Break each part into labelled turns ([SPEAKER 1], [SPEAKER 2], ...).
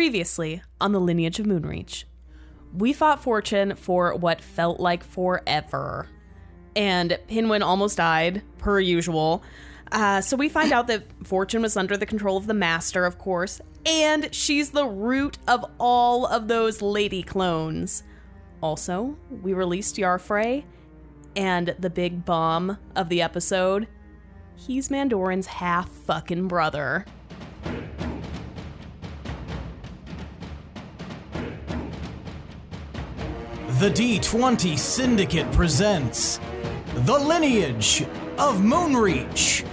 [SPEAKER 1] Previously on the lineage of Moonreach, we fought Fortune for what felt like forever. And Pinwin almost died, per usual. Uh, so we find out that Fortune was under the control of the Master, of course, and she's the root of all of those lady clones. Also, we released Yarfrey, and the big bomb of the episode he's Mandoran's half fucking brother.
[SPEAKER 2] The D20 Syndicate presents The Lineage of Moonreach.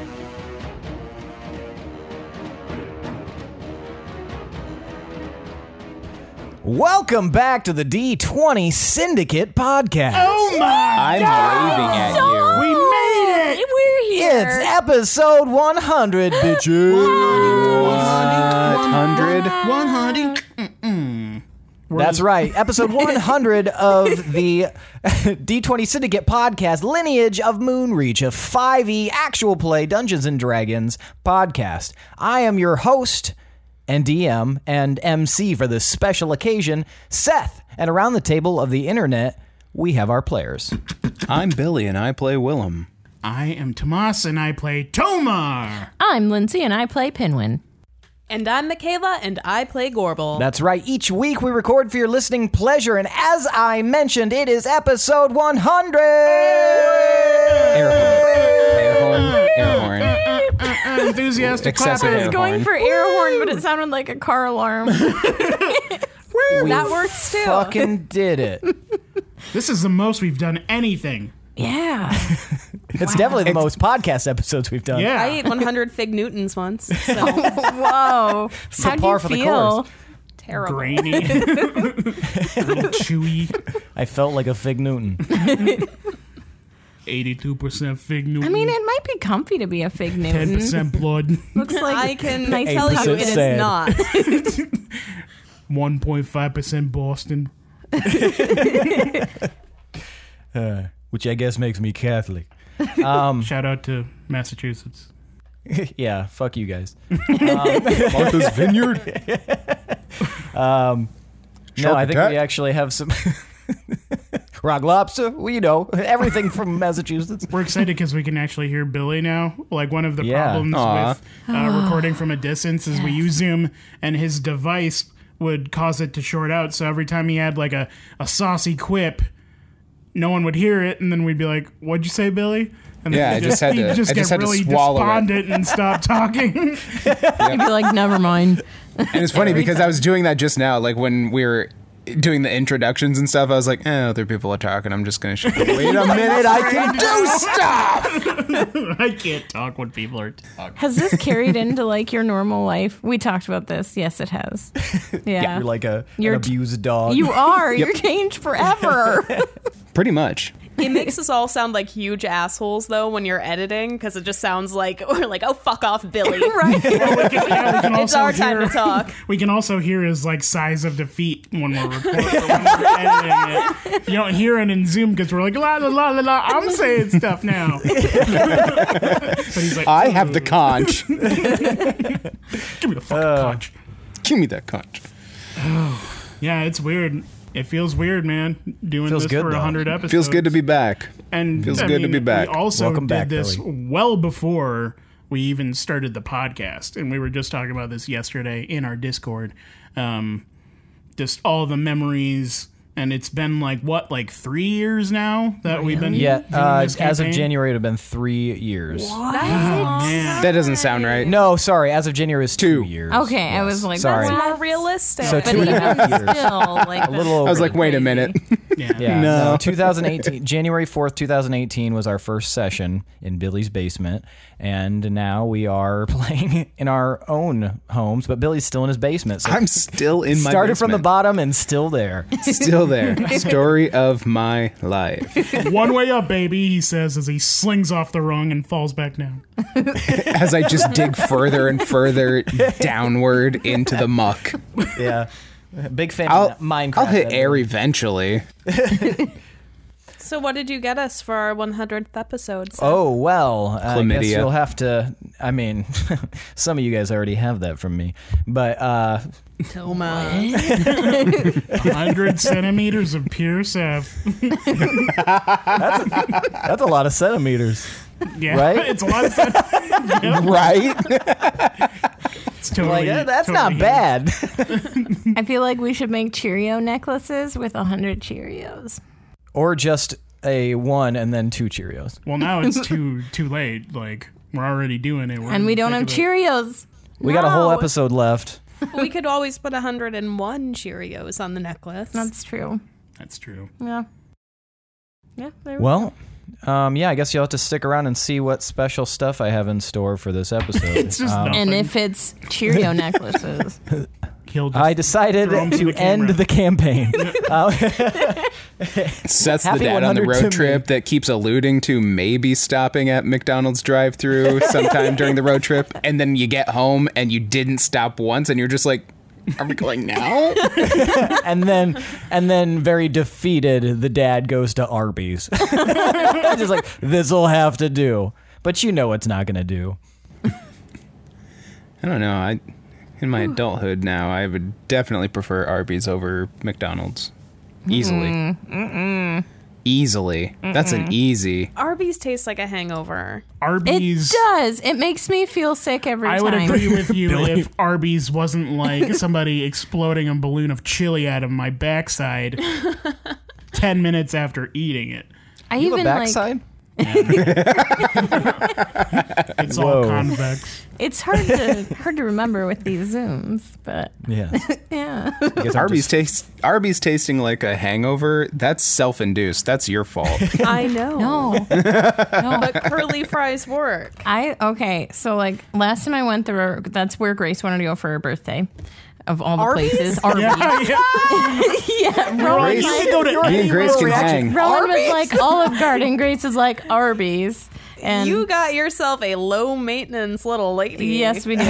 [SPEAKER 2] Welcome back to the D20 Syndicate podcast.
[SPEAKER 3] Oh my!
[SPEAKER 4] I'm waving at you.
[SPEAKER 3] We made it!
[SPEAKER 5] We're
[SPEAKER 2] It's
[SPEAKER 5] here.
[SPEAKER 2] episode 100, bitches.
[SPEAKER 4] 100.
[SPEAKER 3] One hundred.
[SPEAKER 2] That's right. Episode 100 of the D20 Syndicate podcast, Lineage of Moonreach, a 5e actual play Dungeons and Dragons podcast. I am your host and DM and MC for this special occasion, Seth. And around the table of the internet, we have our players.
[SPEAKER 4] I'm Billy and I play Willem.
[SPEAKER 3] I am Tomas and I play Tomar.
[SPEAKER 5] I'm Lindsay and I play Pinwin.
[SPEAKER 1] And I'm Michaela, and I play Gorbel.
[SPEAKER 2] That's right. Each week we record for your listening pleasure. And as I mentioned, it is episode 100.
[SPEAKER 4] Air horn. Air horn. Air horn.
[SPEAKER 3] Uh, enthusiastic
[SPEAKER 4] Excessive
[SPEAKER 3] clapping.
[SPEAKER 4] air horn.
[SPEAKER 5] Going for air horn, but it sounded like a car alarm.
[SPEAKER 2] We
[SPEAKER 1] That works too.
[SPEAKER 2] Fucking did it.
[SPEAKER 3] This is the most we've done anything.
[SPEAKER 5] yeah.
[SPEAKER 2] It's definitely the most podcast episodes we've done.
[SPEAKER 3] Yeah.
[SPEAKER 1] I ate 100 Fig Newtons once. So
[SPEAKER 5] Whoa. How do
[SPEAKER 2] par
[SPEAKER 5] you
[SPEAKER 2] for the
[SPEAKER 5] feel?
[SPEAKER 2] course.
[SPEAKER 1] terrible.
[SPEAKER 3] Grainy. a little chewy.
[SPEAKER 2] I felt like a fig Newton.
[SPEAKER 3] 82% fig Newton.
[SPEAKER 5] I mean, it might be comfy to be a fig Newton.
[SPEAKER 3] 10% blood.
[SPEAKER 5] Looks like
[SPEAKER 1] I can
[SPEAKER 5] Nice
[SPEAKER 1] tell you it
[SPEAKER 5] 8%
[SPEAKER 1] is
[SPEAKER 2] sad.
[SPEAKER 1] not.
[SPEAKER 3] 1.5% Boston.
[SPEAKER 2] Which I guess makes me Catholic.
[SPEAKER 3] Shout out to Massachusetts.
[SPEAKER 2] yeah, fuck you guys.
[SPEAKER 4] Martha's Vineyard.
[SPEAKER 2] No, I think
[SPEAKER 4] attack.
[SPEAKER 2] we actually have some rock lobster. Well, you know everything from Massachusetts.
[SPEAKER 3] We're excited because we can actually hear Billy now. Like, one of the
[SPEAKER 2] Yeah.
[SPEAKER 3] problems
[SPEAKER 4] Aw.
[SPEAKER 3] with uh, recording from a distance is we use Zoom, and his device would cause it to short out. So every time he had, like, a, a saucy quip, no one would hear it, and then we'd be like, What'd you say, Billy? And then
[SPEAKER 4] Yeah,
[SPEAKER 3] he'd
[SPEAKER 4] I just had
[SPEAKER 3] he'd
[SPEAKER 4] to- I
[SPEAKER 3] get
[SPEAKER 4] just had to
[SPEAKER 3] really
[SPEAKER 4] swallow it.
[SPEAKER 3] despondent and stop talking.
[SPEAKER 5] you'd be like, never mind.
[SPEAKER 4] And it's funny because I was doing that just now, like when we were doing the introductions and stuff, I was like, oh, other people are talking. I'm just going to wait a minute. I can do stuff.
[SPEAKER 3] I can't talk when people are talking.
[SPEAKER 5] Has this carried into like your normal life? We talked about this. Yes, it has. Yeah.
[SPEAKER 2] You're like a
[SPEAKER 5] You're-
[SPEAKER 2] an abused dog.
[SPEAKER 5] You are. You're changed forever.
[SPEAKER 4] Pretty much.
[SPEAKER 1] It makes us all sound like huge assholes though when you're editing because it just sounds like we're like, oh fuck off, Billy.
[SPEAKER 5] right.
[SPEAKER 1] It's our time to talk.
[SPEAKER 3] We can also hear his like size of defeat when we're recording. when we're editing it. You don't hear it in Zoom because we're like la la la la la. I'm saying stuff now. but he's like,
[SPEAKER 4] I have the Uh, conch.
[SPEAKER 3] give me the fucking punch.
[SPEAKER 4] Give me that conch.
[SPEAKER 3] Yeah, it's weird. It feels weird, man. Doing
[SPEAKER 2] Feels
[SPEAKER 3] this
[SPEAKER 2] good,
[SPEAKER 3] for
[SPEAKER 2] though.
[SPEAKER 3] hundred episodes
[SPEAKER 4] Feels good to be back.
[SPEAKER 3] and
[SPEAKER 4] feels
[SPEAKER 3] I
[SPEAKER 4] good to
[SPEAKER 3] mean,
[SPEAKER 4] be back.
[SPEAKER 3] We also
[SPEAKER 2] Welcome
[SPEAKER 3] did
[SPEAKER 2] back,
[SPEAKER 3] this
[SPEAKER 2] Billy.
[SPEAKER 3] well before we even started the podcast, and we were just talking about this yesterday in our Discord. Um, just all the memories, and it's been like what, like three years now that we've been
[SPEAKER 2] yeah,
[SPEAKER 3] doing
[SPEAKER 2] uh,
[SPEAKER 3] this
[SPEAKER 2] as of
[SPEAKER 3] campaign?
[SPEAKER 2] January, it would have been three years.
[SPEAKER 3] Man.
[SPEAKER 4] That doesn't sound right.
[SPEAKER 2] No, sorry, as of January is two,
[SPEAKER 4] Two.
[SPEAKER 2] years.
[SPEAKER 5] Okay, I was like,
[SPEAKER 2] Sorry.
[SPEAKER 5] that's
[SPEAKER 1] More
[SPEAKER 5] not real.
[SPEAKER 1] realistic.
[SPEAKER 2] So
[SPEAKER 5] But
[SPEAKER 2] two and a
[SPEAKER 5] even
[SPEAKER 2] half years.
[SPEAKER 5] still, like, a
[SPEAKER 2] little over.
[SPEAKER 4] I was like, wait a
[SPEAKER 5] Crazy.
[SPEAKER 4] minute.
[SPEAKER 3] Yeah.
[SPEAKER 2] Yeah,
[SPEAKER 4] No.
[SPEAKER 2] no. 2018, January 4th, 2018 was our first session in Billy's basement, and now we are playing in our own homes. But Billy's still in his basement. So
[SPEAKER 4] I'm still in my
[SPEAKER 2] started from the
[SPEAKER 4] basement.
[SPEAKER 2] bottom and still there.
[SPEAKER 4] Still there. Story of my life.
[SPEAKER 3] One way up, baby, he says as he slings off the rung and falls back down.
[SPEAKER 4] As I just dig further and further downward into the muck.
[SPEAKER 2] yeah, big fan
[SPEAKER 4] I'll,
[SPEAKER 2] of Minecraft.
[SPEAKER 4] I'll hit
[SPEAKER 2] by the way.
[SPEAKER 4] air eventually.
[SPEAKER 1] So, what did you get us for our 100th episode? So-
[SPEAKER 2] Oh well, I guess
[SPEAKER 4] Chlamydia.
[SPEAKER 2] you'll have to. I mean, some of you guys already have that from me, but uh,
[SPEAKER 1] Toma.
[SPEAKER 3] 100 centimeters of pure Sev.
[SPEAKER 2] that's a lot of centimeters,
[SPEAKER 3] Yeah,
[SPEAKER 2] Right?
[SPEAKER 3] it's a lot of cent-
[SPEAKER 2] right?
[SPEAKER 3] It's
[SPEAKER 2] like
[SPEAKER 3] totally,
[SPEAKER 2] that- that's
[SPEAKER 3] totally
[SPEAKER 2] not bad.
[SPEAKER 5] I feel like we should make Cheerio necklaces with 100 Cheerios.
[SPEAKER 2] or just a one and then two Cheerios.
[SPEAKER 3] Well, now it's too too late. Like we're already doing it, We're
[SPEAKER 5] And we
[SPEAKER 3] in the
[SPEAKER 5] don't have
[SPEAKER 3] thick Mm, of it.
[SPEAKER 5] Cheerios.
[SPEAKER 2] We got a whole
[SPEAKER 5] No.
[SPEAKER 2] episode left.
[SPEAKER 1] we could always put 101 Cheerios on the necklace.
[SPEAKER 5] That's true.
[SPEAKER 3] That's true.
[SPEAKER 5] Yeah. Yeah. There we
[SPEAKER 2] Well, um, yeah, I guess you'll have to stick around and see what special stuff I have in store for this episode. Um,
[SPEAKER 3] It's just
[SPEAKER 5] go.
[SPEAKER 3] nothing.
[SPEAKER 5] And if it's Cheerio necklaces,
[SPEAKER 3] He'll just,
[SPEAKER 2] I decided
[SPEAKER 3] Throw 'em to
[SPEAKER 2] to
[SPEAKER 3] the
[SPEAKER 2] end
[SPEAKER 3] camera.
[SPEAKER 2] the campaign. Uh,
[SPEAKER 4] Seth's
[SPEAKER 2] Happy
[SPEAKER 4] the dad on the
[SPEAKER 2] 100 to me.
[SPEAKER 4] road trip that keeps alluding to maybe stopping at McDonald's drive through sometime during the road trip. And then you get home and you didn't stop once and you're just like, are we going now?
[SPEAKER 2] and then, and then, very defeated, the dad goes to Arby's. just like this'll have to do, but you know it's not gonna do.
[SPEAKER 4] I don't know. I, in my adulthood now, I would definitely prefer Arby's over McDonald's. Easily. Easily. That's an easy.
[SPEAKER 1] Arby's tastes like a hangover.
[SPEAKER 3] Arby's.
[SPEAKER 5] it does. It makes me feel sick every
[SPEAKER 3] I
[SPEAKER 5] time.
[SPEAKER 3] would agree with you if Arby's wasn't like somebody exploding a balloon of chili out of my backside 10 minutes after eating it.
[SPEAKER 5] I
[SPEAKER 2] You have
[SPEAKER 5] even
[SPEAKER 2] a
[SPEAKER 5] like.
[SPEAKER 2] backside?
[SPEAKER 3] It's all
[SPEAKER 2] Whoa.
[SPEAKER 3] convex.
[SPEAKER 5] It's hard to hard to remember with these zooms, but
[SPEAKER 2] yeah.
[SPEAKER 5] yeah.
[SPEAKER 2] I guess I'm
[SPEAKER 4] Arby's
[SPEAKER 2] just-
[SPEAKER 4] taste Arby's tasting like a hangover. That's self-induced. That's your fault.
[SPEAKER 1] I know.
[SPEAKER 5] No. no.
[SPEAKER 1] But curly fries work.
[SPEAKER 5] I okay. So like last time I went there, that's where Grace wanted to go for her birthday. Of all the
[SPEAKER 1] Arby's?
[SPEAKER 5] places, Arby's.
[SPEAKER 3] Yeah, yeah.
[SPEAKER 5] Rowan, like-
[SPEAKER 4] Grace-
[SPEAKER 3] You can go to
[SPEAKER 4] Me and
[SPEAKER 3] any
[SPEAKER 4] Grace can
[SPEAKER 3] road-
[SPEAKER 4] hang.
[SPEAKER 5] Rowan was like Olive Garden. Grace is like Arby's. And
[SPEAKER 1] You got yourself a low maintenance little lady.
[SPEAKER 5] yes, we do.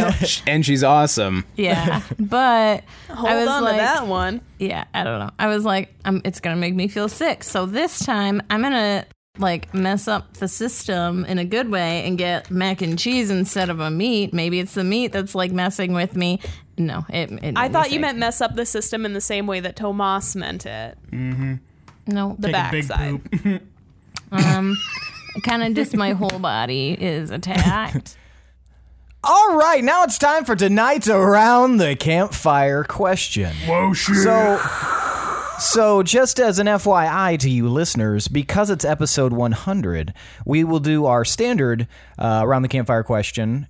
[SPEAKER 4] and she's awesome.
[SPEAKER 5] Yeah, but
[SPEAKER 1] Hold
[SPEAKER 5] I was
[SPEAKER 1] on
[SPEAKER 5] like,
[SPEAKER 1] to that one.
[SPEAKER 5] yeah, I don't know. I was like, um, it's gonna make me feel sick. So this time, I'm gonna like mess up the system in a good way and get mac and cheese instead of a meat. Maybe it's the meat that's like messing with me. No, it. it made
[SPEAKER 1] I
[SPEAKER 5] me
[SPEAKER 1] thought you
[SPEAKER 5] sick.
[SPEAKER 1] meant mess up the system in the same way that Tomas meant it.
[SPEAKER 5] no.
[SPEAKER 1] The
[SPEAKER 5] The
[SPEAKER 3] Take a big
[SPEAKER 1] backside.
[SPEAKER 3] poop.
[SPEAKER 5] kind of just my whole body is attacked.
[SPEAKER 2] All right, now it's time for tonight's around the campfire question.
[SPEAKER 3] Whoa, shit.
[SPEAKER 2] So, so just as an FYI to you listeners, because it's episode 100, we will do our standard uh, around the campfire question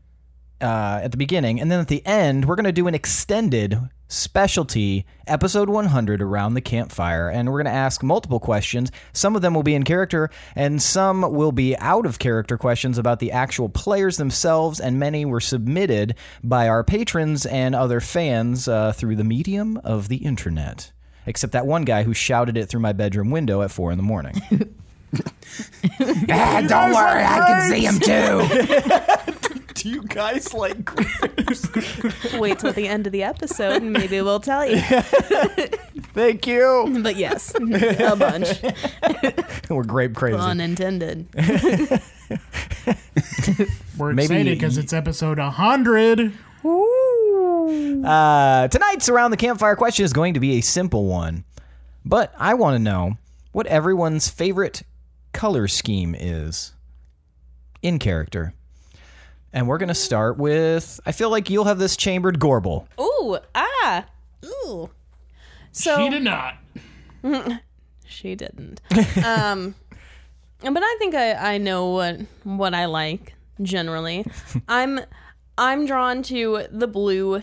[SPEAKER 2] uh, at the beginning, and then at the end, we're going to do an extended specialty episode 100 around the campfire, and we're going to ask multiple questions. Some of them will be in character, and some will be out of character questions about the actual players themselves, and many were submitted by our patrons and other fans uh, through the medium of the internet. Except that one guy who shouted it through my bedroom window at four in the morning.
[SPEAKER 4] Ah, don't worry, I can see him too.
[SPEAKER 2] Do you guys like?
[SPEAKER 1] Wait till the end of the episode and maybe we'll tell you.
[SPEAKER 2] Thank you.
[SPEAKER 1] But yes, a bunch.
[SPEAKER 2] We're grape crazy.
[SPEAKER 1] Unintended.
[SPEAKER 3] We're
[SPEAKER 2] maybe-
[SPEAKER 3] excited because it's episode 100.
[SPEAKER 2] Uh, tonight's around the campfire question is going to be a simple one, but I want to know what everyone's favorite color scheme is in character. And we're going to start with I feel like you'll have this chambered Gorble.
[SPEAKER 1] Ooh, ah, ooh. So
[SPEAKER 3] she did not.
[SPEAKER 1] She didn't. um, but I think I, I know what what I like generally. I'm I'm drawn to the blue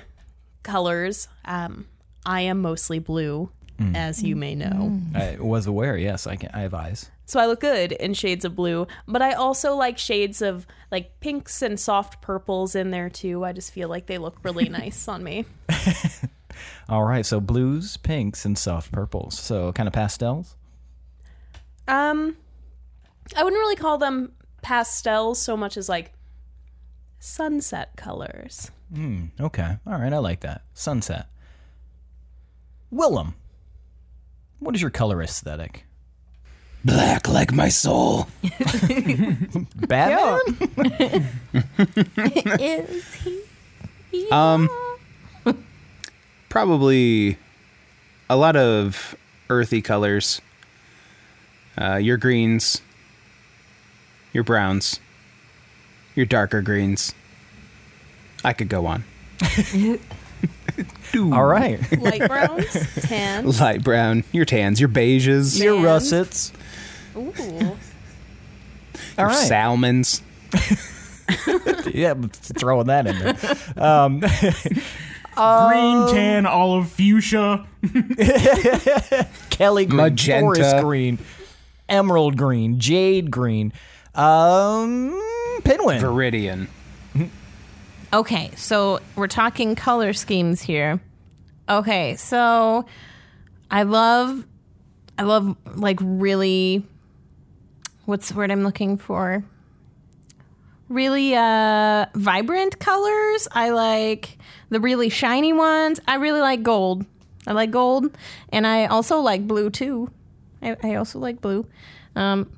[SPEAKER 1] colors. Um, I am mostly blue, as you may know.
[SPEAKER 2] I was aware, yes, I, can, I have eyes.
[SPEAKER 1] So I look good in shades of blue, but I also like shades of like pinks and soft purples in there too. I just feel like they look really nice on me.
[SPEAKER 2] All right, so blues, pinks, and soft purples. So kind of pastels.
[SPEAKER 1] Um, I wouldn't really call them pastels so much as like sunset colors.
[SPEAKER 2] Okay, all right, I like that. Sunset. Willem, what is your color aesthetic?
[SPEAKER 4] black like my soul.
[SPEAKER 2] Batman?
[SPEAKER 5] Is he?
[SPEAKER 4] Um, Probably a lot of earthy colors. Uh, your greens, your browns, your darker greens. I could go on.
[SPEAKER 2] All right.
[SPEAKER 1] Light browns, tans.
[SPEAKER 4] Light brown, your tans, your beiges,
[SPEAKER 2] Your
[SPEAKER 1] And-
[SPEAKER 2] russets.
[SPEAKER 1] Ooh.
[SPEAKER 2] All
[SPEAKER 4] your
[SPEAKER 2] right.
[SPEAKER 4] salmons.
[SPEAKER 2] yeah, I'm throwing that in there.
[SPEAKER 3] Green, tan, olive, fuchsia.
[SPEAKER 2] Kelly green,
[SPEAKER 4] Magenta.
[SPEAKER 2] forest green, emerald green, jade green, um, pinwin.
[SPEAKER 4] Viridian.
[SPEAKER 5] Okay, so we're talking color schemes here. Okay, so I love I love like really what's the word I'm looking for? Really uh vibrant colors. I like the really shiny ones. I really like gold. I like gold and I also like blue too. I, I also like blue. Um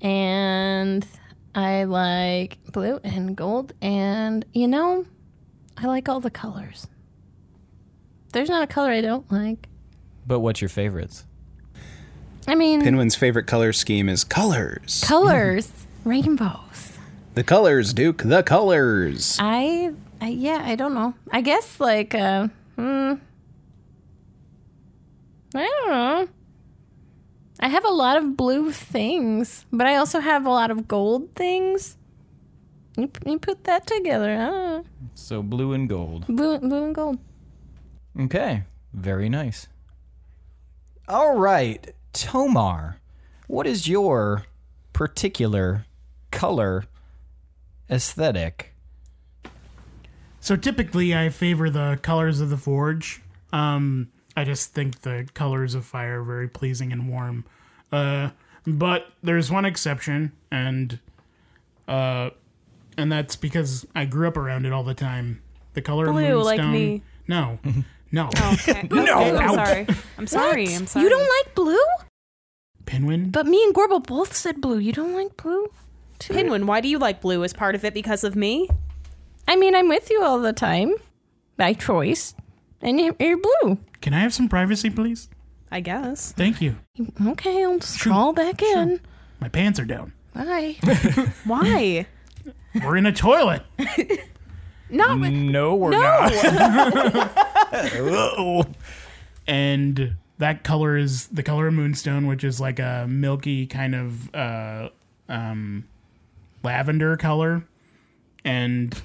[SPEAKER 5] and I like blue and gold, and you know, I like all the colors. There's not a color I don't like.
[SPEAKER 2] but what's your favorites?
[SPEAKER 5] I mean,
[SPEAKER 4] Pinwin's favorite color scheme is colors.
[SPEAKER 5] colors, rainbows.
[SPEAKER 4] the colors, Duke. The colors.
[SPEAKER 5] I, I, yeah, I don't know. I guess like, uh, hmm, I don't know. I have a lot of blue things, but I also have a lot of gold things. You, you put that together, I don't know.
[SPEAKER 2] So blue and gold.
[SPEAKER 5] Blue, blue and gold.
[SPEAKER 2] Okay, very nice. All right, Tomar, what is your particular color aesthetic?
[SPEAKER 3] So typically, I favor the colors of the forge. Um, I just think the colors of fire are very pleasing and warm. Uh, but there's one exception, and uh, and that's because I grew up around it all the time. The color of
[SPEAKER 1] Blue, like
[SPEAKER 3] moonstone-
[SPEAKER 1] me. Oh.
[SPEAKER 3] No, no.
[SPEAKER 1] Okay. no. I'm sorry. I'm sorry. I'm sorry.
[SPEAKER 5] You don't like blue?
[SPEAKER 3] Pinwin.
[SPEAKER 5] But me and Gorbo both said blue. You don't like blue?
[SPEAKER 1] Pinwin, why do you like blue? Is part of it because of me?
[SPEAKER 5] I mean, I'm with you all the time by choice. And you- you're blue.
[SPEAKER 3] Can I have some privacy, please?
[SPEAKER 1] I guess.
[SPEAKER 3] Thank you.
[SPEAKER 5] Okay, I'll just crawl back in.
[SPEAKER 3] My pants are down.
[SPEAKER 5] Bye.
[SPEAKER 1] Why?
[SPEAKER 3] We're in a toilet.
[SPEAKER 1] Not with
[SPEAKER 2] No, we're
[SPEAKER 1] no.
[SPEAKER 3] and that color is the color of moonstone, which is like a milky kind of uh, um, lavender color, and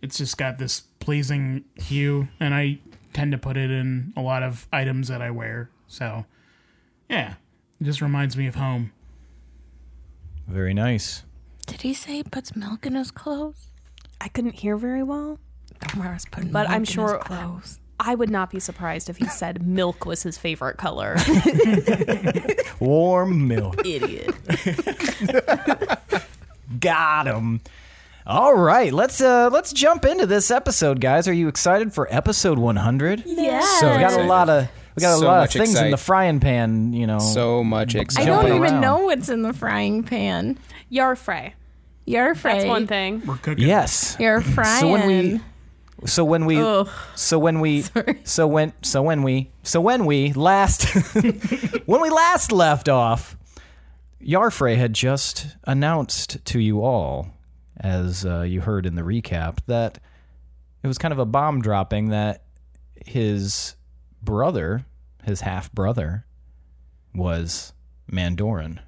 [SPEAKER 3] it's just got this pleasing hue. And I tend to put it in a lot of items that I wear. So, yeah, it just reminds me of home.
[SPEAKER 2] Very nice.
[SPEAKER 5] Did he say he puts milk in his clothes?
[SPEAKER 1] I couldn't hear very well.
[SPEAKER 5] Tomorrow's putting
[SPEAKER 1] But
[SPEAKER 5] milk
[SPEAKER 1] I'm
[SPEAKER 5] in
[SPEAKER 1] sure-
[SPEAKER 5] his clothes.
[SPEAKER 1] I would not be surprised if he said milk was his favorite color.
[SPEAKER 2] Warm milk.
[SPEAKER 1] Idiot.
[SPEAKER 2] Got him. All right, let's uh let's jump into this episode, guys. Are you excited for episode 100? We
[SPEAKER 5] Yeah.
[SPEAKER 4] So
[SPEAKER 2] got a
[SPEAKER 4] excited.
[SPEAKER 2] lot of we got a
[SPEAKER 4] So
[SPEAKER 2] lot of
[SPEAKER 4] much
[SPEAKER 2] things in
[SPEAKER 4] excite-
[SPEAKER 2] the frying pan, you know.
[SPEAKER 4] So much
[SPEAKER 5] I
[SPEAKER 4] excitement.
[SPEAKER 5] don't
[SPEAKER 2] jumping
[SPEAKER 5] even
[SPEAKER 2] around.
[SPEAKER 5] know what's in the frying pan.
[SPEAKER 1] Yar fray.
[SPEAKER 5] You're frying.
[SPEAKER 1] That's one thing.
[SPEAKER 3] We're cooking.
[SPEAKER 2] yes.
[SPEAKER 5] You're frying.
[SPEAKER 2] So when we so when we so when
[SPEAKER 5] Ugh.
[SPEAKER 2] we so when so when we so when we last when we last left off, Yarfrey had just announced to you all, as uh, you heard in the recap, that it was kind of a bomb dropping that his brother, his half brother, was Mandoran.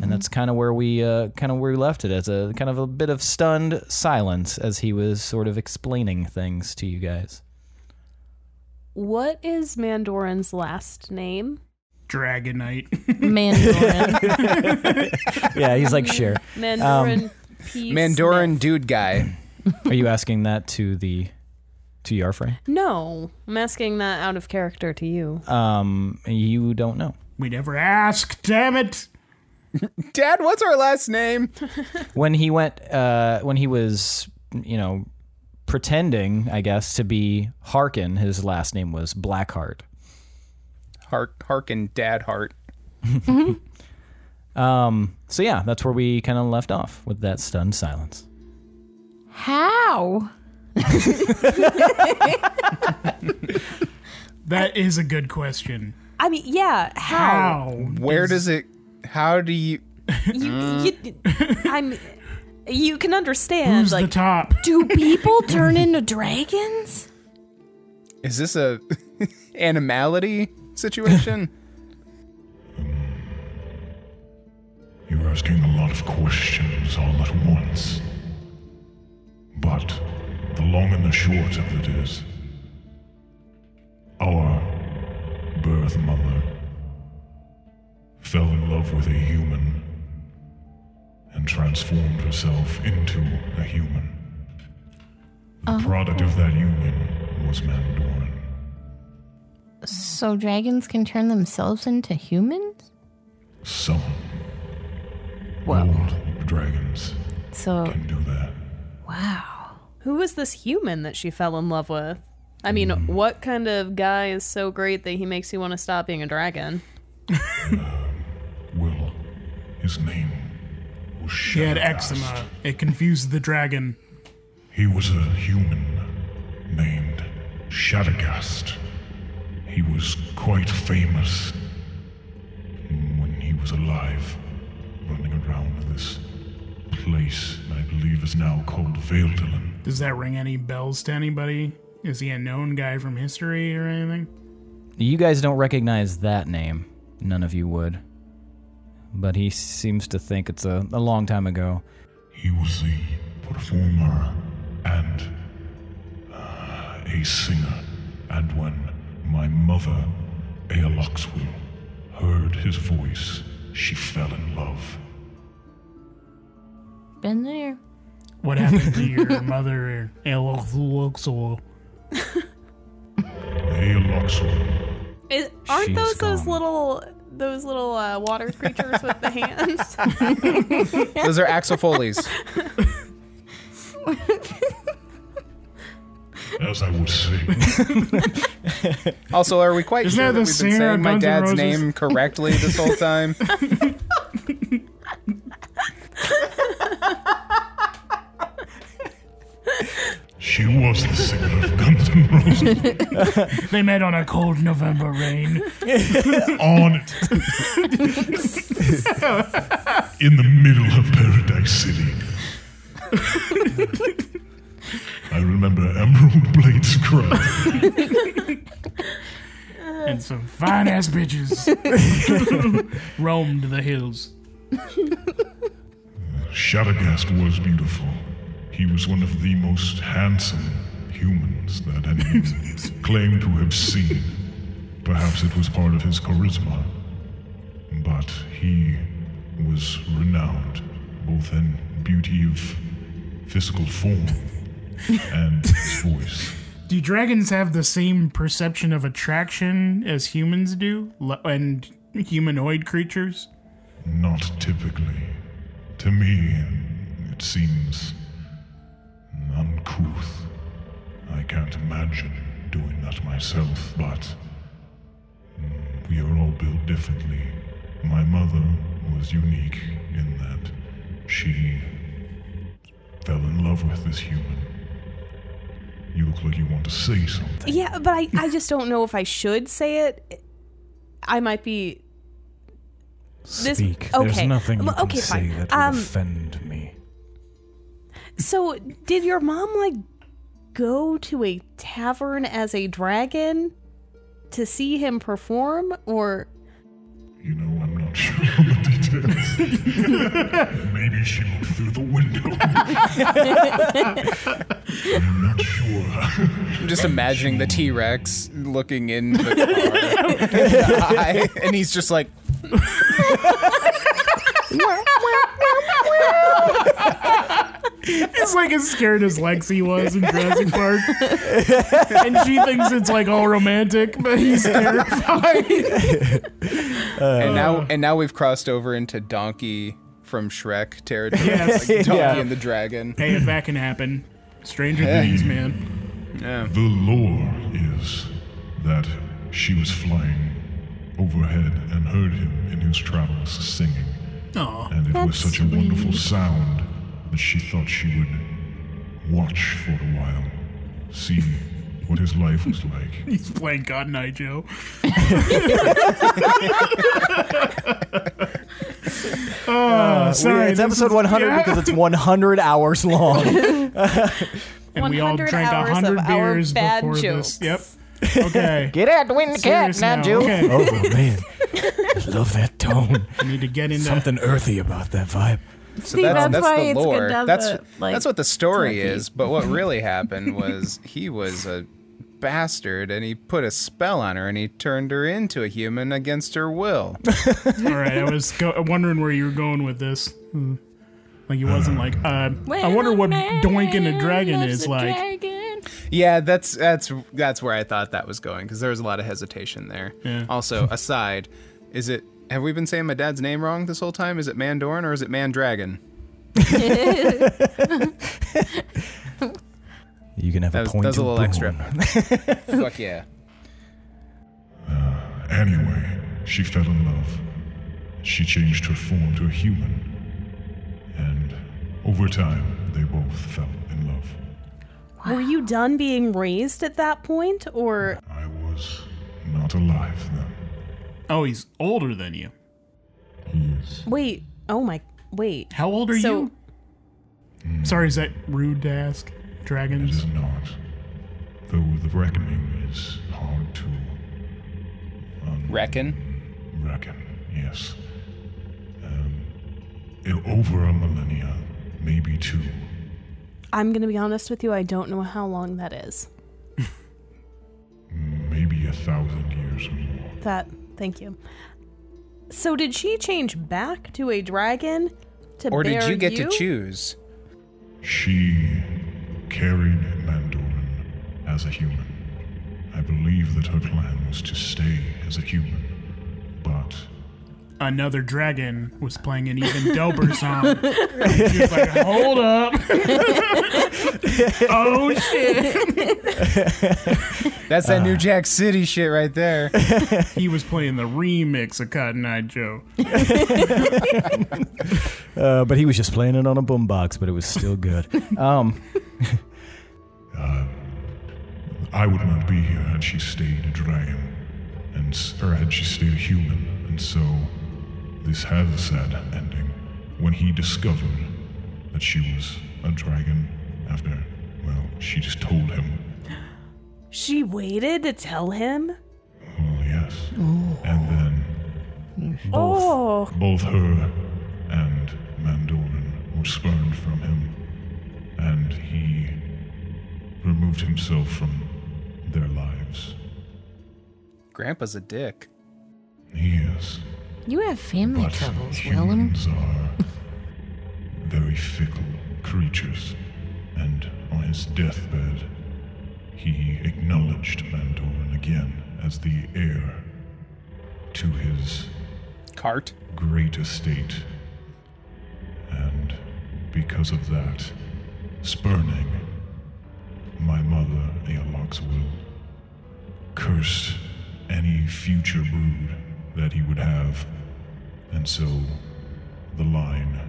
[SPEAKER 2] And that's kind of where we uh, kind of where we left it as a kind of a bit of stunned silence as he was sort of explaining things to you guys.
[SPEAKER 1] What is Mandoran's last name?
[SPEAKER 3] Dragonite.
[SPEAKER 5] Mandarin.
[SPEAKER 2] Yeah, he's like, sure.
[SPEAKER 1] Mandoran P.
[SPEAKER 4] Mandoran dude guy.
[SPEAKER 2] Are you asking that to the to Yarfrey?
[SPEAKER 1] Smith. No. I'm asking that out of character to you.
[SPEAKER 2] Um, you don't know.
[SPEAKER 3] we never ask. Damn it.
[SPEAKER 4] Dad, what's our last name?
[SPEAKER 2] When he went, uh, when he was, you know, pretending, I guess, to be Harkin, his last name was Blackheart.
[SPEAKER 4] Hark, Harkin Dad Heart.
[SPEAKER 2] Um, so yeah, that's where we kind of left off with that stunned silence.
[SPEAKER 5] How?
[SPEAKER 3] That is a good question.
[SPEAKER 1] I mean, yeah. How?
[SPEAKER 3] How?
[SPEAKER 4] Where does it? How do you?
[SPEAKER 1] You, you, I'm. You can understand.
[SPEAKER 3] Who's
[SPEAKER 1] like,
[SPEAKER 3] the top?
[SPEAKER 5] Do people turn into dragons?
[SPEAKER 4] Is this a animality situation?
[SPEAKER 6] You're asking a lot of questions all at once. But the long and the short of it is our birth mother fell in love with a human and transformed herself into a human. The product of that union was Mandoran.
[SPEAKER 5] So dragons can turn themselves into humans?
[SPEAKER 6] Some
[SPEAKER 5] Whoa.
[SPEAKER 6] old dragons
[SPEAKER 5] So,
[SPEAKER 6] can do that.
[SPEAKER 5] wow.
[SPEAKER 1] who is this human that she fell in love with? I mean, what kind of guy is so great that he makes you want to stop being a dragon?
[SPEAKER 6] Will, his name was
[SPEAKER 3] He had
[SPEAKER 6] Shadowcast.
[SPEAKER 3] eczema. It confused the dragon.
[SPEAKER 6] He was a human named Shadagast. He was quite famous when he was alive, running around this place I believe is now called Veildalan.
[SPEAKER 3] Does that ring any bells to anybody? Is he a known guy from history or anything?
[SPEAKER 2] You guys don't recognize that name. None of you would. But he seems to think it's a, a long time ago.
[SPEAKER 6] He was a performer and uh, a singer. And when my mother, Aeloxwil, heard his voice, she fell in love.
[SPEAKER 5] Been there.
[SPEAKER 3] What happened to your mother? Eloxol?
[SPEAKER 6] Aeloxwil,
[SPEAKER 1] Is, aren't
[SPEAKER 2] She's
[SPEAKER 1] those those
[SPEAKER 2] gone.
[SPEAKER 1] little those little uh, water creatures with the hands?
[SPEAKER 4] Those are Axel Foley's.
[SPEAKER 6] as I would say,
[SPEAKER 4] Also, are we quite
[SPEAKER 3] Isn't
[SPEAKER 4] sure
[SPEAKER 3] that the
[SPEAKER 4] that, we've been
[SPEAKER 3] singer of
[SPEAKER 4] saying my
[SPEAKER 3] Guns N'
[SPEAKER 4] dad's
[SPEAKER 3] Roses?
[SPEAKER 4] name correctly this whole time?
[SPEAKER 6] she was the singer of Guns N' Roses.
[SPEAKER 3] They met on a cold November rain.
[SPEAKER 6] On it. In the middle of Paradise City. I remember Emerald Blades cry.
[SPEAKER 3] and some fine ass bitches roamed the hills.
[SPEAKER 6] Shadagast was beautiful. He was one of the most handsome humans that anyone claimed to have seen. Perhaps it was part of his charisma. But he was renowned both in beauty of physical form and his voice.
[SPEAKER 3] Do dragons have the same perception of attraction as humans do? L- And humanoid creatures?
[SPEAKER 6] Not typically. To me, it seems uncouth. I can't imagine doing that myself, but mm, we are all built differently. My mother was unique in that she fell in love with this human. You look like you want to say something.
[SPEAKER 1] yeah, but I I just don't know if I should say it. I might be This-
[SPEAKER 7] Speak.
[SPEAKER 1] okay.
[SPEAKER 7] There's nothing you
[SPEAKER 1] Well,
[SPEAKER 7] can
[SPEAKER 1] okay,
[SPEAKER 7] say
[SPEAKER 1] fine.
[SPEAKER 7] that would
[SPEAKER 1] Um,
[SPEAKER 7] offend me.
[SPEAKER 1] So, did your mom like go to a tavern as a dragon to see him perform or
[SPEAKER 6] You know, I'm not sure on the details. Maybe she looked through the window. I'm not sure.
[SPEAKER 4] I'm just imagining the T Rex looking in the car, in the eye, and he's just like,
[SPEAKER 3] It's like as scared as Lexi was in Jurassic Park. and she thinks it's like all romantic, but he's terrified.
[SPEAKER 4] and now and now we've crossed over into Donkey from Shrek territory,
[SPEAKER 3] Yes.
[SPEAKER 4] like Donkey
[SPEAKER 2] Yeah.
[SPEAKER 4] and the Dragon.
[SPEAKER 3] hey, if that can happen, Stranger Things, man.
[SPEAKER 6] The lore is that she was flying overhead and heard him in his travels singing.
[SPEAKER 3] Aw.
[SPEAKER 6] and it was
[SPEAKER 5] That's
[SPEAKER 6] such a wonderful sound that she thought she would watch for a while, see what his life was like.
[SPEAKER 3] He's playing God Night Joe. oh, sorry.
[SPEAKER 2] Uh, it's
[SPEAKER 3] this
[SPEAKER 2] episode
[SPEAKER 3] is-
[SPEAKER 2] 100
[SPEAKER 3] yeah.
[SPEAKER 2] because it's 100 hours long.
[SPEAKER 3] and we all
[SPEAKER 1] 100
[SPEAKER 3] drank a
[SPEAKER 1] hours
[SPEAKER 3] hundred
[SPEAKER 1] of our
[SPEAKER 3] beers
[SPEAKER 1] bad
[SPEAKER 3] before
[SPEAKER 1] jokes.
[SPEAKER 3] this. Yep. Okay.
[SPEAKER 2] Get out, win the
[SPEAKER 3] Serious now. Okay.
[SPEAKER 2] Oh man, I love that tone.
[SPEAKER 3] I need to get into
[SPEAKER 2] Something earthy about that vibe.
[SPEAKER 4] So
[SPEAKER 5] that's
[SPEAKER 4] that's, that's
[SPEAKER 5] why
[SPEAKER 4] the
[SPEAKER 5] it's
[SPEAKER 4] lore.
[SPEAKER 5] Godiva,
[SPEAKER 4] that's
[SPEAKER 5] like,
[SPEAKER 4] that's what the story
[SPEAKER 5] turkey.
[SPEAKER 4] is. But what really happened was he was a bastard and he put a spell on her and he turned her into a human against her will.
[SPEAKER 3] All right. I was go- wondering where you were going with this. Hmm. Like he wasn't like. Uh, I wonder what Doink and a Dragon is like.
[SPEAKER 4] yeah, that's that's that's where I thought that was going because there was a lot of hesitation there.
[SPEAKER 3] Yeah.
[SPEAKER 4] Also, aside, is it have we been saying my dad's name wrong this whole time? Is it Mandoran or is it Mandragon?
[SPEAKER 2] You can have a
[SPEAKER 4] That was, that
[SPEAKER 2] point.
[SPEAKER 4] was a
[SPEAKER 2] to
[SPEAKER 4] little
[SPEAKER 2] burn.
[SPEAKER 4] extra. Fuck yeah.
[SPEAKER 6] Uh, Anyway, she fell in love. She changed her form to a human. And over time, they both fell in love.
[SPEAKER 1] Were you done being raised at that point, or
[SPEAKER 6] I was not alive then.
[SPEAKER 3] Oh, he's older than you.
[SPEAKER 6] He is.
[SPEAKER 1] wait? Oh my, wait.
[SPEAKER 3] How old are
[SPEAKER 1] So
[SPEAKER 3] you? Sorry, is that rude to ask?
[SPEAKER 6] It
[SPEAKER 3] Dragons.
[SPEAKER 6] is not. Though the reckoning is hard to
[SPEAKER 4] Reckon.
[SPEAKER 6] reckon, yes. Um, i- over a millennia, maybe two.
[SPEAKER 1] I'm gonna be honest with you. I don't know how long that is.
[SPEAKER 6] Maybe a thousand years or more.
[SPEAKER 1] That. Thank you. So did she change back to a dragon? To
[SPEAKER 4] Or did
[SPEAKER 1] bear
[SPEAKER 4] you get to choose?
[SPEAKER 6] She carried Mandoran as a human. I believe that her plan was to stay as a human, but
[SPEAKER 3] Another dragon was playing an even doper song. She was like, "Hold up! oh shit!"
[SPEAKER 4] That's that New Jack City shit right there.
[SPEAKER 3] He was playing the remix of Cotton Eye Joe.
[SPEAKER 2] Uh, but he was just playing it on a boombox, but it was still good. Um,
[SPEAKER 6] I would not be here had she stayed a dragon, and s- or had she stayed a human. And so, this has a sad ending. When he discovered that she was a dragon, after well, she just told him
[SPEAKER 1] She waited to tell him.
[SPEAKER 6] Well, "Oh, yes. And then
[SPEAKER 1] Oh,
[SPEAKER 6] both her and Mandoran were spurned from him, and he removed himself from their lives.
[SPEAKER 4] Grandpa's a dick.
[SPEAKER 6] He is,
[SPEAKER 5] You have family
[SPEAKER 6] but
[SPEAKER 5] troubles, Willem.
[SPEAKER 6] humans are very fickle creatures, and on his deathbed, he acknowledged Mandoran again as the heir to his
[SPEAKER 4] Cart.
[SPEAKER 6] great estate. And because of that, spurning my mother, Aelok's will, cursed any future brood that he would have. And so the line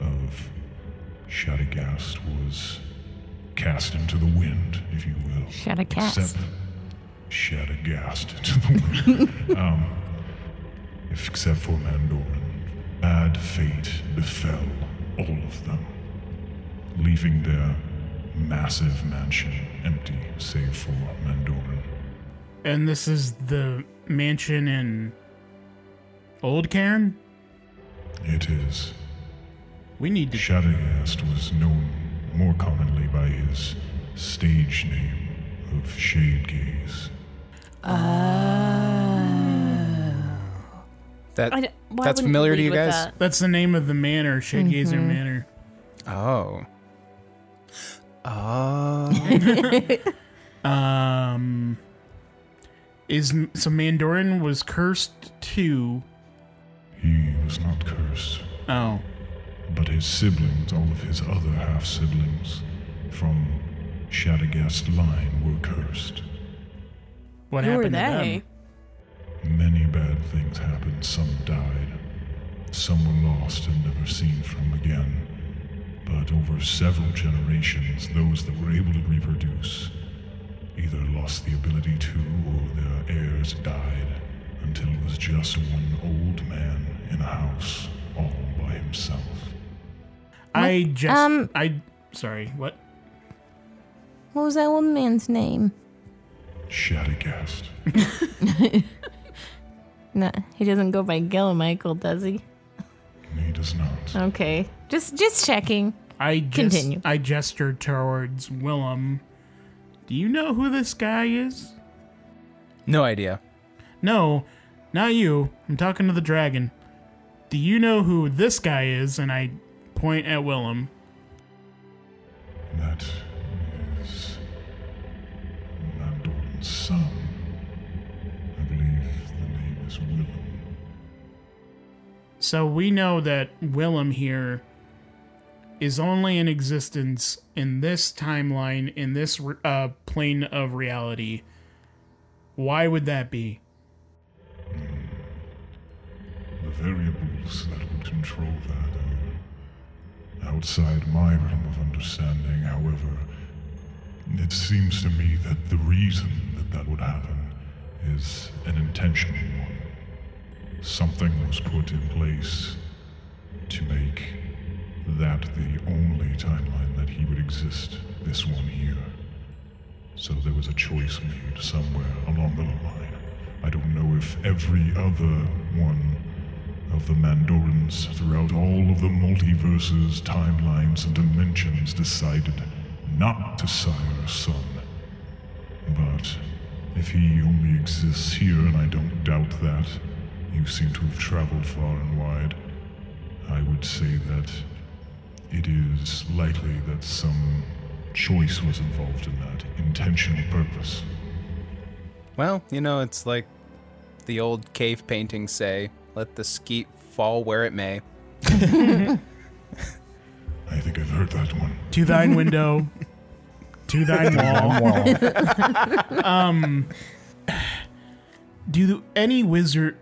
[SPEAKER 6] of Shadagast was cast into the wind, if you will.
[SPEAKER 5] Shadagast.
[SPEAKER 6] Except Shadagast into the wind. Um, If except for Mandoran, bad fate befell all of them, leaving their massive mansion empty save for Mandoran.
[SPEAKER 3] And this is the mansion in Old Cairn.
[SPEAKER 6] It is.
[SPEAKER 3] We need to.
[SPEAKER 6] Shadagast was known more commonly by his stage name of Shade Gaze.
[SPEAKER 4] That
[SPEAKER 1] I d- why wouldn't
[SPEAKER 4] that's familiar to
[SPEAKER 1] lead
[SPEAKER 4] you
[SPEAKER 1] with
[SPEAKER 4] guys.
[SPEAKER 1] that?
[SPEAKER 3] That's the name of the manor, Shadegazer
[SPEAKER 5] Mm-hmm.
[SPEAKER 3] Manor.
[SPEAKER 4] Oh. Oh.
[SPEAKER 3] Um, is so Mandoran was cursed too.
[SPEAKER 6] He was not cursed,
[SPEAKER 3] Oh,
[SPEAKER 6] but his siblings, all of his other half siblings from Shadagast line, were cursed.
[SPEAKER 3] what
[SPEAKER 5] Who are
[SPEAKER 3] happened to
[SPEAKER 5] they?
[SPEAKER 3] them?
[SPEAKER 6] Many bad things happened. Some died. Some were lost and never seen from again. But over several generations, those that were able to reproduce either lost the ability to or their heirs died until it was just one old man in a house all by himself.
[SPEAKER 3] I just
[SPEAKER 5] Um,
[SPEAKER 3] I sorry, what?
[SPEAKER 5] What was that one man's name?
[SPEAKER 6] Shattergast.
[SPEAKER 5] No, he doesn't go by Gil Michael, does he?
[SPEAKER 6] He does not.
[SPEAKER 5] Okay, just just checking.
[SPEAKER 3] I just,
[SPEAKER 5] Continue.
[SPEAKER 3] I gestured towards Willem. Do you know who this guy is?
[SPEAKER 4] No idea.
[SPEAKER 3] No, not you. I'm talking to the dragon. Do you know who this guy is? And I point at Willem.
[SPEAKER 6] That is Mandorn's son. I believe the name is Willem.
[SPEAKER 3] So we know that Willem here is only in existence in this timeline, in this uh, plane of reality. Why would that be?
[SPEAKER 6] The variables that would control that are outside my realm of understanding. However, it seems to me that the reason that that would happen is an intentional one. Something was put in place to make that the only timeline that he would exist, this one here. So there was a choice made somewhere along the line. I don't know if every other one of the Mandorans throughout all of the multiverses, timelines, and dimensions decided not to sire a son. But if he only exists here, and I don't doubt that, you seem to have traveled far and wide, I would say that it is likely that some choice was involved in that intentional purpose.
[SPEAKER 4] Well, you know, it's like the old cave paintings say let the skeet fall where it may.
[SPEAKER 6] I think I've heard that one.
[SPEAKER 3] To thine window, to thine wall. Do any wizard.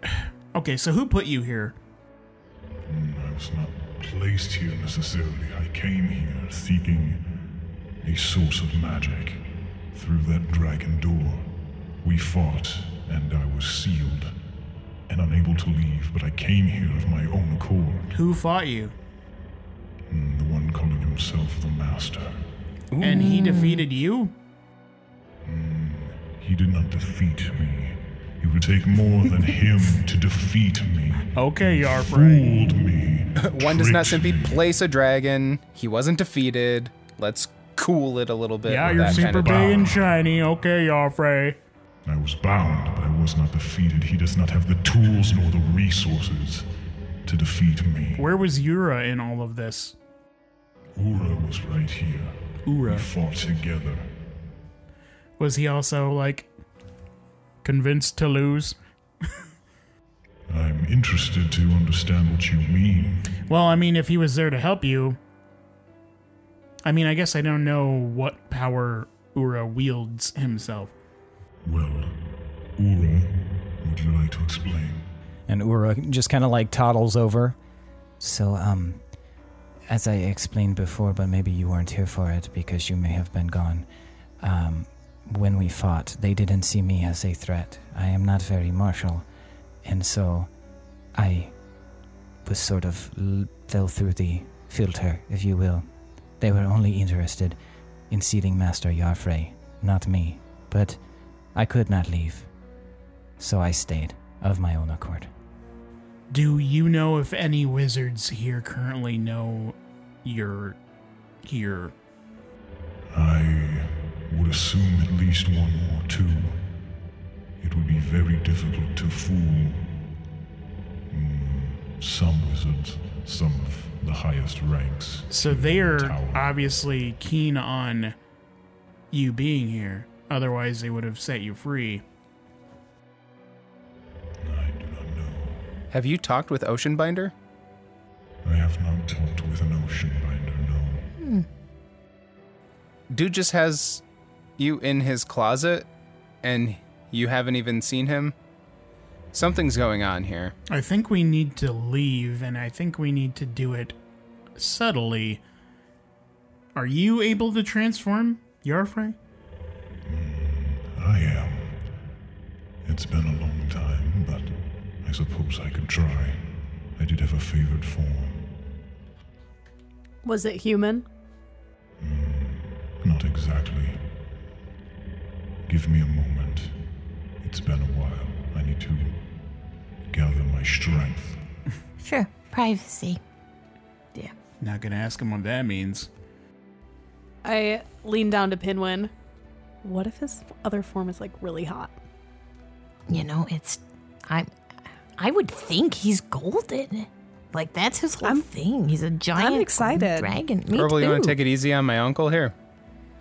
[SPEAKER 3] Okay, so who put you here?
[SPEAKER 6] Mm, I was not placed here necessarily. I came here seeking a source of magic. Through that dragon door, we fought, and I was sealed and unable to leave, but I came here of my own accord.
[SPEAKER 3] Who fought you?
[SPEAKER 6] Mm, The one calling himself the Master.
[SPEAKER 3] And he defeated you?
[SPEAKER 6] He did not defeat me. It would take more than him to defeat me.
[SPEAKER 3] Okay, Yarfrey.
[SPEAKER 6] Fooled me.
[SPEAKER 4] One does not
[SPEAKER 6] tricked
[SPEAKER 4] simply
[SPEAKER 6] me.
[SPEAKER 4] place a dragon. He wasn't defeated. Let's cool it a little bit.
[SPEAKER 3] Yeah,
[SPEAKER 4] with
[SPEAKER 3] you're
[SPEAKER 4] that kind
[SPEAKER 3] super
[SPEAKER 4] of
[SPEAKER 3] big
[SPEAKER 4] talk.
[SPEAKER 3] and shiny. Okay, Yarfrey.
[SPEAKER 6] I was bound, but I was not defeated. He does not have the tools nor the resources to defeat me.
[SPEAKER 3] Where was Yura in all of this?
[SPEAKER 6] Ura was right here. We
[SPEAKER 3] Ura.
[SPEAKER 6] fought together.
[SPEAKER 3] Was he also, like, convinced to lose?
[SPEAKER 6] I'm interested to understand what you mean.
[SPEAKER 3] Well, I mean, if he was there to help you. I mean, I guess I don't know what power Ura wields himself.
[SPEAKER 6] Well, Ura, would you like to explain?
[SPEAKER 2] And Ura just kind of like toddles over.
[SPEAKER 7] So, um, as I explained before, but maybe you weren't here for it because you may have been gone. Um, when we fought, they didn't see me as a threat. I am not very martial, and so I was sort of l- fell through the filter, if you will. They were only interested in seating Master Yarfrey, not me. But I could not leave, so I stayed of my own accord.
[SPEAKER 3] Do you know if any wizards here currently know you're here?
[SPEAKER 6] I would assume at least one or two. It would be very difficult to fool mm, some wizards, some of the highest ranks.
[SPEAKER 3] So they're
[SPEAKER 6] Tower.
[SPEAKER 3] obviously keen on you being here. Otherwise, they would have set you free.
[SPEAKER 6] I do not know.
[SPEAKER 4] Have you talked with Oceanbinder?
[SPEAKER 6] I have not talked with an ocean binder, no.
[SPEAKER 4] Dude just has you in his closet and you haven't even seen him. Something's going on here.
[SPEAKER 3] I think we need to leave, and I think we need to do it subtly. Are you able to transform, Yarfrey?
[SPEAKER 6] I am. It's been a long time, but I suppose I could try. I did have a favorite form.
[SPEAKER 1] Was it human?
[SPEAKER 6] Not exactly. Give me a moment. It's been a while. I need to gather my strength.
[SPEAKER 5] Sure. Privacy.
[SPEAKER 3] Not gonna ask him what that means.
[SPEAKER 1] I lean down to Pinwin. What if his other form is like really hot?
[SPEAKER 5] You know, it's I I would think he's golden. Like that's his whole thing. He's a giant
[SPEAKER 1] excited.
[SPEAKER 5] dragon. Me
[SPEAKER 4] Herbal, you
[SPEAKER 5] too.
[SPEAKER 4] want to take it easy on my uncle here?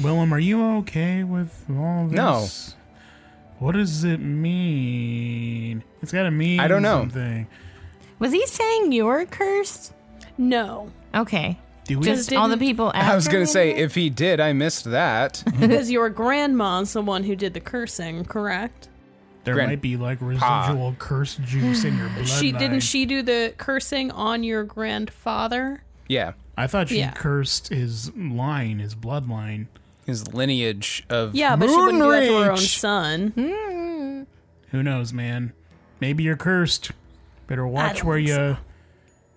[SPEAKER 3] Willem, are you okay with all this?
[SPEAKER 4] No.
[SPEAKER 3] What does it mean? It's gotta mean
[SPEAKER 4] I don't know.
[SPEAKER 3] something.
[SPEAKER 5] Was he saying you're cursed?
[SPEAKER 1] No.
[SPEAKER 5] Okay.
[SPEAKER 3] Do we
[SPEAKER 5] Just all the
[SPEAKER 1] didn't-
[SPEAKER 5] people
[SPEAKER 4] I was
[SPEAKER 5] after
[SPEAKER 4] going
[SPEAKER 5] me?
[SPEAKER 4] to say, if he did, I missed that.
[SPEAKER 1] Because your grandma's the one who did the cursing, correct?
[SPEAKER 3] there
[SPEAKER 4] Grand-
[SPEAKER 3] might be like residual curse juice in your bloodline.
[SPEAKER 1] She didn't she do the cursing on your grandfather?
[SPEAKER 4] yeah.
[SPEAKER 3] I thought she
[SPEAKER 1] Yeah.
[SPEAKER 3] cursed his line, his bloodline.
[SPEAKER 4] His lineage of
[SPEAKER 1] Yeah, but she wouldn't do that to her own
[SPEAKER 4] Moonreach.
[SPEAKER 1] son.
[SPEAKER 5] Hmm?
[SPEAKER 3] Who knows, man? Maybe you're cursed. Better watch
[SPEAKER 5] don't
[SPEAKER 3] where
[SPEAKER 5] think
[SPEAKER 3] you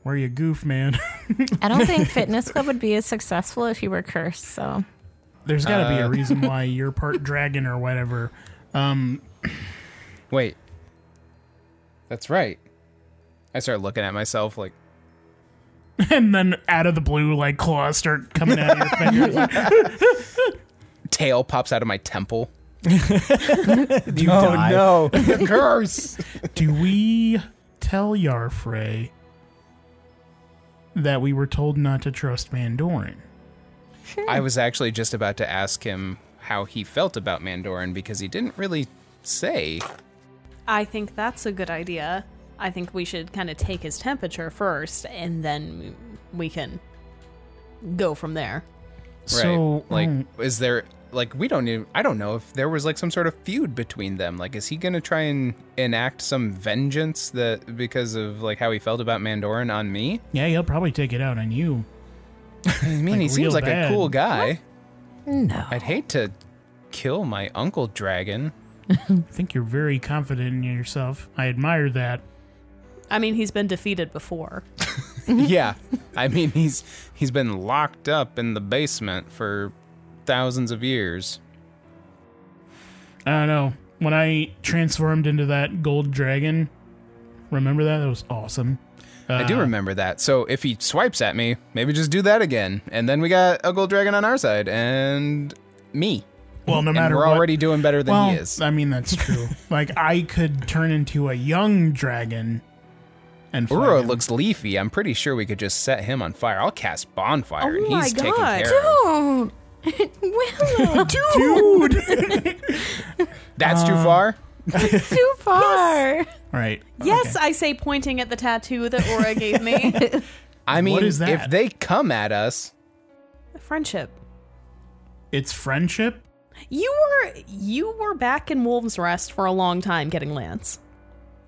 [SPEAKER 3] where you goof, man.
[SPEAKER 5] I don't think fitness club would be as successful if you were cursed. So
[SPEAKER 3] There's got to be a reason why you're part dragon or whatever. Um,
[SPEAKER 4] Wait. That's right. I start looking at myself like,
[SPEAKER 3] and then out of the blue, like claws start coming out of your fingers.
[SPEAKER 4] tail pops out of my temple.
[SPEAKER 2] You oh no!
[SPEAKER 4] Curse!
[SPEAKER 3] Do we tell Yarfrey that we were told not to trust Mandorin?
[SPEAKER 4] I was actually just about to ask him how he felt about Mandorin because he didn't really say.
[SPEAKER 1] I think that's a good idea. I think we should kind of take his temperature first and then we can go from there.
[SPEAKER 4] right.
[SPEAKER 3] So,
[SPEAKER 4] Like,
[SPEAKER 3] um,
[SPEAKER 4] is there like we don't even I don't know if there was like some sort of feud between them. Like, is he gonna try and enact some vengeance that because of like how he felt about Mandorin on me?
[SPEAKER 3] yeah, he'll probably take it out on you.
[SPEAKER 4] I mean,
[SPEAKER 3] Like,
[SPEAKER 4] he seems
[SPEAKER 3] real
[SPEAKER 4] like
[SPEAKER 3] bad.
[SPEAKER 4] a cool guy.
[SPEAKER 5] no.
[SPEAKER 4] I'd hate to kill my uncle dragon.
[SPEAKER 3] I think you're very confident in yourself. I admire that.
[SPEAKER 1] I mean, he's been defeated before.
[SPEAKER 3] Mm-hmm.
[SPEAKER 4] yeah, I mean he's he's been locked up in the basement for thousands of years.
[SPEAKER 3] I don't know. When I transformed into that gold dragon, remember that? That was awesome.
[SPEAKER 4] I
[SPEAKER 3] Uh-huh.
[SPEAKER 4] do remember that. So if he swipes at me, maybe just do that again, and then we got a gold dragon on our side and me.
[SPEAKER 3] Well, no
[SPEAKER 4] And
[SPEAKER 3] matter
[SPEAKER 4] we're
[SPEAKER 3] what,
[SPEAKER 4] already doing better than
[SPEAKER 3] well,
[SPEAKER 4] he is.
[SPEAKER 3] I mean that's true. like I could turn into a young dragon, and fight
[SPEAKER 4] Uro
[SPEAKER 3] him.
[SPEAKER 4] looks leafy. I'm pretty sure we could just set him on fire. I'll cast bonfire, and
[SPEAKER 1] Oh my
[SPEAKER 4] he's taken
[SPEAKER 1] God.
[SPEAKER 4] care of.
[SPEAKER 5] Oh, Willow,
[SPEAKER 3] dude.
[SPEAKER 4] That's too far.
[SPEAKER 5] too far.
[SPEAKER 3] right.
[SPEAKER 1] Yes,
[SPEAKER 3] okay.
[SPEAKER 1] I say pointing at the tattoo that Aura gave me.
[SPEAKER 4] I mean,
[SPEAKER 3] is that?
[SPEAKER 4] if they come at us,
[SPEAKER 1] Friendship.
[SPEAKER 3] it's friendship.
[SPEAKER 1] You were you were back in Wolves Rest for a long time getting Lance.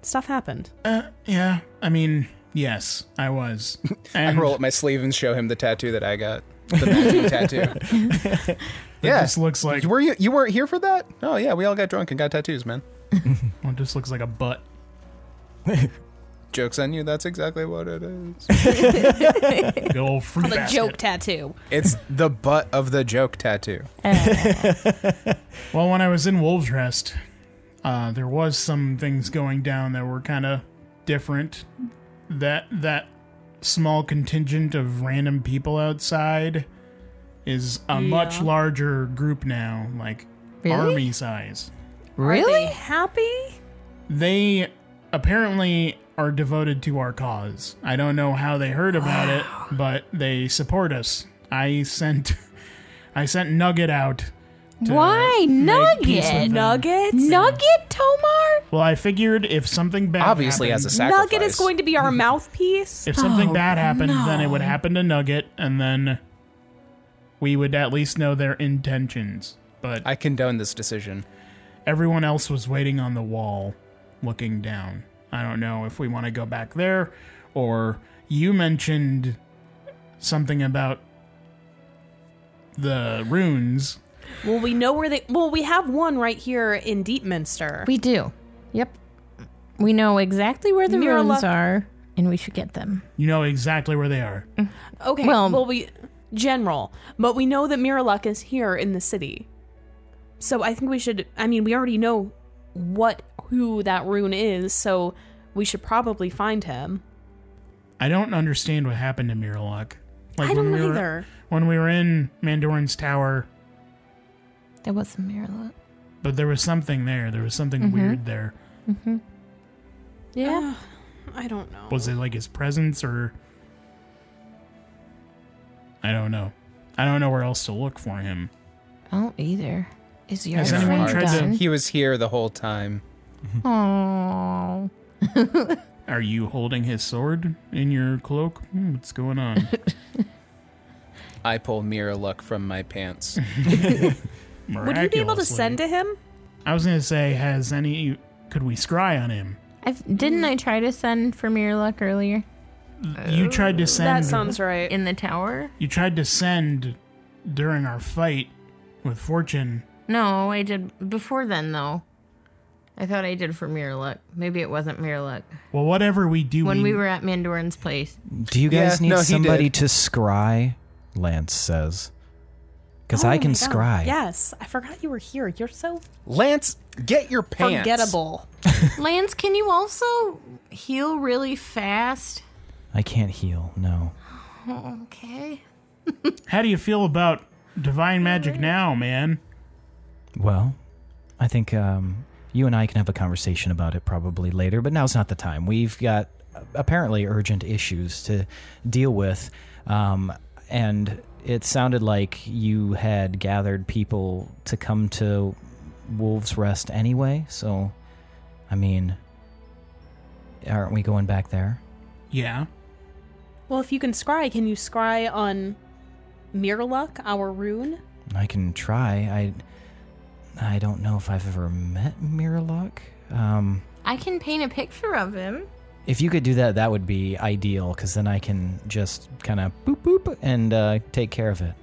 [SPEAKER 1] Stuff happened.
[SPEAKER 3] Uh, yeah. I mean, yes, I was.
[SPEAKER 4] I
[SPEAKER 3] And
[SPEAKER 4] roll up my sleeve and show him the tattoo that I got. The matching tattoo. yeah.
[SPEAKER 3] This looks like
[SPEAKER 4] Were you you weren't here for that? Oh yeah, we all got drunk and got tattoos, man.
[SPEAKER 3] well, this looks like a butt.
[SPEAKER 4] Jokes on you. That's exactly what it is.
[SPEAKER 3] Good old fruit
[SPEAKER 1] The
[SPEAKER 3] basket.
[SPEAKER 1] joke tattoo.
[SPEAKER 4] it's the butt of the joke tattoo.
[SPEAKER 5] Eh,
[SPEAKER 3] Well, when I was in Wolves Rest, uh, there was some things going down that were kind of different. That that small contingent of random people outside is a much
[SPEAKER 1] Yeah.
[SPEAKER 3] larger group now, like
[SPEAKER 5] Really?
[SPEAKER 3] army size.
[SPEAKER 1] Are they
[SPEAKER 5] Really?
[SPEAKER 1] happy?
[SPEAKER 3] They apparently are devoted to our cause. I don't know how they heard about it, but they support us. I sent I sent Nugget out. to
[SPEAKER 5] Why
[SPEAKER 3] make peace with
[SPEAKER 5] Nugget?
[SPEAKER 1] Nuggets?
[SPEAKER 3] them.
[SPEAKER 5] Nugget Tomar?
[SPEAKER 3] Well, I figured if something bad
[SPEAKER 4] Obviously, as
[SPEAKER 3] happened,
[SPEAKER 4] a sacrifice.
[SPEAKER 1] Nugget is going to be our mouthpiece.
[SPEAKER 3] if something
[SPEAKER 5] Oh,
[SPEAKER 3] bad happened, then it would
[SPEAKER 5] no.
[SPEAKER 3] happen to Nugget, and then we would at least know their intentions. But
[SPEAKER 4] I condone this decision.
[SPEAKER 3] everyone else was waiting on the wall, looking down. I don't know if we want to go back there or you mentioned something about the runes.
[SPEAKER 1] Well, we know where they. Well, we have one right here in Deepminster.
[SPEAKER 5] We do. Yep. We know exactly where the
[SPEAKER 1] Mirala-
[SPEAKER 5] runes are, and we should get them.
[SPEAKER 3] You know exactly where they are.
[SPEAKER 1] okay. Well,
[SPEAKER 5] well-
[SPEAKER 1] we general, but we know that Miraluk is here in the city. So I think we should. I mean, we already know what who that rune is, so we should probably find him.
[SPEAKER 3] I don't understand what happened to Miraluk. Like
[SPEAKER 1] I don't
[SPEAKER 3] when we were-
[SPEAKER 1] either.
[SPEAKER 3] when we were in Mandoran's tower,
[SPEAKER 5] There was a mirror.
[SPEAKER 3] but there was something there. There was something
[SPEAKER 1] Mm-hmm.
[SPEAKER 3] weird there.
[SPEAKER 5] Mm-hmm. Yeah.
[SPEAKER 1] Uh, I don't know.
[SPEAKER 3] Was it like his presence or I don't know. I don't know where else to look for him.
[SPEAKER 5] Oh, I don't either. Is your
[SPEAKER 3] Has anyone
[SPEAKER 5] friend
[SPEAKER 3] tried to-
[SPEAKER 5] done?
[SPEAKER 4] He was here the whole time.
[SPEAKER 5] Aw.
[SPEAKER 3] Are you holding his sword in your cloak? Hmm, what's going on?
[SPEAKER 4] I pull mirror luck from my pants.
[SPEAKER 1] Would you be able to
[SPEAKER 3] Miraculously.
[SPEAKER 1] send to him?
[SPEAKER 3] I was gonna say, has any? Could we scry on him?
[SPEAKER 5] I've, didn't I try to send for mirror luck earlier
[SPEAKER 3] you tried to
[SPEAKER 1] Uh, That
[SPEAKER 3] send.
[SPEAKER 1] sounds right.
[SPEAKER 5] in the tower?
[SPEAKER 3] you tried to send during our fight with Fortune.
[SPEAKER 5] No, I did before then though. I thought I did for mirror luck. Maybe it wasn't mirror luck.
[SPEAKER 3] Well, whatever we do,
[SPEAKER 5] When we were at Mandoran's place.
[SPEAKER 2] Do you guys
[SPEAKER 4] Yeah,
[SPEAKER 2] need
[SPEAKER 4] no, he
[SPEAKER 2] somebody
[SPEAKER 4] did.
[SPEAKER 2] to scry? Lance says. Because
[SPEAKER 1] Oh
[SPEAKER 2] I
[SPEAKER 1] my
[SPEAKER 2] can
[SPEAKER 1] God,
[SPEAKER 2] scry.
[SPEAKER 1] Yes, I forgot you were here. You're so
[SPEAKER 4] Lance, get your pants.
[SPEAKER 1] forgettable.
[SPEAKER 5] Lance, can you also heal really fast?
[SPEAKER 2] I can't heal, no.
[SPEAKER 5] Okay.
[SPEAKER 3] How do you feel about divine magic now, man?
[SPEAKER 2] Well, I think um, you and I can have a conversation about it probably later, but now's not the time. We've got uh, apparently urgent issues to deal with. Um, and it sounded like you had gathered people to come to Wolves Rest anyway, so, I mean, aren't we going back there?
[SPEAKER 3] Yeah.
[SPEAKER 1] Well, if you can scry, can you scry on Mirluck, our rune?
[SPEAKER 2] I can try. I I don't know if I've ever met Miralok. Um,
[SPEAKER 5] I can paint a picture of him.
[SPEAKER 2] if you could do that, that would be ideal because then I can just kind of boop boop and uh, take care of it.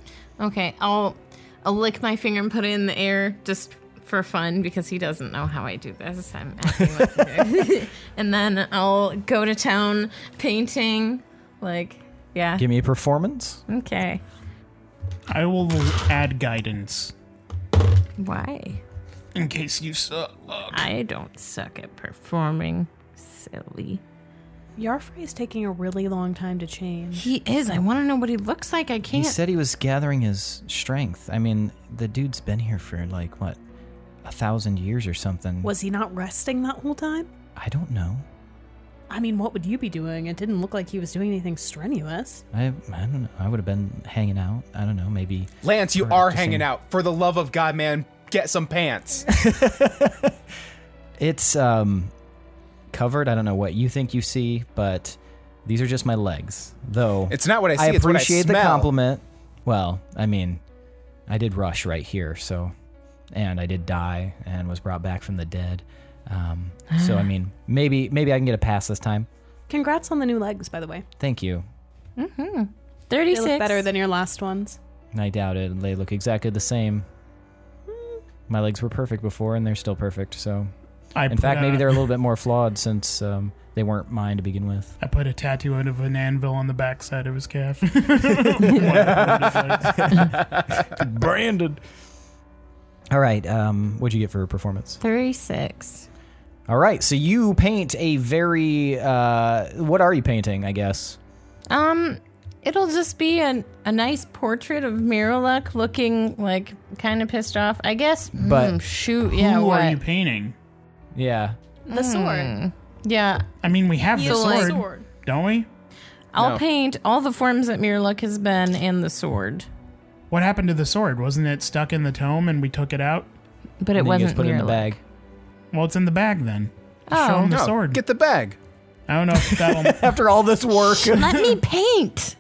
[SPEAKER 5] Okay, I'll I'll lick my finger and put it in the air just for fun because he doesn't know how I do this. I'm acting like a- and then I'll go to town painting, like yeah,
[SPEAKER 2] Give me a performance.
[SPEAKER 5] okay.
[SPEAKER 3] I will add guidance
[SPEAKER 5] Why?
[SPEAKER 3] in case you suck.
[SPEAKER 5] I don't suck at performing. Silly.
[SPEAKER 1] Yarfrey is taking a really long time to change.
[SPEAKER 5] He is. I want to know what he looks like. I
[SPEAKER 2] He
[SPEAKER 5] can't.
[SPEAKER 2] said he was gathering his strength. I mean, the dude's been here for like what a thousand years or something.
[SPEAKER 1] Was he not resting that whole time?
[SPEAKER 2] I don't know.
[SPEAKER 1] I mean, what would you be doing? It didn't look like he was doing anything strenuous.
[SPEAKER 2] I I don't know. I would have been hanging out. I don't know. Maybe
[SPEAKER 4] Lance, you
[SPEAKER 2] Or
[SPEAKER 4] are
[SPEAKER 2] just in-
[SPEAKER 4] hanging out. For the love of God, man, get some pants.
[SPEAKER 2] It's um covered. I don't know what you think you see, but these are just my legs. Though
[SPEAKER 4] It's not what I see. it's what I
[SPEAKER 2] appreciate the
[SPEAKER 4] smell.
[SPEAKER 2] compliment. Well, I mean, I did rush right here, so and I did die and was brought back from the dead. Um, so I mean, maybe maybe I can get a pass this time.
[SPEAKER 1] Congrats on the new legs, by the way.
[SPEAKER 2] Thank you.
[SPEAKER 1] They
[SPEAKER 5] 36.
[SPEAKER 1] look better than your last ones.
[SPEAKER 2] I doubt it. They look exactly the same. My legs were perfect before, and they're still perfect. So,
[SPEAKER 3] I
[SPEAKER 2] in
[SPEAKER 3] put
[SPEAKER 2] fact, maybe
[SPEAKER 3] a-
[SPEAKER 2] they're a little bit more flawed since um, they weren't mine to begin with.
[SPEAKER 3] I put a tattoo out of an anvil on the backside of his calf. Wonderful design.
[SPEAKER 8] Branded.
[SPEAKER 2] All right. Um, what'd you get for a performance?
[SPEAKER 5] 36.
[SPEAKER 2] All right. So you paint a very. Uh, what are you painting? I guess.
[SPEAKER 5] Um, it'll just be an, a nice portrait of Miraluk looking like kind of pissed off, I guess.
[SPEAKER 2] But
[SPEAKER 5] Mm, shoot,
[SPEAKER 3] Who
[SPEAKER 5] yeah,
[SPEAKER 3] are
[SPEAKER 5] what?
[SPEAKER 3] you painting?
[SPEAKER 2] Yeah.
[SPEAKER 1] The sword.
[SPEAKER 5] yeah,
[SPEAKER 3] I mean, we have the
[SPEAKER 5] So, like-
[SPEAKER 3] sword, don't we?
[SPEAKER 5] I'll
[SPEAKER 4] No.
[SPEAKER 5] paint all the forms that Miraluk has been and the sword,
[SPEAKER 3] What happened to the sword? Wasn't it stuck in the tome and we took it out?
[SPEAKER 5] but
[SPEAKER 2] And
[SPEAKER 5] it
[SPEAKER 2] then you
[SPEAKER 5] wasn't
[SPEAKER 2] just put it in the
[SPEAKER 5] Miraluk.
[SPEAKER 2] bag.
[SPEAKER 3] Well, it's in the bag then. Show
[SPEAKER 5] Oh,
[SPEAKER 3] him the
[SPEAKER 4] No,
[SPEAKER 3] sword.
[SPEAKER 4] Get the bag.
[SPEAKER 3] I don't know if that'll.
[SPEAKER 8] After all this work.
[SPEAKER 5] let me paint.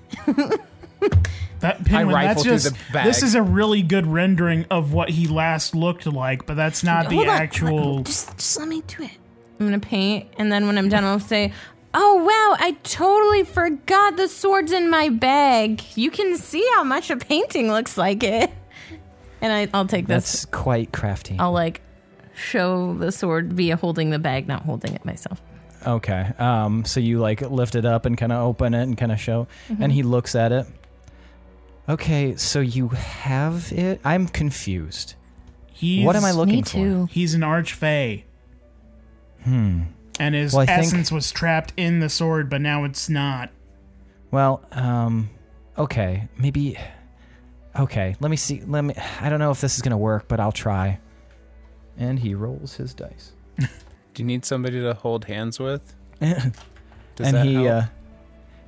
[SPEAKER 3] that Penguin,
[SPEAKER 4] rifle
[SPEAKER 3] that's
[SPEAKER 4] through
[SPEAKER 3] just.
[SPEAKER 4] the bag.
[SPEAKER 3] This is a really good rendering of what he last looked like, but that's not the
[SPEAKER 5] Hold on,
[SPEAKER 3] actual.
[SPEAKER 5] Just, just let me do it. I'm gonna paint, and then when I'm done, I'll say, "Oh wow, I totally forgot the swords in my bag. You can see how much a painting looks like it." And I, I'll take this. Oh.
[SPEAKER 2] That's quite crafty.
[SPEAKER 5] I'll like show the sword via holding the bag, not holding it myself.
[SPEAKER 2] Okay. Um, so you like lift it up and kind of open it and kind of show,
[SPEAKER 5] Mm-hmm.
[SPEAKER 2] and he looks at it. Okay, so you have it. I'm confused.
[SPEAKER 3] He's,
[SPEAKER 2] what am I looking for?
[SPEAKER 3] He's an archfey. Hmm. And his
[SPEAKER 2] Hmm. Well, I think-
[SPEAKER 3] essence was trapped in the sword, but now it's not.
[SPEAKER 2] Well, um, okay, maybe. Okay, let me see. Let me. I don't know if this is gonna work, but I'll try. And he rolls his dice.
[SPEAKER 4] Do you need somebody to hold hands with? Does
[SPEAKER 2] and
[SPEAKER 4] that
[SPEAKER 2] he
[SPEAKER 4] help?
[SPEAKER 2] uh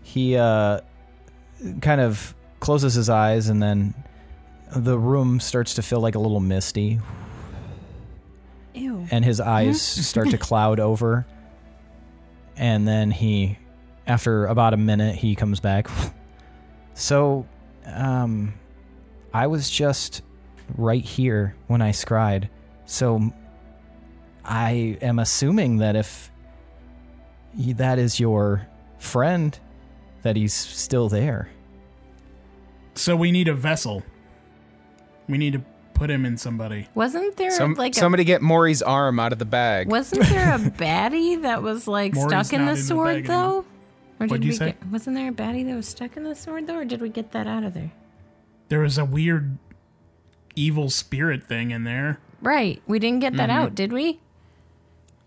[SPEAKER 2] he uh kind of closes his eyes and then the room starts to feel like a little misty
[SPEAKER 1] Ew.
[SPEAKER 2] and his eyes start to cloud over and then he after about a minute he comes back so um i was just right here when i scried so i am assuming that if y- that is your friend that he's still there
[SPEAKER 3] So we need a vessel. We need to put him in somebody.
[SPEAKER 5] Wasn't there
[SPEAKER 4] Some,
[SPEAKER 5] like
[SPEAKER 4] somebody get Maury's arm out of the bag.
[SPEAKER 5] a wasn't there a baddie that was like
[SPEAKER 3] Maury's
[SPEAKER 5] stuck in
[SPEAKER 3] not
[SPEAKER 5] the
[SPEAKER 3] in the
[SPEAKER 5] sword
[SPEAKER 3] bag anymore.
[SPEAKER 5] though? Or
[SPEAKER 3] What'd
[SPEAKER 5] did
[SPEAKER 3] you
[SPEAKER 5] we
[SPEAKER 3] say?
[SPEAKER 5] Get, wasn't there a baddie that was stuck in the sword though, or did we get that out of there?
[SPEAKER 3] There was a weird evil spirit thing in there.
[SPEAKER 5] Right, we didn't get that out, did we?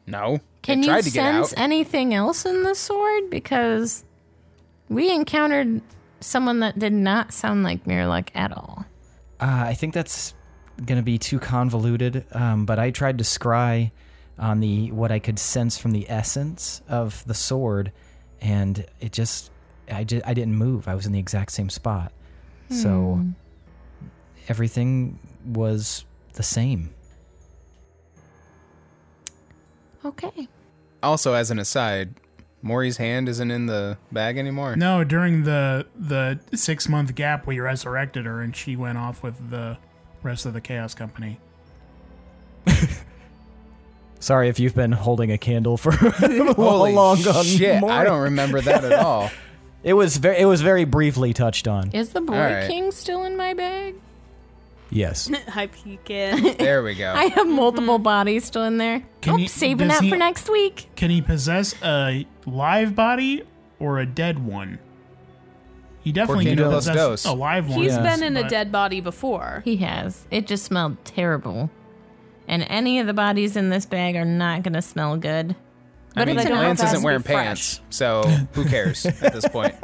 [SPEAKER 4] No.
[SPEAKER 5] Can
[SPEAKER 4] it tried
[SPEAKER 5] you
[SPEAKER 4] to get out.
[SPEAKER 5] sense anything else in the sword? Because we encountered someone that did not sound like Miralek at all.
[SPEAKER 2] Uh, I think that's gonna be too convoluted. Um, but I tried to scry on the what I could sense from the essence of the sword, and it just I just I didn't move. I was in the exact same spot, so everything was the same.
[SPEAKER 5] Okay.
[SPEAKER 4] also, as an aside, Maury's hand isn't in the bag anymore.
[SPEAKER 3] No, during the the six month gap, we resurrected her, and she went off with the rest of the Chaos Company.
[SPEAKER 2] Sorry if you've been holding a candle for a
[SPEAKER 4] Holy
[SPEAKER 2] long
[SPEAKER 4] shit!
[SPEAKER 2] more.
[SPEAKER 4] I don't remember that at all.
[SPEAKER 2] It was very it was very briefly touched on.
[SPEAKER 5] Is the boy
[SPEAKER 4] All right.
[SPEAKER 5] king still in my bag?
[SPEAKER 2] Yes.
[SPEAKER 1] I peek in.
[SPEAKER 4] There we go.
[SPEAKER 5] I have multiple bodies still in there.
[SPEAKER 3] Can
[SPEAKER 5] Oops,
[SPEAKER 3] you-
[SPEAKER 5] saving
[SPEAKER 3] does
[SPEAKER 5] that
[SPEAKER 3] he-
[SPEAKER 5] for next week.
[SPEAKER 3] Can he possess a live body or a dead one? He definitely can
[SPEAKER 4] Porque no los
[SPEAKER 3] possess
[SPEAKER 4] dos.
[SPEAKER 3] a live one.
[SPEAKER 1] He's
[SPEAKER 2] Yeah.
[SPEAKER 1] been in a
[SPEAKER 3] but-
[SPEAKER 1] dead body before.
[SPEAKER 5] He has. It just smelled terrible. And any of the bodies in this bag are not going to smell good.
[SPEAKER 4] I mean,
[SPEAKER 5] it's an
[SPEAKER 4] Lance
[SPEAKER 5] outfit.
[SPEAKER 4] isn't wearing
[SPEAKER 1] Has to be fresh.
[SPEAKER 4] pants, so who cares at this point?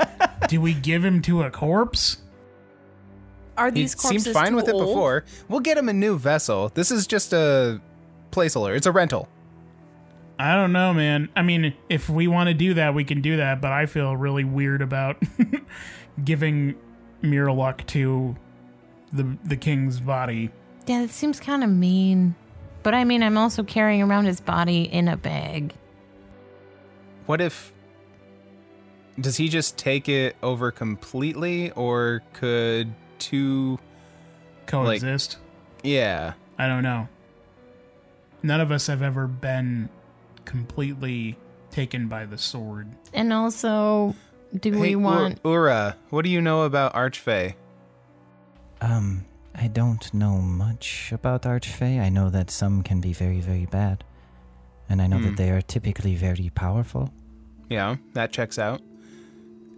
[SPEAKER 3] Do we give him to a corpse?
[SPEAKER 1] Are
[SPEAKER 4] He
[SPEAKER 1] these corpses
[SPEAKER 4] seemed fine
[SPEAKER 1] too
[SPEAKER 4] with it
[SPEAKER 1] old?
[SPEAKER 4] before. We'll get him a new vessel. This is just a placeholder. It's a rental.
[SPEAKER 3] I don't know, man. I mean, if we want to do that, we can do that, but I feel really weird about giving Miraluk to the the king's body.
[SPEAKER 5] Yeah, that seems kind of mean. But I mean, I'm also carrying around his body in a bag.
[SPEAKER 4] What if? Does he just take it over completely, or could two?
[SPEAKER 3] Coexist.
[SPEAKER 4] Yeah.
[SPEAKER 3] I don't know. None of us have ever been completely taken by the sword.
[SPEAKER 5] And also, do we
[SPEAKER 4] Hey, Ur-
[SPEAKER 5] want.
[SPEAKER 4] Ura? What do you know about Archfey?
[SPEAKER 2] Um, I don't know much about Archfey. I know that some can be very, very bad. And I know that they are typically very powerful.
[SPEAKER 4] Yeah, that checks out.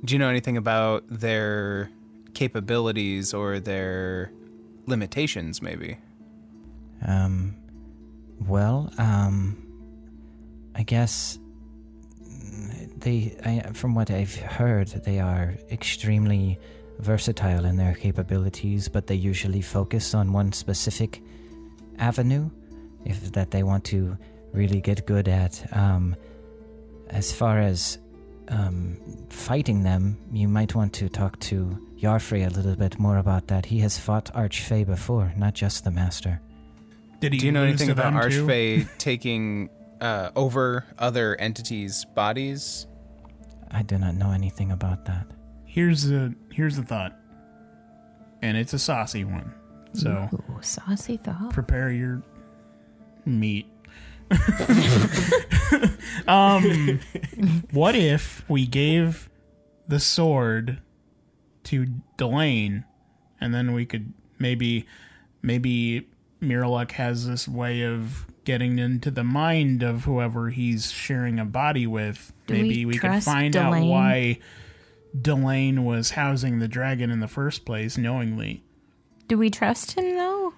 [SPEAKER 4] Do you know anything about their capabilities or their limitations? Maybe.
[SPEAKER 2] Um, well, um, I guess they, I, from what I've heard, they are extremely versatile in their capabilities, but they usually focus on one specific avenue if that they want to really get good at. Um, as far as um, fighting them, you might want to talk to Yarfrey a little bit more about that. He has fought Archfey before, not just the Master.
[SPEAKER 3] Did he
[SPEAKER 4] Do you know
[SPEAKER 3] lose
[SPEAKER 4] anything
[SPEAKER 3] to
[SPEAKER 4] about
[SPEAKER 3] them, too?
[SPEAKER 4] Archfey taking uh, over other entities' bodies?
[SPEAKER 2] I do not know anything about that.
[SPEAKER 3] Here's a here's a thought. And it's a saucy one.
[SPEAKER 4] Mm.
[SPEAKER 3] So
[SPEAKER 5] Ooh, saucy thought.
[SPEAKER 3] prepare your meat. Um, what if we gave the sword to Delane, and then we could maybe, maybe Miraluk has this way of getting into the mind of whoever he's sharing a body with.
[SPEAKER 5] Do we
[SPEAKER 3] maybe we, could
[SPEAKER 5] trust
[SPEAKER 3] find out
[SPEAKER 5] Delane?
[SPEAKER 3] why Delane was housing the dragon in the first place knowingly.
[SPEAKER 5] Do we trust him though?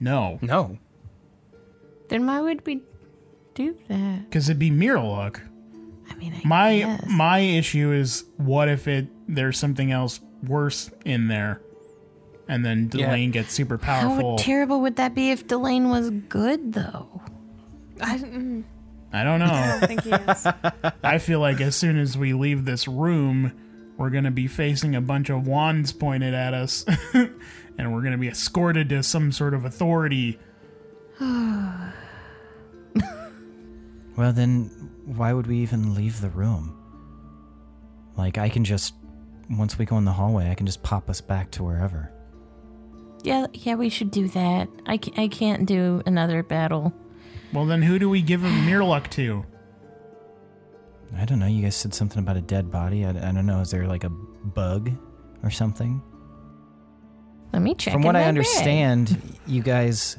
[SPEAKER 3] No,
[SPEAKER 4] No.
[SPEAKER 5] Then why would we do that?
[SPEAKER 3] because it'd be Miraluk.
[SPEAKER 5] I mean, I
[SPEAKER 3] My
[SPEAKER 5] guess.
[SPEAKER 3] my issue is what if it there's something else worse in there, and then Delane gets super
[SPEAKER 5] How
[SPEAKER 3] powerful.
[SPEAKER 5] terrible would that be if Delane was good though?
[SPEAKER 1] I mm,
[SPEAKER 3] I don't know.
[SPEAKER 1] I think he is.
[SPEAKER 3] I feel like as soon as we leave this room, we're gonna be facing a bunch of wands pointed at us, and we're gonna be escorted to some sort of authority.
[SPEAKER 7] Well, then, why would we even leave the room? Like, I can just, once we go in the hallway, I can just pop us back to wherever.
[SPEAKER 5] Yeah, yeah, we should do that. I, ca- I can't do another battle.
[SPEAKER 3] Well, then who do we give Mirluck to?
[SPEAKER 7] I don't know. You guys said something about a dead body. I, I don't know. Is there like a bug or something?
[SPEAKER 5] Let me check.
[SPEAKER 7] From
[SPEAKER 5] in
[SPEAKER 7] what
[SPEAKER 5] my
[SPEAKER 7] I
[SPEAKER 5] bag.
[SPEAKER 7] understand, you guys,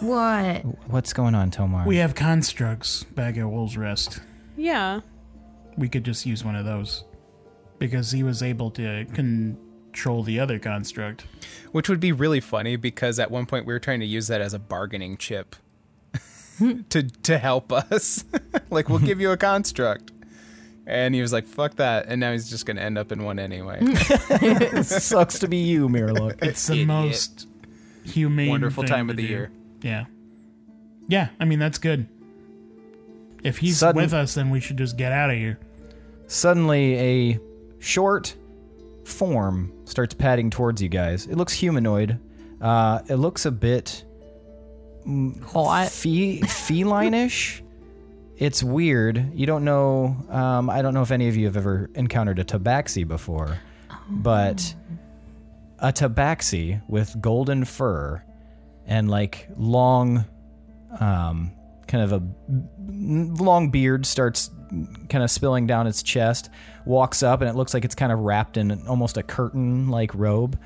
[SPEAKER 5] what?
[SPEAKER 7] what's going on, Tomar?
[SPEAKER 3] We have constructs back at Wolves Rest.
[SPEAKER 1] Yeah.
[SPEAKER 3] we could just use one of those because he was able to control the other construct.
[SPEAKER 4] Which would be really funny because at one point we were trying to use that as a bargaining chip to to help us. like we'll give you a construct. And he was like, fuck that. And now he's just gonna end up in one anyway.
[SPEAKER 2] Sucks to be you, Miraluk.
[SPEAKER 3] It's the
[SPEAKER 4] Idiot.
[SPEAKER 3] most humane,
[SPEAKER 4] Wonderful
[SPEAKER 3] thing
[SPEAKER 4] time of
[SPEAKER 3] to
[SPEAKER 4] the
[SPEAKER 3] do.
[SPEAKER 4] year.
[SPEAKER 3] Yeah, yeah. I mean, that's good. If he's
[SPEAKER 2] Sudden-
[SPEAKER 3] with us, then we should just get out of here.
[SPEAKER 2] Suddenly, a short form starts padding towards you guys. It looks humanoid. Uh, it looks a bit
[SPEAKER 5] Hot.
[SPEAKER 2] fe- feline-ish. it's weird. You don't know. Um, I don't know if any of you have ever encountered a tabaxi before, but a tabaxi with golden fur and like long, um, kind of a n- long beard starts kind of spilling down its chest. Walks up and it looks like it's kind of wrapped in almost a curtain-like robe,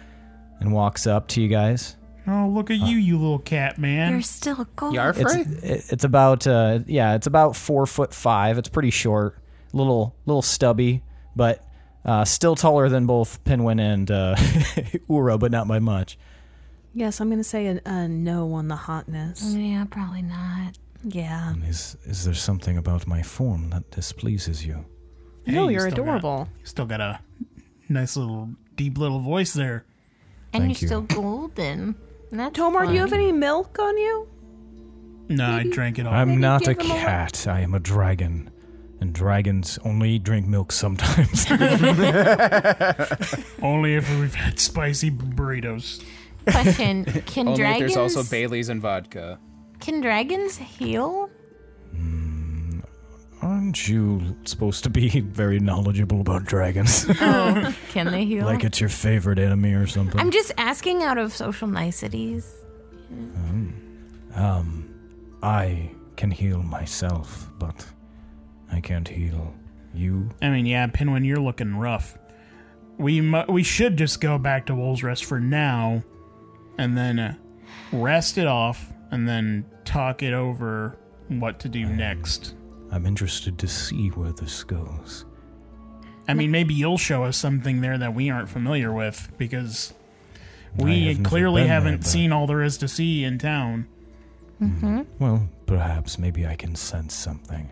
[SPEAKER 2] and walks up to you guys.
[SPEAKER 3] Oh, look at you, you little cat
[SPEAKER 5] You're
[SPEAKER 3] man!
[SPEAKER 5] still gold.
[SPEAKER 4] Yarfrey?
[SPEAKER 2] It's it- it's about uh, yeah, it's about four foot five. It's pretty short, little little stubby, but uh, still taller than both Pinwin and uh, Uro, but not by much.
[SPEAKER 1] Yes, I'm gonna say a, a no on the hotness.
[SPEAKER 5] Yeah, probably not.
[SPEAKER 1] Yeah.
[SPEAKER 7] Is is there something about my form that displeases you?
[SPEAKER 3] Hey,
[SPEAKER 1] no,
[SPEAKER 3] you
[SPEAKER 1] you're
[SPEAKER 3] still got-
[SPEAKER 1] adorable.
[SPEAKER 3] you still got a nice little deep little voice there.
[SPEAKER 5] And
[SPEAKER 7] Thank
[SPEAKER 5] you're
[SPEAKER 7] you.
[SPEAKER 5] still golden. And that's
[SPEAKER 1] Tomar, do you have
[SPEAKER 5] fine.
[SPEAKER 1] any milk on you?
[SPEAKER 3] No, I drank it all.
[SPEAKER 7] I'm not a
[SPEAKER 1] give him a li-
[SPEAKER 7] cat. I am a dragon, and dragons only drink milk sometimes.
[SPEAKER 3] Only if we've had spicy burritos.
[SPEAKER 5] question? Can
[SPEAKER 7] Oh,
[SPEAKER 4] Only if
[SPEAKER 5] dragons
[SPEAKER 4] Oh, there's also Bailey's and vodka.
[SPEAKER 5] can dragons heal?
[SPEAKER 7] Aren't you supposed to be very knowledgeable about dragons?
[SPEAKER 5] Can they heal?
[SPEAKER 7] like it's your favorite enemy or something?
[SPEAKER 5] I'm just asking out of social niceties.
[SPEAKER 7] I can heal myself, but I can't heal you.
[SPEAKER 3] I mean, yeah, Pinwin, you're looking rough. We mu- we should just go back to Wolves Rest for now, and then uh, rest it off, and then talk it over what to do next.
[SPEAKER 7] I'm interested to see where this goes.
[SPEAKER 3] I mean, maybe you'll show us something there that we aren't familiar with because
[SPEAKER 7] I
[SPEAKER 3] we
[SPEAKER 7] have never
[SPEAKER 3] clearly
[SPEAKER 7] been there,
[SPEAKER 3] haven't
[SPEAKER 7] but-
[SPEAKER 3] seen all there is to see in town.
[SPEAKER 7] Well, perhaps maybe I can sense something.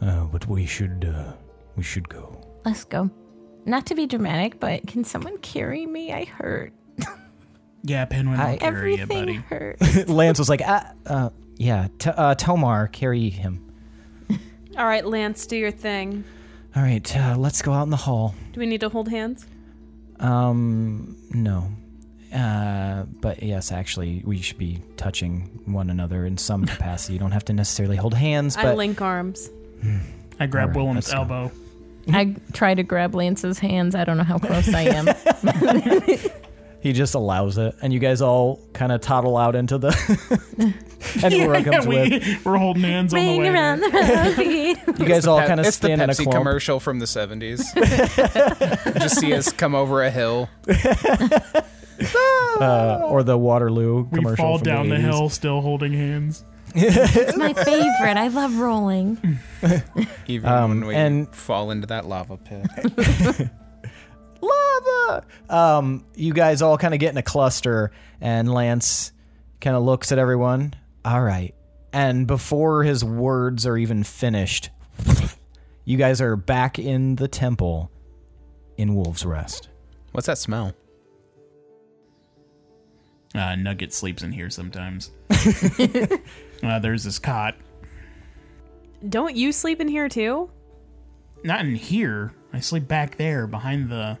[SPEAKER 7] Uh, but we should, uh, we should go.
[SPEAKER 5] Let's go. Not to be dramatic, but can someone carry me? I hurt.
[SPEAKER 3] Yeah, Pinwin, I'll carry you,
[SPEAKER 5] Everything
[SPEAKER 3] buddy.
[SPEAKER 5] hurt.
[SPEAKER 2] Lance was like, ah, uh, yeah, t- uh, Tomar, carry him.
[SPEAKER 1] All right, Lance, do your thing.
[SPEAKER 2] All right, uh, let's go out in the hall.
[SPEAKER 1] Do we need to hold hands?
[SPEAKER 2] Um, no. Uh, but yes, actually, we should be touching one another in some capacity. You don't have to necessarily hold hands,
[SPEAKER 1] I
[SPEAKER 2] but
[SPEAKER 1] link arms.
[SPEAKER 3] I grab
[SPEAKER 2] Alright,
[SPEAKER 3] Willem's
[SPEAKER 2] let's go.
[SPEAKER 3] elbow.
[SPEAKER 5] I try to grab Lance's hands. I don't know how close I am.
[SPEAKER 2] He just allows it, and you guys all kind of toddle out into the. and Aurora comes with.
[SPEAKER 3] we, we're holding hands on the
[SPEAKER 5] Ring
[SPEAKER 3] way.
[SPEAKER 5] around the rosy.
[SPEAKER 2] You guys all
[SPEAKER 4] Pep-
[SPEAKER 2] kind of
[SPEAKER 4] it's the
[SPEAKER 2] stand in a
[SPEAKER 4] Pepsi
[SPEAKER 2] clump.
[SPEAKER 4] commercial from the 70s. Just see us come over a hill.
[SPEAKER 2] uh, or the Waterloo
[SPEAKER 3] We
[SPEAKER 2] commercial.
[SPEAKER 3] fall
[SPEAKER 2] from the
[SPEAKER 3] down the,
[SPEAKER 2] 80s.
[SPEAKER 3] hill still holding hands.
[SPEAKER 5] It's my favorite. I love rolling.
[SPEAKER 4] Even when we
[SPEAKER 2] Um, and-
[SPEAKER 4] fall into that lava pit.
[SPEAKER 2] lava. Um, you guys all kind of get in a cluster, and Lance kind of looks at everyone. All right. And before his words are even finished, you guys are back in the temple in Wolves Rest.
[SPEAKER 4] What's that smell?
[SPEAKER 3] Uh, Nugget sleeps in here sometimes. uh, there's this cot.
[SPEAKER 1] Don't you sleep in here too?
[SPEAKER 3] Not in here. I sleep back there behind the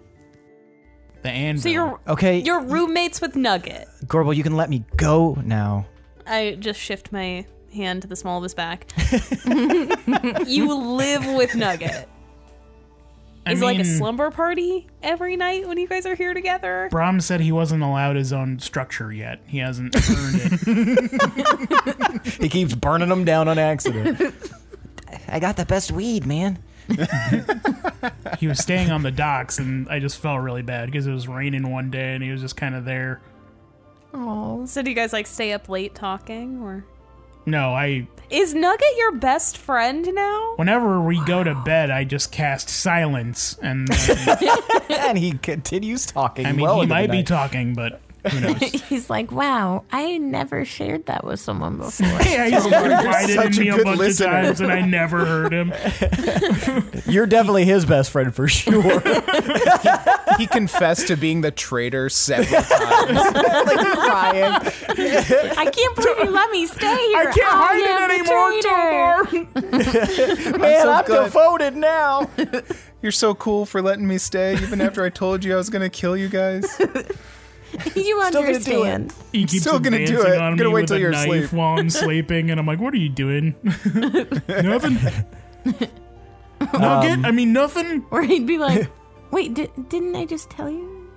[SPEAKER 3] the anvil.
[SPEAKER 1] So you're
[SPEAKER 4] Oh,
[SPEAKER 2] Okay,
[SPEAKER 1] you're roommates with Nugget.
[SPEAKER 2] Gorbel, you can let me go now.
[SPEAKER 1] I just shift my hand to the small of his back. you live with Nugget.
[SPEAKER 3] I
[SPEAKER 1] Is it like a
[SPEAKER 3] mean,
[SPEAKER 1] slumber party every night when you guys are here together?
[SPEAKER 3] Brahm said he wasn't allowed his own structure yet. He hasn't earned it.
[SPEAKER 2] He keeps burning them down on accident. I got the best weed, man.
[SPEAKER 3] he was staying on the docks and i just felt really bad because it was raining one day and he was just kind of there
[SPEAKER 5] Oh,
[SPEAKER 1] So do you guys like stay up late talking or
[SPEAKER 3] no i
[SPEAKER 1] is Nugget your best friend now?
[SPEAKER 3] whenever we go to bed i just cast silence and then-
[SPEAKER 2] And he continues talking.
[SPEAKER 3] i mean
[SPEAKER 2] well
[SPEAKER 3] he
[SPEAKER 2] into the
[SPEAKER 3] might be
[SPEAKER 2] night.
[SPEAKER 3] talking but who knows
[SPEAKER 5] he's like, wow, I never shared that with someone before.
[SPEAKER 3] yeah, he's been invited
[SPEAKER 4] such
[SPEAKER 3] in
[SPEAKER 4] a
[SPEAKER 3] me a
[SPEAKER 4] good
[SPEAKER 3] bunch
[SPEAKER 4] listener.
[SPEAKER 3] of times and i never heard him
[SPEAKER 2] You're definitely his best friend for sure.
[SPEAKER 4] He confessed to being the traitor several times.
[SPEAKER 2] like crying.
[SPEAKER 5] I can't believe you let me stay here. I
[SPEAKER 1] Oh,
[SPEAKER 3] can't hide it
[SPEAKER 5] am the traitor.
[SPEAKER 3] anymore
[SPEAKER 2] Man,
[SPEAKER 4] so
[SPEAKER 2] I'm
[SPEAKER 4] good.
[SPEAKER 2] devoted now.
[SPEAKER 4] You're so cool for letting me stay, even after I told you I was gonna kill you guys.
[SPEAKER 5] You
[SPEAKER 2] Still gonna do it.
[SPEAKER 5] understand.
[SPEAKER 3] he keeps
[SPEAKER 4] still gonna do
[SPEAKER 3] advancing
[SPEAKER 4] it.
[SPEAKER 3] on
[SPEAKER 4] I'm gonna
[SPEAKER 3] me
[SPEAKER 4] wait
[SPEAKER 3] with
[SPEAKER 4] till
[SPEAKER 3] a
[SPEAKER 4] you're
[SPEAKER 3] knife
[SPEAKER 4] asleep.
[SPEAKER 3] while i'm sleeping and i'm like what are you doing nothing Nugget?
[SPEAKER 4] Um,
[SPEAKER 3] I mean nothing.
[SPEAKER 5] Or he'd be like, wait, di- didn't I just tell you?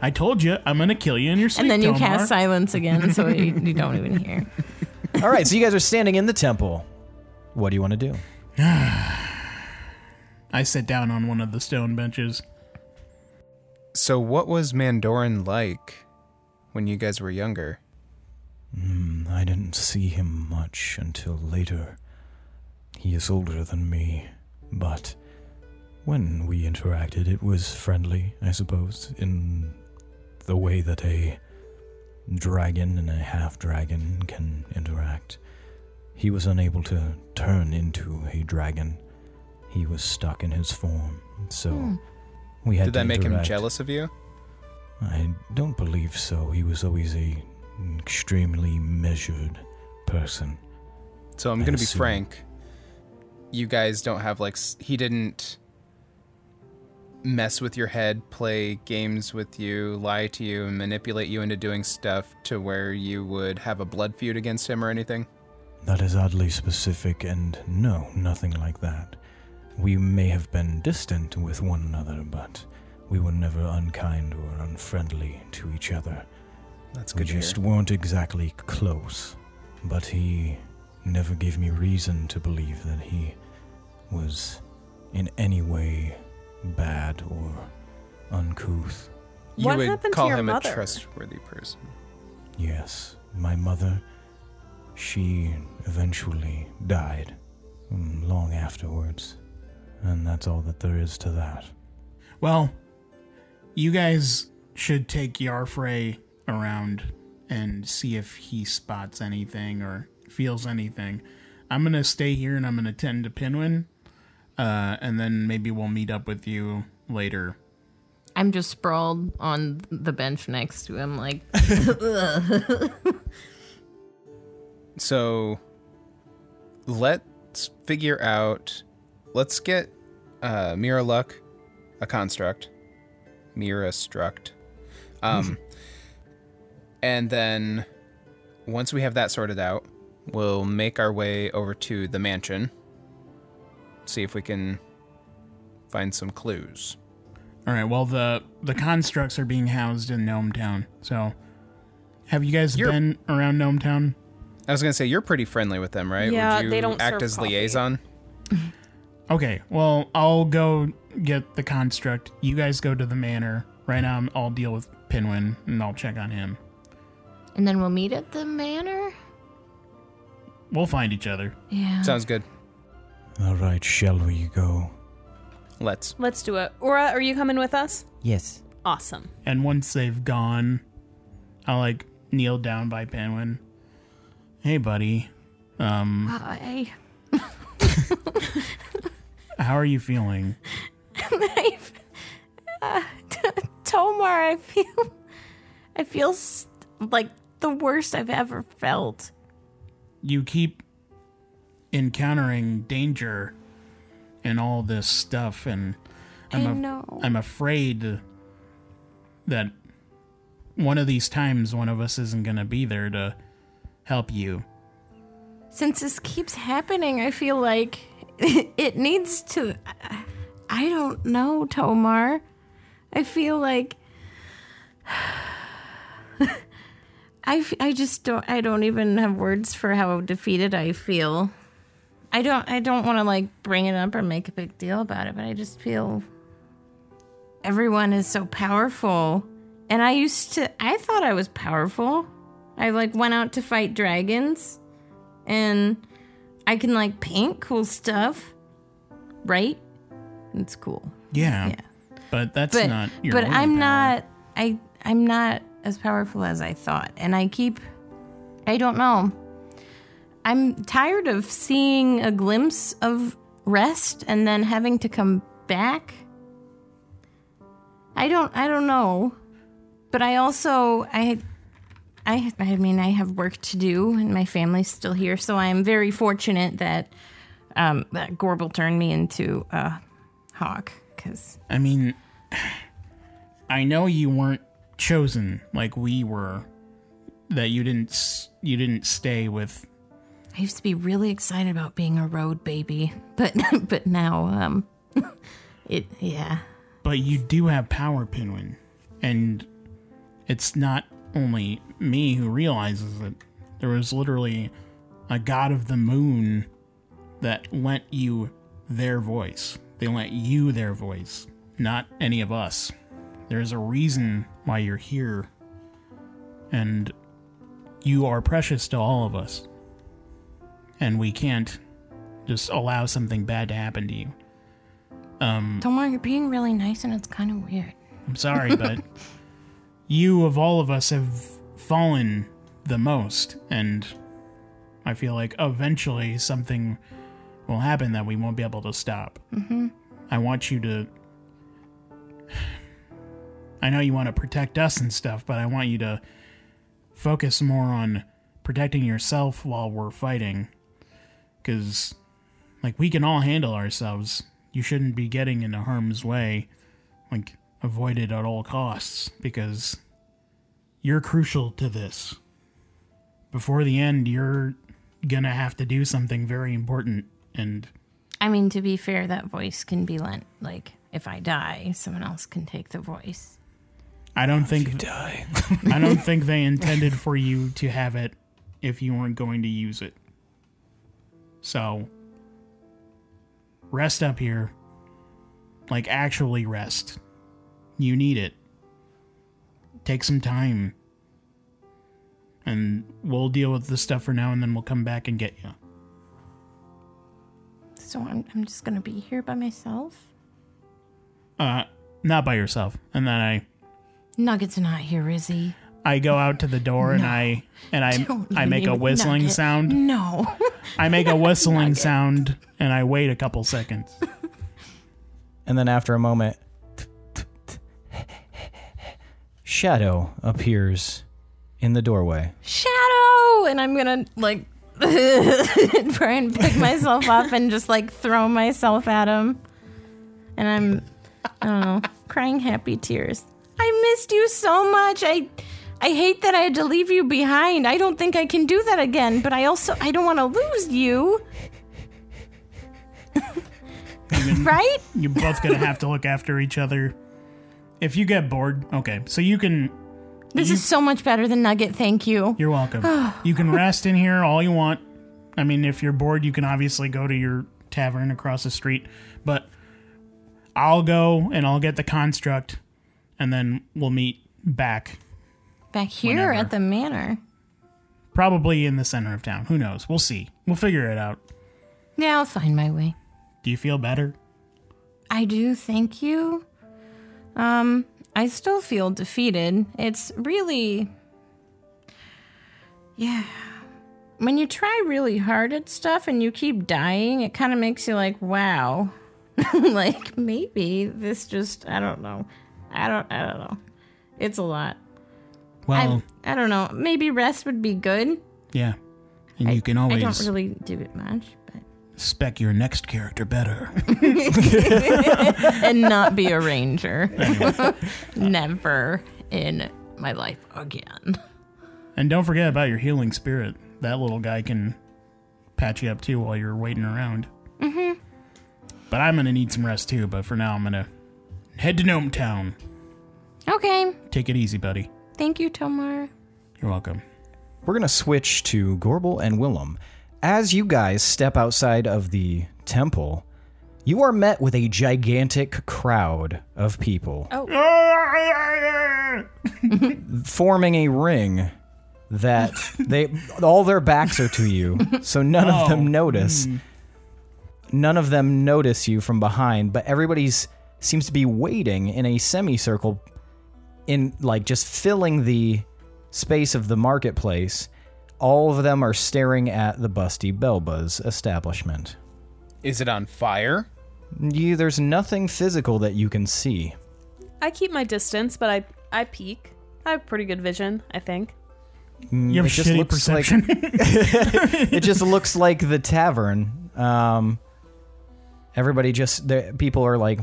[SPEAKER 3] I told you I'm gonna kill you in your sleep.
[SPEAKER 5] And then you
[SPEAKER 3] Delmar.
[SPEAKER 5] cast silence again, so you, you don't even hear.
[SPEAKER 2] All right, so you guys are standing in the temple. What do you want to do?
[SPEAKER 3] I sit down on one of the stone benches.
[SPEAKER 4] So, what was Mandorin like when you guys were younger?
[SPEAKER 8] I didn't see him much until later. He is older than me, but when we interacted, it was friendly, I suppose, in the way that a dragon and a half dragon can interact. He was unable to turn into a dragon, he was stuck in his form, so
[SPEAKER 2] Hmm.
[SPEAKER 8] we had
[SPEAKER 4] Did
[SPEAKER 8] to
[SPEAKER 4] that make him
[SPEAKER 8] interact.
[SPEAKER 4] jealous of you?
[SPEAKER 8] I don't believe so. He was always a extremely measured person.
[SPEAKER 4] So, I'm
[SPEAKER 8] I
[SPEAKER 4] gonna be
[SPEAKER 8] assume.
[SPEAKER 4] frank. You guys don't have like s- he didn't mess with your head, play games with you, lie to you, and manipulate you into doing stuff to where you would have a blood feud against him or anything.
[SPEAKER 8] That is oddly specific, and no, nothing like that. We may have been distant with one another, but we were never unkind or unfriendly to each other.
[SPEAKER 4] That's
[SPEAKER 8] We
[SPEAKER 4] good. to hear.
[SPEAKER 8] just weren't exactly close. But he never gave me reason to believe that he was in any way bad or uncouth.
[SPEAKER 4] You
[SPEAKER 1] What
[SPEAKER 4] would
[SPEAKER 1] happened to
[SPEAKER 4] call
[SPEAKER 1] your
[SPEAKER 4] him
[SPEAKER 1] mother?
[SPEAKER 4] a trustworthy person.
[SPEAKER 8] Yes, my mother. She eventually died mm, long afterwards. And that's all that there is to that.
[SPEAKER 3] Well, you guys should take Yarfrey around and see if he spots anything or feels anything. I'm gonna stay here and I'm gonna tend to Pinwin, uh, and then maybe we'll meet up with you later.
[SPEAKER 5] I'm just sprawled on the bench next to him, like,
[SPEAKER 4] So let's figure out. Let's get uh, Mira Luck, a construct, Mira Struct, um, and then once we have that sorted out, we'll make our way over to the mansion. See if we can find some clues.
[SPEAKER 3] All right. Well, the the constructs are being housed in Gnome Town. So, have you guys
[SPEAKER 4] You're-
[SPEAKER 3] been around Gnome Town?
[SPEAKER 4] I was gonna say you're pretty friendly with them, right?
[SPEAKER 1] Yeah,
[SPEAKER 4] Would you
[SPEAKER 1] they don't
[SPEAKER 4] act
[SPEAKER 1] serve
[SPEAKER 4] as
[SPEAKER 1] coffee.
[SPEAKER 4] liaison.
[SPEAKER 3] Okay. Well, I'll go get the construct. You guys go to the manor. Right now, I'm- I'll deal with Pinwin and I'll check on him.
[SPEAKER 5] And then we'll meet at the manor?
[SPEAKER 3] We'll find each other.
[SPEAKER 5] Yeah.
[SPEAKER 4] Sounds good.
[SPEAKER 7] All right, shall we go?
[SPEAKER 4] Let's.
[SPEAKER 1] Let's do it. Aura, are you coming with us?
[SPEAKER 7] Yes.
[SPEAKER 1] Awesome.
[SPEAKER 3] And once they've gone, I like kneel down by Pinwin. Hey, buddy. Um,
[SPEAKER 5] Bye.
[SPEAKER 3] how are you feeling?
[SPEAKER 5] Tomar, I feel. I feel s- like the worst I've ever felt.
[SPEAKER 3] you keep encountering danger and all this stuff and I'm
[SPEAKER 5] I
[SPEAKER 3] a-
[SPEAKER 5] know.
[SPEAKER 3] I'm afraid that one of these times one of us isn't going to be there to help you.
[SPEAKER 5] Since this keeps happening, I feel like it needs to. I- I don't know, Tomar. I feel like. I, f- I just don't I don't even have words for how defeated I feel. I don't I don't want to like bring it up or make a big deal about it, but I just feel everyone is so powerful. And I used to I thought I was powerful. I like went out to fight dragons and I can like paint cool stuff, right? It's cool.
[SPEAKER 3] Yeah.
[SPEAKER 5] Yeah.
[SPEAKER 3] But that's
[SPEAKER 5] But
[SPEAKER 3] not your
[SPEAKER 5] but
[SPEAKER 3] only
[SPEAKER 5] I'm
[SPEAKER 3] power.
[SPEAKER 5] not I I'm not as powerful as I thought and I keep I don't know. I'm tired of seeing a glimpse of rest and then having to come back. I don't I don't know. But I also I I, I mean, I have work to do, and my family's still here, so I am very fortunate that um, that Gorbel turned me into a hawk. Because
[SPEAKER 3] I mean I know you weren't chosen like we were that you didn't s- you didn't stay with
[SPEAKER 5] I used to be really excited about being a road baby, but but now, um, it yeah,
[SPEAKER 3] But you do have power, Pinwin. And it's not only me who realizes it. There was literally a god of the moon that lent you their voice. They lent you their voice, not any of us. There's a reason why you're here. And you are precious to all of us. And we can't just allow something bad to happen to you.
[SPEAKER 5] Tomar, you're being really nice, and it's kind of weird.
[SPEAKER 3] I'm sorry, but you of all of us have fallen the most, and I feel like eventually something will happen that we won't be able to stop. Mm-hmm. I want you to. I know you want to protect us and stuff, but I want you to focus more on protecting yourself while we're fighting. Because, like, we can all handle ourselves. You shouldn't be getting into harm's way like avoid it at all costs because you're crucial to this. Before the end, you're gonna have to do something very important, and
[SPEAKER 5] I mean, to be fair, that voice can be lent. Like, if I die, someone else can take the voice.
[SPEAKER 3] I don't think I don't think they intended for you to have it if you weren't going to use it. So rest up here. Like actually rest. You need it. Take some time. And we'll deal with this stuff for now and then we'll come back and get you.
[SPEAKER 5] So I'm I'm just gonna be here by myself.
[SPEAKER 3] Uh not by yourself. And then I
[SPEAKER 5] Nuggets are not here, is he?
[SPEAKER 3] I go out to the door and
[SPEAKER 5] No.
[SPEAKER 3] I and
[SPEAKER 5] Don't
[SPEAKER 3] I I
[SPEAKER 5] leave
[SPEAKER 3] make
[SPEAKER 5] me
[SPEAKER 3] a
[SPEAKER 5] with
[SPEAKER 3] whistling
[SPEAKER 5] Nugget.
[SPEAKER 3] sound.
[SPEAKER 5] No.
[SPEAKER 3] I make a whistling sound and I wait a couple seconds.
[SPEAKER 2] And then after a moment,
[SPEAKER 7] Shadow appears in the doorway.
[SPEAKER 5] shadow and i'm gonna like try and pick myself up and just like throw myself at him and i'm i don't know crying happy tears i missed you so much i i hate that i had to leave you behind i don't think i can do that again but i also i don't want to lose you right
[SPEAKER 3] You're both gonna have to look after each other. If you get bored, okay. So you can.
[SPEAKER 5] This is so much better than Nugget. Thank you.
[SPEAKER 3] You're welcome. you can rest in here all you want. I mean, if you're bored, you can obviously go to your tavern across the street. But I'll go and I'll get the construct, and then we'll meet back.
[SPEAKER 5] Back here
[SPEAKER 3] Whenever.
[SPEAKER 5] at the manor.
[SPEAKER 3] Probably in the center of town. Who knows? We'll see. We'll figure it out.
[SPEAKER 5] Yeah, I'll find my way.
[SPEAKER 3] Do you feel better?
[SPEAKER 5] I do, thank you. Um, I still feel defeated. It's really. Yeah. When you try really hard at stuff and you keep dying, it kind of makes you like, wow. like, maybe this just, I don't know. I don't, I don't know. It's a lot.
[SPEAKER 3] Well,
[SPEAKER 5] I, I don't know. Maybe rest would be good.
[SPEAKER 3] yeah. And you can
[SPEAKER 5] I
[SPEAKER 3] always
[SPEAKER 5] don't really do it much, but.
[SPEAKER 3] spec your next character better.
[SPEAKER 5] and not be a ranger. Never in my life again.
[SPEAKER 3] And don't forget about your healing spirit. That little guy can patch you up too while you're waiting around. Mm-hmm. But I'm gonna need some rest too. But for now, I'm gonna head to Gnome Town.
[SPEAKER 5] Okay.
[SPEAKER 3] Take it easy, buddy.
[SPEAKER 5] Thank you, Tomar.
[SPEAKER 3] You're welcome.
[SPEAKER 2] We're going to switch to Gorbel and Willem. As you guys step outside of the temple, you are met with a gigantic crowd of people forming a ring that they all their backs are to you, so none of them notice. None of them notice you from behind, but everybody's seems to be waiting in a semicircle in like just filling the space of the marketplace. All of them are staring at the busty Belba's establishment.
[SPEAKER 4] Is it on fire?
[SPEAKER 2] You, there's nothing physical that you can see.
[SPEAKER 1] I keep my distance, but I I peek. I have pretty good vision, I think.
[SPEAKER 2] Mm,
[SPEAKER 3] You have
[SPEAKER 2] it just
[SPEAKER 3] shitty
[SPEAKER 2] looks like
[SPEAKER 3] perception.
[SPEAKER 2] it just looks like the tavern. Um, everybody just the people are like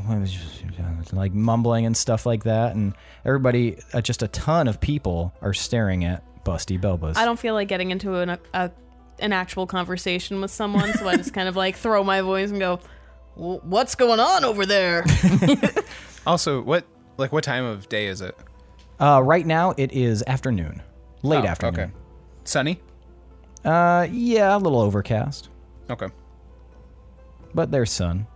[SPEAKER 2] like mumbling and stuff like that, and everybody uh, just a ton of people are staring at Busty Belbas.
[SPEAKER 1] I don't feel like getting into an a, an actual conversation with someone, so I just kind of like throw my voice and go, "Wh- "What's going on over there?"
[SPEAKER 4] Also, what like what time of day is it?
[SPEAKER 2] Uh, right now it is afternoon, late
[SPEAKER 4] Oh,
[SPEAKER 2] afternoon.
[SPEAKER 4] Okay. Sunny.
[SPEAKER 2] Uh, yeah, a little overcast,
[SPEAKER 4] Okay.
[SPEAKER 2] but there's sun.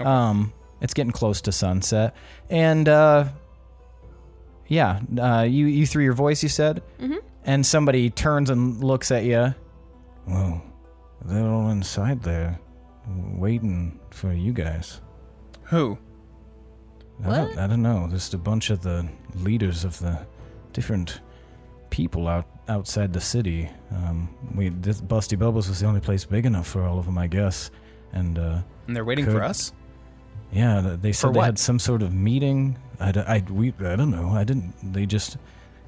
[SPEAKER 2] Um, it's getting close to sunset, and uh, yeah, uh, you you threw your voice. You said, mm-hmm. and somebody turns and looks at you.
[SPEAKER 8] Whoa, they're all inside there, waiting for you guys.
[SPEAKER 4] Who?
[SPEAKER 8] I don't, I don't know. Just a bunch of the leaders of the different people out outside the city. Um, we this Busty Bubbles was the only place big enough for all of them, I guess. And uh,
[SPEAKER 4] And they're waiting
[SPEAKER 8] Could-
[SPEAKER 4] for us.
[SPEAKER 8] yeah, th- they said
[SPEAKER 4] For
[SPEAKER 8] they
[SPEAKER 4] what?
[SPEAKER 8] had some sort of meeting. I, d- I- we, I don't know. I didn't. They just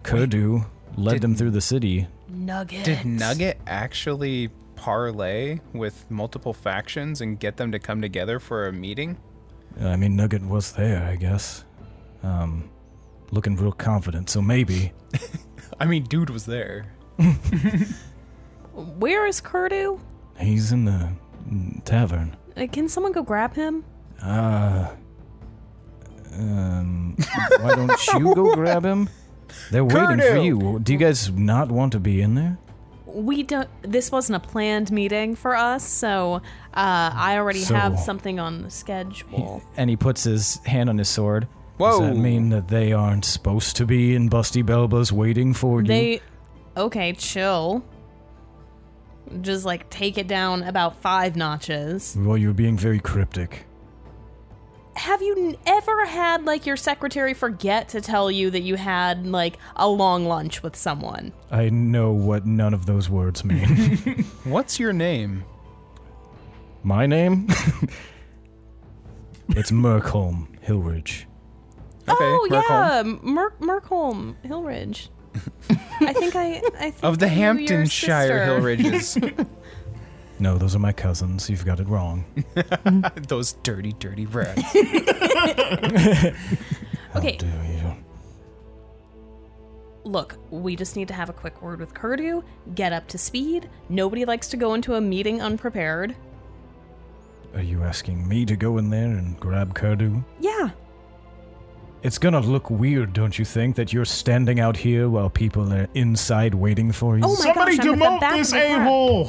[SPEAKER 8] Kurdu led them through the city.
[SPEAKER 1] Nugget.
[SPEAKER 4] Did Nugget actually parlay with multiple factions and get them to come together for a meeting?
[SPEAKER 8] Uh, I mean, Nugget was there, I guess. Um, looking real confident, so maybe.
[SPEAKER 4] I mean, dude was there.
[SPEAKER 1] Where is Kurdu?
[SPEAKER 8] He's in the mm, tavern.
[SPEAKER 1] Uh, Can someone go grab him?
[SPEAKER 8] Uh, um, why don't you go grab him? They're waiting for
[SPEAKER 4] Colonel!
[SPEAKER 8] you. Do you guys not want to be in there?
[SPEAKER 1] We don't. This wasn't a planned meeting for us, so uh, I already
[SPEAKER 8] So-
[SPEAKER 1] have something on the schedule.
[SPEAKER 2] And he puts his hand on his sword.
[SPEAKER 4] Whoa.
[SPEAKER 8] Does that mean that they aren't supposed to be in Busty Belba's waiting for you?
[SPEAKER 1] They, okay, chill. Just like take it down about five notches.
[SPEAKER 8] Well, you're being very cryptic.
[SPEAKER 1] Have you n- ever had like your secretary forget to tell you that you had like a long lunch with someone?
[SPEAKER 8] I know what none of those words mean.
[SPEAKER 4] What's your name?
[SPEAKER 8] My name? it's Merkholm Hillridge.
[SPEAKER 4] Okay,
[SPEAKER 1] oh
[SPEAKER 4] Merkholm.
[SPEAKER 1] yeah, Mer- Merkholm Hillridge. I think I, I think
[SPEAKER 4] Of the
[SPEAKER 1] I knew your
[SPEAKER 4] Hamptonshire
[SPEAKER 1] sister.
[SPEAKER 4] Hill Ridges.
[SPEAKER 8] No, those are my cousins. You've got it wrong.
[SPEAKER 4] Those dirty, dirty brats.
[SPEAKER 1] Okay,
[SPEAKER 8] Do you?
[SPEAKER 1] look, we just need to have a quick word with Kurdu, get up to speed. Nobody likes to go into a meeting unprepared.
[SPEAKER 8] Are you asking me to go in there and grab Kurdu?
[SPEAKER 1] Yeah,
[SPEAKER 8] It's gonna look weird, don't you think, that you're standing out here while people are inside waiting for you?
[SPEAKER 1] Oh my
[SPEAKER 3] Somebody
[SPEAKER 1] gosh, I'm at the
[SPEAKER 3] demote
[SPEAKER 1] back
[SPEAKER 3] this
[SPEAKER 1] of the
[SPEAKER 3] a
[SPEAKER 1] crowd.
[SPEAKER 3] hole.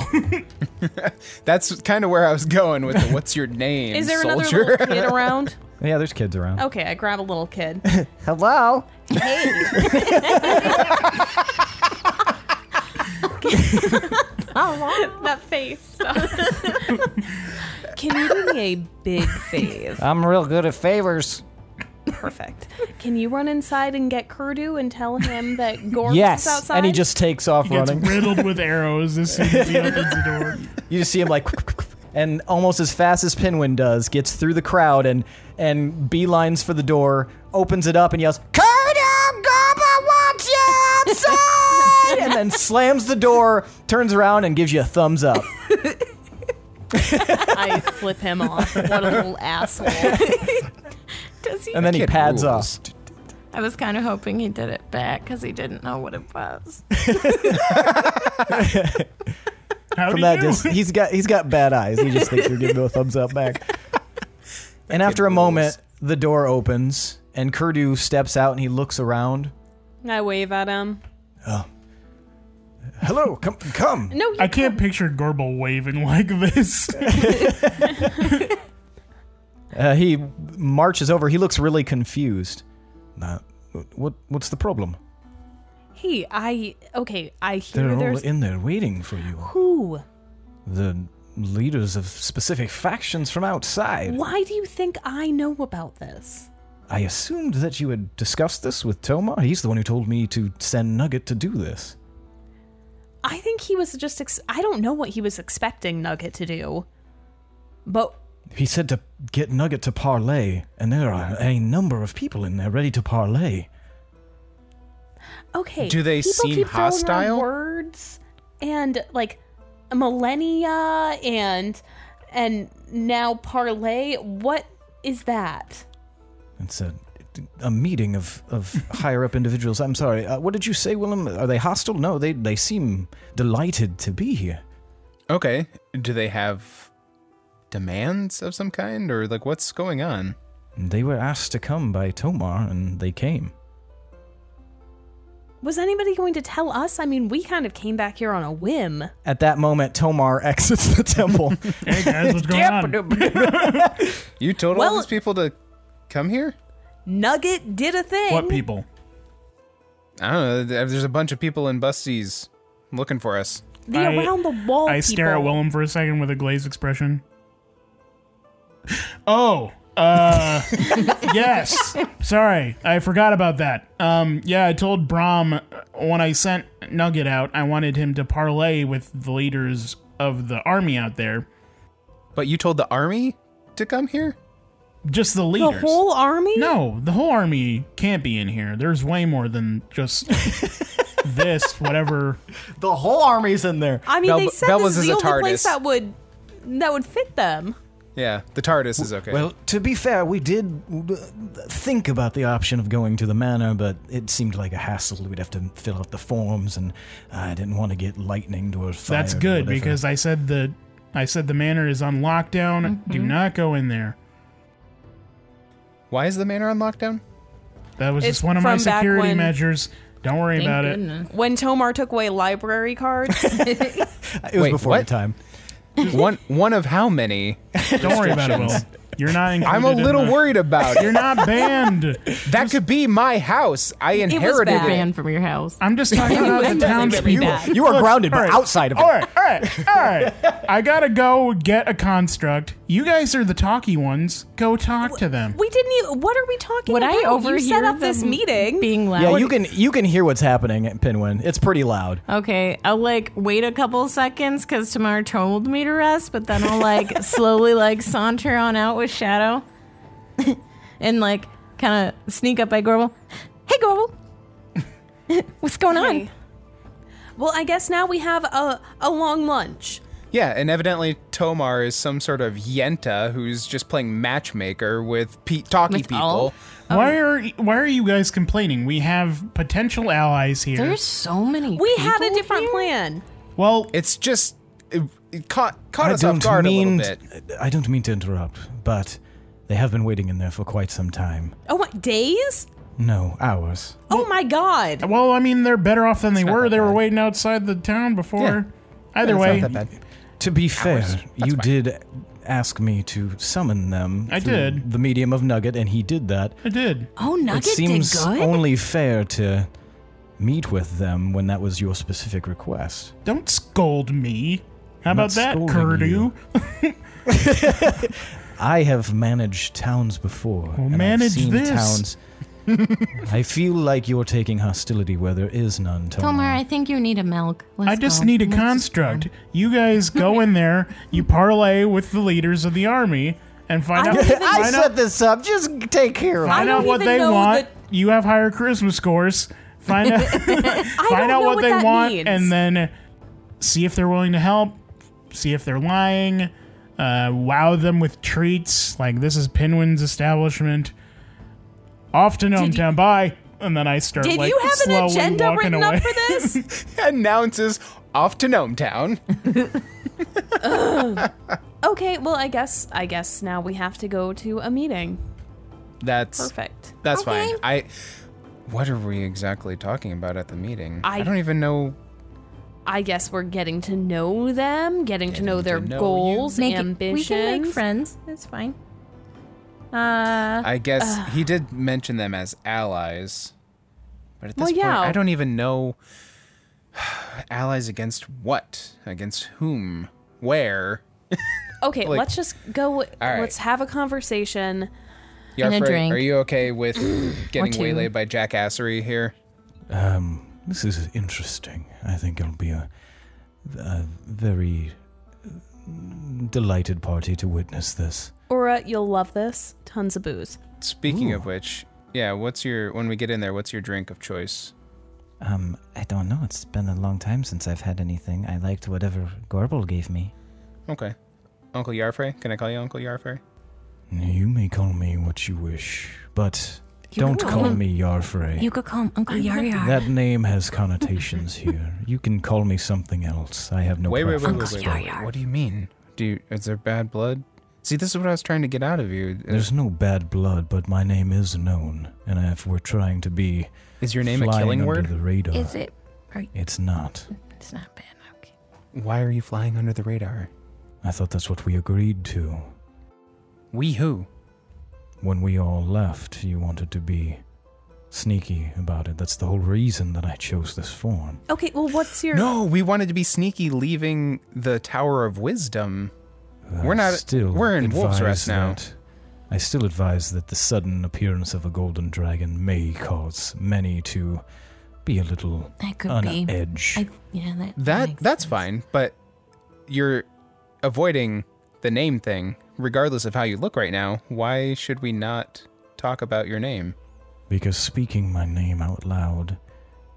[SPEAKER 4] That's kind of where I was going with the what's your name,
[SPEAKER 1] Is there
[SPEAKER 4] soldier?
[SPEAKER 1] another little kid around?
[SPEAKER 8] Yeah, there's kids around.
[SPEAKER 1] Okay, I grab a little kid.
[SPEAKER 2] Hello?
[SPEAKER 1] that face. Can you do me a big favor?
[SPEAKER 2] I'm real good at favors.
[SPEAKER 1] Perfect. Can you run inside and get Kurdu and tell him that Gorms
[SPEAKER 2] Yes.
[SPEAKER 1] is outside?
[SPEAKER 2] And he just takes off
[SPEAKER 3] Gets
[SPEAKER 2] running.
[SPEAKER 3] riddled with arrows as soon as he opens the door.
[SPEAKER 2] You just see him like, and almost as fast as Pinwin does, gets through the crowd and and beelines for the door, opens it up and yells, "Kodo Gaba wants you outside!" and then slams the door, turns around and gives you a thumbs up.
[SPEAKER 1] I flip him off. What a little asshole.
[SPEAKER 5] Does he?
[SPEAKER 2] And then he
[SPEAKER 4] Kid
[SPEAKER 2] pads
[SPEAKER 4] rules.
[SPEAKER 2] off.
[SPEAKER 5] I was kind of hoping he did it back because he didn't know what it was.
[SPEAKER 3] How
[SPEAKER 2] From
[SPEAKER 3] do
[SPEAKER 2] that
[SPEAKER 3] you?
[SPEAKER 2] dis- he's got he's got bad eyes. He just thinks you're giving him a thumbs up back. And after a moment, the door opens and Kurdu steps out and he looks around.
[SPEAKER 1] I wave at him.
[SPEAKER 2] Hello, come come.
[SPEAKER 1] No, you
[SPEAKER 3] I can't picture Gorbel waving like this.
[SPEAKER 2] Uh, he marches over. He looks really confused. Uh, what what's the problem?
[SPEAKER 1] Hey, I okay. I
[SPEAKER 8] They're
[SPEAKER 1] hear
[SPEAKER 8] all
[SPEAKER 1] there's
[SPEAKER 8] in there waiting for you.
[SPEAKER 1] who.
[SPEAKER 8] The leaders of specific factions from outside.
[SPEAKER 1] Why do you think I know about this?
[SPEAKER 8] I assumed that you had discussed this with Tomar. He's the one who told me to send Nugget to do this.
[SPEAKER 1] I think he was just. Ex- I don't know what he was expecting Nugget to do, but
[SPEAKER 8] He said to get Nugget to parlay, and there are a number of people in there ready to parlay.
[SPEAKER 1] okay.
[SPEAKER 4] Do they
[SPEAKER 1] people
[SPEAKER 4] seem
[SPEAKER 1] keep throwing around
[SPEAKER 4] hostile?
[SPEAKER 1] Words and like millennia and and now parlay. What is that?
[SPEAKER 8] It's a, a meeting of, of higher up individuals. I'm sorry. Uh, what did you say, Willem? Are they hostile? No, they, they seem delighted to be here.
[SPEAKER 4] Okay. Do they have demands of some kind or like what's going on?
[SPEAKER 8] They were asked to come by Tomar, and they came.
[SPEAKER 1] Was anybody going to tell us? I mean, we kind of came back here on a whim.
[SPEAKER 2] At that moment, Tomar exits the temple.
[SPEAKER 3] hey guys, what's going on?
[SPEAKER 4] You told all
[SPEAKER 1] Well-
[SPEAKER 4] these people to come here?
[SPEAKER 1] Nugget did a thing.
[SPEAKER 3] What people?
[SPEAKER 4] I don't know. there- There's a bunch of people in Busty's looking for us.
[SPEAKER 1] The
[SPEAKER 3] I-
[SPEAKER 1] around the wall.
[SPEAKER 3] I stare at
[SPEAKER 1] people.
[SPEAKER 3] Willem for a second with a glazed expression. Oh, uh, yes. Sorry, I forgot about that. Um, yeah, I told Brom uh, when I sent Nugget out, I wanted him to parlay with the leaders of the army out there.
[SPEAKER 4] But you told the army to come here?
[SPEAKER 3] Just the
[SPEAKER 1] The
[SPEAKER 3] leaders.
[SPEAKER 1] whole army.
[SPEAKER 3] no, the whole army can't be in here. There's way more than just this, whatever.
[SPEAKER 2] the whole army's in there.
[SPEAKER 1] I mean,
[SPEAKER 4] Bel-
[SPEAKER 1] they said
[SPEAKER 4] Bella's
[SPEAKER 1] this is
[SPEAKER 4] is
[SPEAKER 1] the
[SPEAKER 4] a
[SPEAKER 1] only
[SPEAKER 4] TARDIS.
[SPEAKER 1] place that would that would fit them.
[SPEAKER 4] Yeah, the TARDIS is okay.
[SPEAKER 8] Well, to be fair, we did uh, think about the option of going to the manor, but it seemed like a hassle. We'd have to fill out the forms, and I didn't want to get lightning or fire.
[SPEAKER 3] That's
[SPEAKER 8] or
[SPEAKER 3] good
[SPEAKER 8] whatever.
[SPEAKER 3] because I said the I said the manor is on lockdown. Do
[SPEAKER 1] Mm-hmm.
[SPEAKER 3] not go in there.
[SPEAKER 4] Why is the manor on lockdown?
[SPEAKER 3] That was
[SPEAKER 1] It's
[SPEAKER 3] just one of my
[SPEAKER 1] from back
[SPEAKER 3] security
[SPEAKER 1] when-
[SPEAKER 3] measures. Don't worry
[SPEAKER 5] Thank
[SPEAKER 3] about
[SPEAKER 5] goodness.
[SPEAKER 1] When Tomar took away library cards,
[SPEAKER 2] It was
[SPEAKER 4] Wait,
[SPEAKER 2] before
[SPEAKER 4] what?
[SPEAKER 2] your time.
[SPEAKER 4] one one of how many?
[SPEAKER 3] it. Don't worry about it, Will. You're not included.
[SPEAKER 4] I'm a
[SPEAKER 3] in
[SPEAKER 4] little
[SPEAKER 3] the-
[SPEAKER 4] worried about
[SPEAKER 3] You're
[SPEAKER 4] it.
[SPEAKER 3] not banned.
[SPEAKER 4] That could be my house. I inherited
[SPEAKER 1] bad.
[SPEAKER 4] it.
[SPEAKER 5] Banned from your house.
[SPEAKER 3] I'm just talking about the
[SPEAKER 1] really
[SPEAKER 3] townspeople.
[SPEAKER 1] bad.
[SPEAKER 2] You are grounded, but outside of
[SPEAKER 3] All
[SPEAKER 2] it.
[SPEAKER 3] right, all right, all right. I gotta go get a construct. You guys are the talky ones. Go talk to them.
[SPEAKER 1] we didn't even. What are we talking
[SPEAKER 5] Would
[SPEAKER 1] about?
[SPEAKER 5] I overhear
[SPEAKER 1] you set up this
[SPEAKER 5] them
[SPEAKER 1] meeting.
[SPEAKER 5] being loud?
[SPEAKER 2] Yeah, you can you can hear what's happening at Pinwin. It's pretty loud.
[SPEAKER 5] Okay, I'll like wait a couple seconds because Tamar told me to rest, but then I'll like slowly like saunter on out with Shadow and like kind of sneak up by Gorbel. Hey, Gorbel, what's going on?
[SPEAKER 1] Hey. well, I guess now we have a, a long lunch.
[SPEAKER 4] Yeah, and evidently Tomar is some sort of yenta who's just playing matchmaker with pe- talkie
[SPEAKER 5] With
[SPEAKER 4] people.
[SPEAKER 5] all-
[SPEAKER 3] Why are Why are you guys complaining? We have potential allies here.
[SPEAKER 5] There's so many.
[SPEAKER 1] We had a
[SPEAKER 5] people
[SPEAKER 1] different
[SPEAKER 5] here.
[SPEAKER 1] plan.
[SPEAKER 3] well,
[SPEAKER 4] It's just it, it caught caught
[SPEAKER 8] I
[SPEAKER 4] us off
[SPEAKER 8] don't
[SPEAKER 4] guard
[SPEAKER 8] mean
[SPEAKER 4] a little bit.
[SPEAKER 8] I don't mean to interrupt, but They have been waiting in there for quite some time.
[SPEAKER 1] Oh, what, days?
[SPEAKER 8] No, hours.
[SPEAKER 1] oh my god.
[SPEAKER 3] Well, I mean, they're better off than they
[SPEAKER 4] not
[SPEAKER 3] were.
[SPEAKER 4] that
[SPEAKER 3] They were
[SPEAKER 4] bad.
[SPEAKER 3] waiting outside the town before. Either
[SPEAKER 4] It's
[SPEAKER 3] way,
[SPEAKER 4] not that bad.
[SPEAKER 8] To be fair, you
[SPEAKER 4] fine.
[SPEAKER 8] did ask me to summon them.
[SPEAKER 3] I
[SPEAKER 8] through
[SPEAKER 3] did.
[SPEAKER 8] The medium of Nugget, and he did that.
[SPEAKER 3] I did.
[SPEAKER 5] Oh, Nugget
[SPEAKER 8] it seems
[SPEAKER 5] did good.
[SPEAKER 8] only fair to meet with them when that was your specific request.
[SPEAKER 3] Don't scold me. How
[SPEAKER 8] I'm
[SPEAKER 3] about
[SPEAKER 8] not
[SPEAKER 3] that,
[SPEAKER 8] scolding
[SPEAKER 3] Curdew?
[SPEAKER 8] you. I have managed towns before. and I've
[SPEAKER 3] manage
[SPEAKER 8] seen
[SPEAKER 3] this.
[SPEAKER 8] Towns. I feel like you're taking hostility where there is none.
[SPEAKER 5] Tomer,
[SPEAKER 8] Tomar.
[SPEAKER 5] I think you need a milk. Let's
[SPEAKER 3] I just
[SPEAKER 5] go.
[SPEAKER 3] need a
[SPEAKER 5] Let's just
[SPEAKER 3] construct. You guys go in there, you parlay with the leaders of the army, and find
[SPEAKER 1] I
[SPEAKER 3] out.
[SPEAKER 1] don't even-
[SPEAKER 2] I
[SPEAKER 3] find out-
[SPEAKER 2] set this up. Just take care of it.
[SPEAKER 3] Find
[SPEAKER 1] I
[SPEAKER 3] out
[SPEAKER 1] don't
[SPEAKER 3] what
[SPEAKER 1] even
[SPEAKER 3] they
[SPEAKER 1] know
[SPEAKER 3] want.
[SPEAKER 1] that-
[SPEAKER 3] You have higher charisma scores. Find out,
[SPEAKER 1] I
[SPEAKER 3] find
[SPEAKER 1] don't
[SPEAKER 3] out
[SPEAKER 1] know
[SPEAKER 3] what,
[SPEAKER 1] what
[SPEAKER 3] they
[SPEAKER 1] that
[SPEAKER 3] want,
[SPEAKER 1] means.
[SPEAKER 3] and then see if they're willing to help. See if they're lying. Uh, wow them with treats. Like this is Pinwin's establishment. Off to
[SPEAKER 1] you-
[SPEAKER 3] Town. Bye. And then I start.
[SPEAKER 1] Did
[SPEAKER 3] like,
[SPEAKER 1] you have an
[SPEAKER 3] slowly
[SPEAKER 1] agenda
[SPEAKER 3] walking
[SPEAKER 1] written
[SPEAKER 3] away.
[SPEAKER 1] up for this?
[SPEAKER 4] Announces off to Gnome Town.
[SPEAKER 1] okay, well, I guess I guess now we have to go to a meeting.
[SPEAKER 4] That's
[SPEAKER 1] Perfect.
[SPEAKER 4] That's
[SPEAKER 5] Okay.
[SPEAKER 4] fine. I. What are we exactly talking about at the meeting? I,
[SPEAKER 1] I-
[SPEAKER 4] don't even know.
[SPEAKER 1] I guess we're getting to know them, getting to know
[SPEAKER 4] Getting
[SPEAKER 1] their
[SPEAKER 4] to know you.
[SPEAKER 1] goals,
[SPEAKER 5] make it- We
[SPEAKER 1] ambitions.
[SPEAKER 5] can make friends. It's fine. Uh,
[SPEAKER 4] I guess he did mention them as allies, but at this
[SPEAKER 1] Well,
[SPEAKER 4] point,
[SPEAKER 1] yeah.
[SPEAKER 4] I don't even know allies against what, against whom, where.
[SPEAKER 1] Okay,
[SPEAKER 4] Like-
[SPEAKER 1] let's just go.
[SPEAKER 4] right.
[SPEAKER 1] Let's have a conversation.
[SPEAKER 5] And a
[SPEAKER 4] Yarfrey,
[SPEAKER 5] drink.
[SPEAKER 4] are you okay with getting
[SPEAKER 5] two.
[SPEAKER 4] waylaid by jackassery here?
[SPEAKER 8] This is interesting. I think it'll be a, a very uh, delighted party to witness this.
[SPEAKER 1] Aura, you'll love this. Tons of booze.
[SPEAKER 4] Speaking of which, yeah. What's your when we get in there? What's your drink of choice?
[SPEAKER 7] Um, I don't know. It's been a long time since I've had anything. I liked whatever Gorbel gave me.
[SPEAKER 4] Okay, Uncle Yarfrey. Can I call you Uncle Yarfrey?
[SPEAKER 8] You may call me what you wish, but don't
[SPEAKER 5] can
[SPEAKER 8] call
[SPEAKER 5] call
[SPEAKER 8] me Yarfrey.
[SPEAKER 5] you could call him Uncle Yar Yar.
[SPEAKER 8] That name has connotations here. You can call me something else. I have no
[SPEAKER 4] wait, wait, wait,
[SPEAKER 8] preference.
[SPEAKER 4] wait, wait, wait, wait. What do you mean? Do you, is there bad blood? See, this is what I was trying to get out of you. Is,
[SPEAKER 8] There's no bad blood, but my name is known, and if we're trying to be
[SPEAKER 4] is your name a
[SPEAKER 8] flying
[SPEAKER 4] killing
[SPEAKER 8] under
[SPEAKER 4] word?
[SPEAKER 8] the radar,
[SPEAKER 5] Is it? Are,
[SPEAKER 8] it's not.
[SPEAKER 5] it's not bad. Okay.
[SPEAKER 4] Why are you flying under the radar?
[SPEAKER 8] I thought that's what we agreed to.
[SPEAKER 4] We who?
[SPEAKER 8] When we all left, you wanted to be sneaky about it. That's the whole reason that I chose this form.
[SPEAKER 1] Okay, well, what's your?
[SPEAKER 4] No, we wanted to be sneaky leaving the Tower of Wisdom. We're
[SPEAKER 8] I
[SPEAKER 4] not-
[SPEAKER 8] still.
[SPEAKER 4] we're in Wolf's Rest
[SPEAKER 8] advise
[SPEAKER 4] now.
[SPEAKER 8] that- I still advise that the sudden appearance of a golden dragon may cause many to be a little
[SPEAKER 5] That could
[SPEAKER 8] on
[SPEAKER 5] be.
[SPEAKER 8] edge.
[SPEAKER 5] I, yeah, that.
[SPEAKER 4] Oh, That
[SPEAKER 5] makes
[SPEAKER 4] that's
[SPEAKER 5] sense.
[SPEAKER 4] fine, but you're avoiding the name thing, regardless of how you look right now. Why should we not talk about your name?
[SPEAKER 8] because speaking my name out loud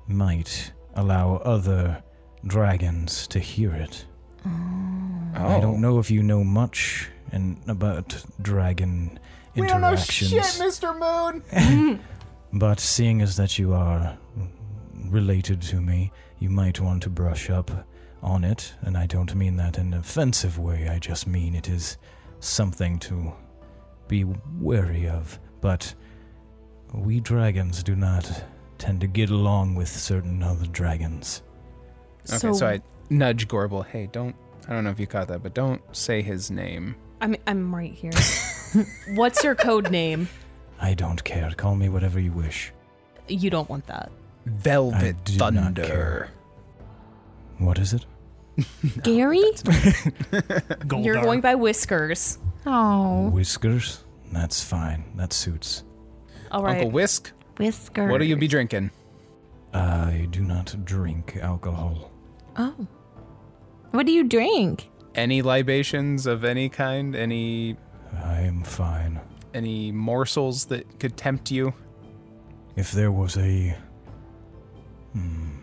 [SPEAKER 8] might allow other dragons to hear it. I
[SPEAKER 4] Oh.
[SPEAKER 8] don't know if you know much and about dragon interactions.
[SPEAKER 4] Mr. Moon.
[SPEAKER 8] But seeing as that you are related to me, you might want to brush up on it, and I don't mean that in an offensive way, I just mean it is something to be wary of. But we dragons do not tend to get along with certain other dragons.
[SPEAKER 4] Okay, so, I nudge Gorbel. Hey, don't. I don't know if you caught that, but don't say his name.
[SPEAKER 1] I'm I'm right here. what's your code name?
[SPEAKER 8] I don't care. Call me whatever you wish.
[SPEAKER 1] You don't want that.
[SPEAKER 4] Velvet
[SPEAKER 8] I do not care. What is it?
[SPEAKER 5] Gary?
[SPEAKER 1] You're
[SPEAKER 3] Goldar.
[SPEAKER 1] going by whiskers.
[SPEAKER 5] Oh,
[SPEAKER 8] Whiskers? That's fine. That suits.
[SPEAKER 1] All right.
[SPEAKER 4] Uncle Whisk,
[SPEAKER 5] whisker.
[SPEAKER 4] what'll you be drinking?
[SPEAKER 8] I do not drink alcohol.
[SPEAKER 5] Oh. What do you drink?
[SPEAKER 4] Any libations of any kind? Any
[SPEAKER 8] I am fine.
[SPEAKER 4] any morsels that could tempt you?
[SPEAKER 8] If there was a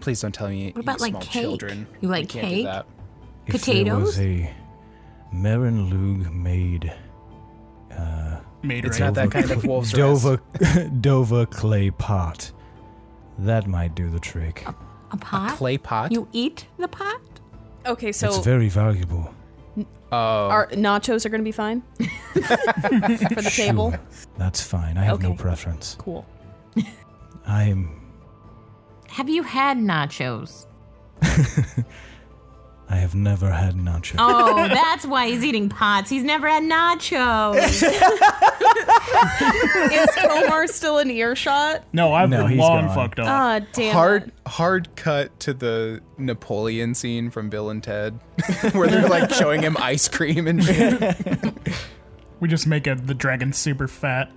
[SPEAKER 4] Please don't tell me.
[SPEAKER 5] What about,
[SPEAKER 4] you
[SPEAKER 5] like,
[SPEAKER 4] small
[SPEAKER 5] cake?
[SPEAKER 4] children.
[SPEAKER 5] You like
[SPEAKER 4] we can't Do
[SPEAKER 5] cake?
[SPEAKER 4] that.
[SPEAKER 8] if
[SPEAKER 5] Potatoes?
[SPEAKER 8] there was a Marin Lug made
[SPEAKER 3] Made
[SPEAKER 4] It's
[SPEAKER 3] right.
[SPEAKER 4] not that kind of wolf's
[SPEAKER 8] Dova Dova clay pot, that might do the trick.
[SPEAKER 5] A pot?
[SPEAKER 4] clay pot.
[SPEAKER 5] You eat the pot?
[SPEAKER 1] okay, so
[SPEAKER 8] it's very valuable.
[SPEAKER 4] Oh,
[SPEAKER 1] Our nachos are going to be fine for the table.
[SPEAKER 8] Sure. That's fine. I have no
[SPEAKER 1] Okay.
[SPEAKER 8] preference.
[SPEAKER 1] Cool.
[SPEAKER 8] I'm.
[SPEAKER 5] Have you had nachos?
[SPEAKER 8] I have never had nachos.
[SPEAKER 5] Oh, that's why he's eating pots. He's never had nachos.
[SPEAKER 1] Is Omar still in earshot?
[SPEAKER 3] No, I've
[SPEAKER 8] No,
[SPEAKER 3] been
[SPEAKER 8] he's
[SPEAKER 3] long
[SPEAKER 8] gone.
[SPEAKER 3] fucked up.
[SPEAKER 1] Ah, damn.
[SPEAKER 4] Uh, hard hard cut to the Napoleon scene from Bill and Ted, where they're like showing him ice cream and shit.
[SPEAKER 3] we just make a, the dragon super fat.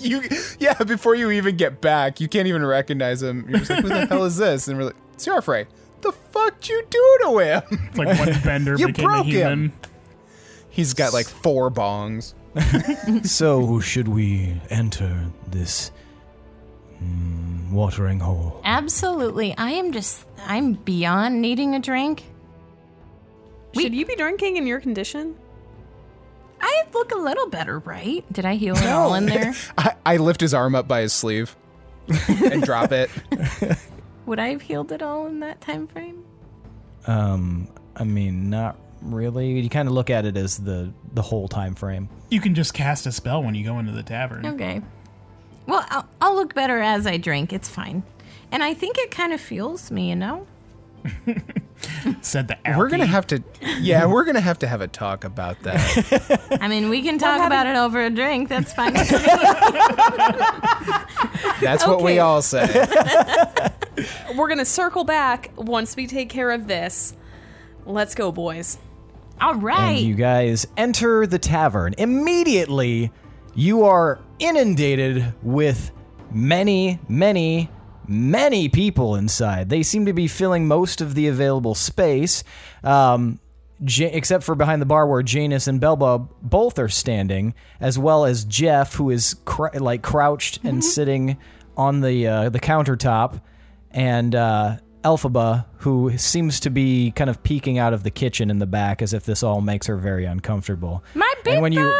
[SPEAKER 4] you yeah. Before you even get back, you can't even recognize him. You're just like, who the hell is this? And we're like, it's Yarfrey. The fuck you do to him?
[SPEAKER 3] It's like when Bender
[SPEAKER 4] You
[SPEAKER 3] became a
[SPEAKER 4] broke him.
[SPEAKER 3] human.
[SPEAKER 4] He's got like four bongs.
[SPEAKER 8] So, should we enter this mm, watering hole?
[SPEAKER 5] Absolutely. I am just, I'm beyond needing a drink.
[SPEAKER 1] Should you be drinking in your condition?
[SPEAKER 5] I look a little better, right? Did I heal it all in there?
[SPEAKER 4] I, I lift his arm up by his sleeve and drop it.
[SPEAKER 5] Would I have healed it all in that time frame?
[SPEAKER 2] Um, I mean, not really. You kind of look at it as the the whole time frame.
[SPEAKER 3] You can just cast a spell when you go into the tavern.
[SPEAKER 5] Okay. Well, I'll, I'll look better as I drink. It's fine. And I think it kind of fuels me, you know?
[SPEAKER 3] Said the
[SPEAKER 4] We're gonna
[SPEAKER 3] Alki.
[SPEAKER 4] have to, yeah, we're gonna have to have a talk about that.
[SPEAKER 5] I mean, we can talk about it over a drink. That's fine.
[SPEAKER 4] That's what we
[SPEAKER 5] Okay.
[SPEAKER 4] all say.
[SPEAKER 1] We're going to circle back once we take care of this. Let's go, boys.
[SPEAKER 5] all right.
[SPEAKER 2] And you guys enter the tavern. Immediately, you are inundated with many, many, many people inside. They seem to be filling most of the available space, um, Ja- except for behind the bar where Janus and Belba both are standing, as well as Jeff, who is cr- like crouched and sitting on the uh, the countertop, and uh, Elphaba, who seems to be kind of peeking out of the kitchen in the back, as if this all makes her very uncomfortable.
[SPEAKER 5] My people!
[SPEAKER 2] when you-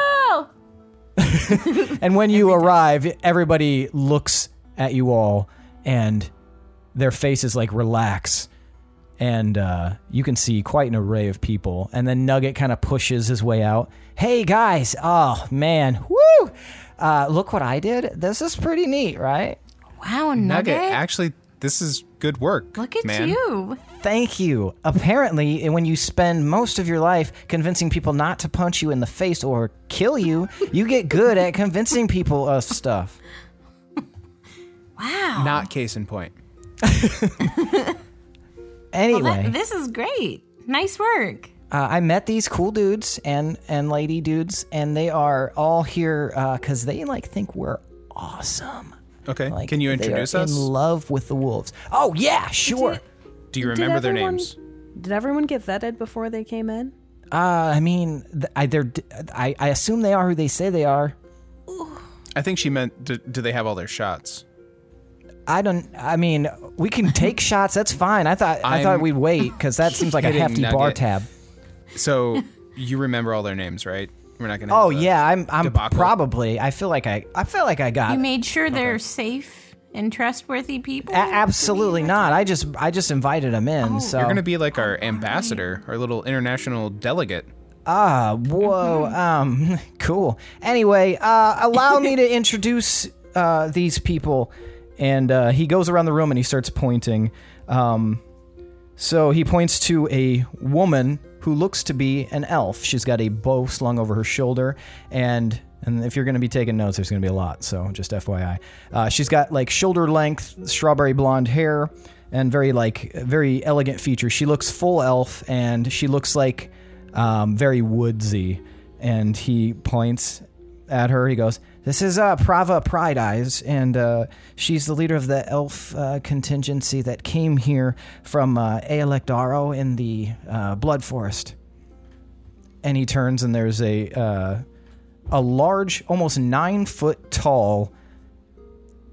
[SPEAKER 2] And when you arrive, everybody looks at you all, and their faces like relax. And uh, you can see quite an array of people. And then Nugget kind of pushes his way out. Hey guys! Oh man! Woo! Uh, look what I did. This is pretty neat, right?
[SPEAKER 5] Wow,
[SPEAKER 4] Nugget,
[SPEAKER 5] Nugget.
[SPEAKER 4] actually, this is good work.
[SPEAKER 5] Look at
[SPEAKER 4] man.
[SPEAKER 5] you.
[SPEAKER 2] Thank you. Apparently, when you spend most of your life convincing people not to punch you in the face or kill you, you get good at convincing people of stuff.
[SPEAKER 5] Wow.
[SPEAKER 4] Not case in point.
[SPEAKER 2] Anyway,
[SPEAKER 5] Well, that- this is great. Nice work.
[SPEAKER 2] uh, I met these cool dudes and and lady dudes, and they are all here because they like think we're awesome.
[SPEAKER 4] Okay.
[SPEAKER 2] Like,
[SPEAKER 4] Can you
[SPEAKER 2] they are
[SPEAKER 4] introduce us?
[SPEAKER 2] In love with the wolves. Oh yeah, sure.
[SPEAKER 4] Do you remember their
[SPEAKER 1] everyone-
[SPEAKER 4] names?
[SPEAKER 1] Did everyone get vetted before they came in?
[SPEAKER 2] Uh, I mean, th- I they're d- I, I assume they are who they say they are.
[SPEAKER 4] I think she meant, do, do they have all their shots?
[SPEAKER 2] I don't. I mean, we can take shots. That's fine. I thought i thought
[SPEAKER 4] I'm
[SPEAKER 2] we'd wait because that seems like a
[SPEAKER 4] kidding,
[SPEAKER 2] hefty bar
[SPEAKER 4] Nugget.
[SPEAKER 2] tab.
[SPEAKER 4] So you remember all their names, right? We're not gonna.
[SPEAKER 2] Oh
[SPEAKER 4] have a-
[SPEAKER 2] yeah, I'm. I'm
[SPEAKER 4] debacle.
[SPEAKER 2] probably. I feel like I. I feel like I got.
[SPEAKER 5] You made sure they're safe and trustworthy people.
[SPEAKER 2] A- absolutely not. I just. I just invited them in. so
[SPEAKER 4] Oh, You're gonna be like our ambassador, our little international delegate.
[SPEAKER 2] Ah, whoa. Um, cool. Anyway, uh, allow me to introduce uh, these people. And uh, he goes around the room and he starts pointing. Um, so he points to a woman who looks to be an elf. She's got a bow slung over her shoulder, and and if you're going to be taking notes, there's going to be a lot. So just FYI, uh, she's got like shoulder length strawberry blonde hair and very like very elegant features. She looks full elf, and she looks like um, very woodsy. And he points at her. He goes, "This is uh, Prava Pride Eyes, and uh, she's the leader of the elf uh, contingency that came here from uh, Aelectaro in the uh, Blood Forest." And he turns, and there's a uh, a large, almost nine foot tall,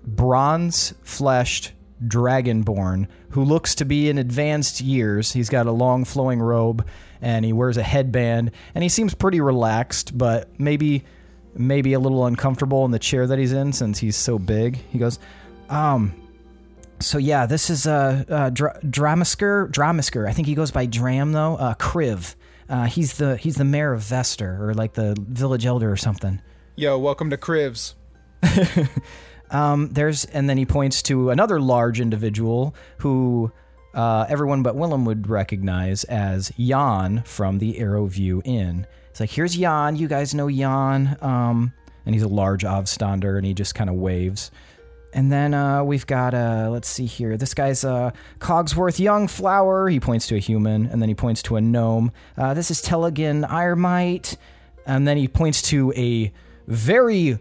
[SPEAKER 2] bronze fleshed dragonborn who looks to be in advanced years. He's got a long flowing robe and he wears a headband and he seems pretty relaxed, but maybe maybe a little uncomfortable in the chair that he's in since he's so big. He goes, "Um, So yeah, this is uh, uh Dra- Dramasker. Dramasker. I think he goes by Dram though. Uh, Kriv. Uh, he's the he's the mayor of Vester or like the village elder or something.
[SPEAKER 4] Yo, welcome to Crivs.
[SPEAKER 2] Um, there's and then he points to another large individual who uh, everyone but Willem would recognize as Jan from the Arrowview Inn. It's like here's Jan. You guys know Jan. Um, and he's a large Avstander, and he just kind of waves. And then uh, we've got uh, let's see here. This guy's uh, Cogsworth Young Flower. He points to a human, and then he points to a gnome. Uh, this is Telegin Iremite, and then he points to a very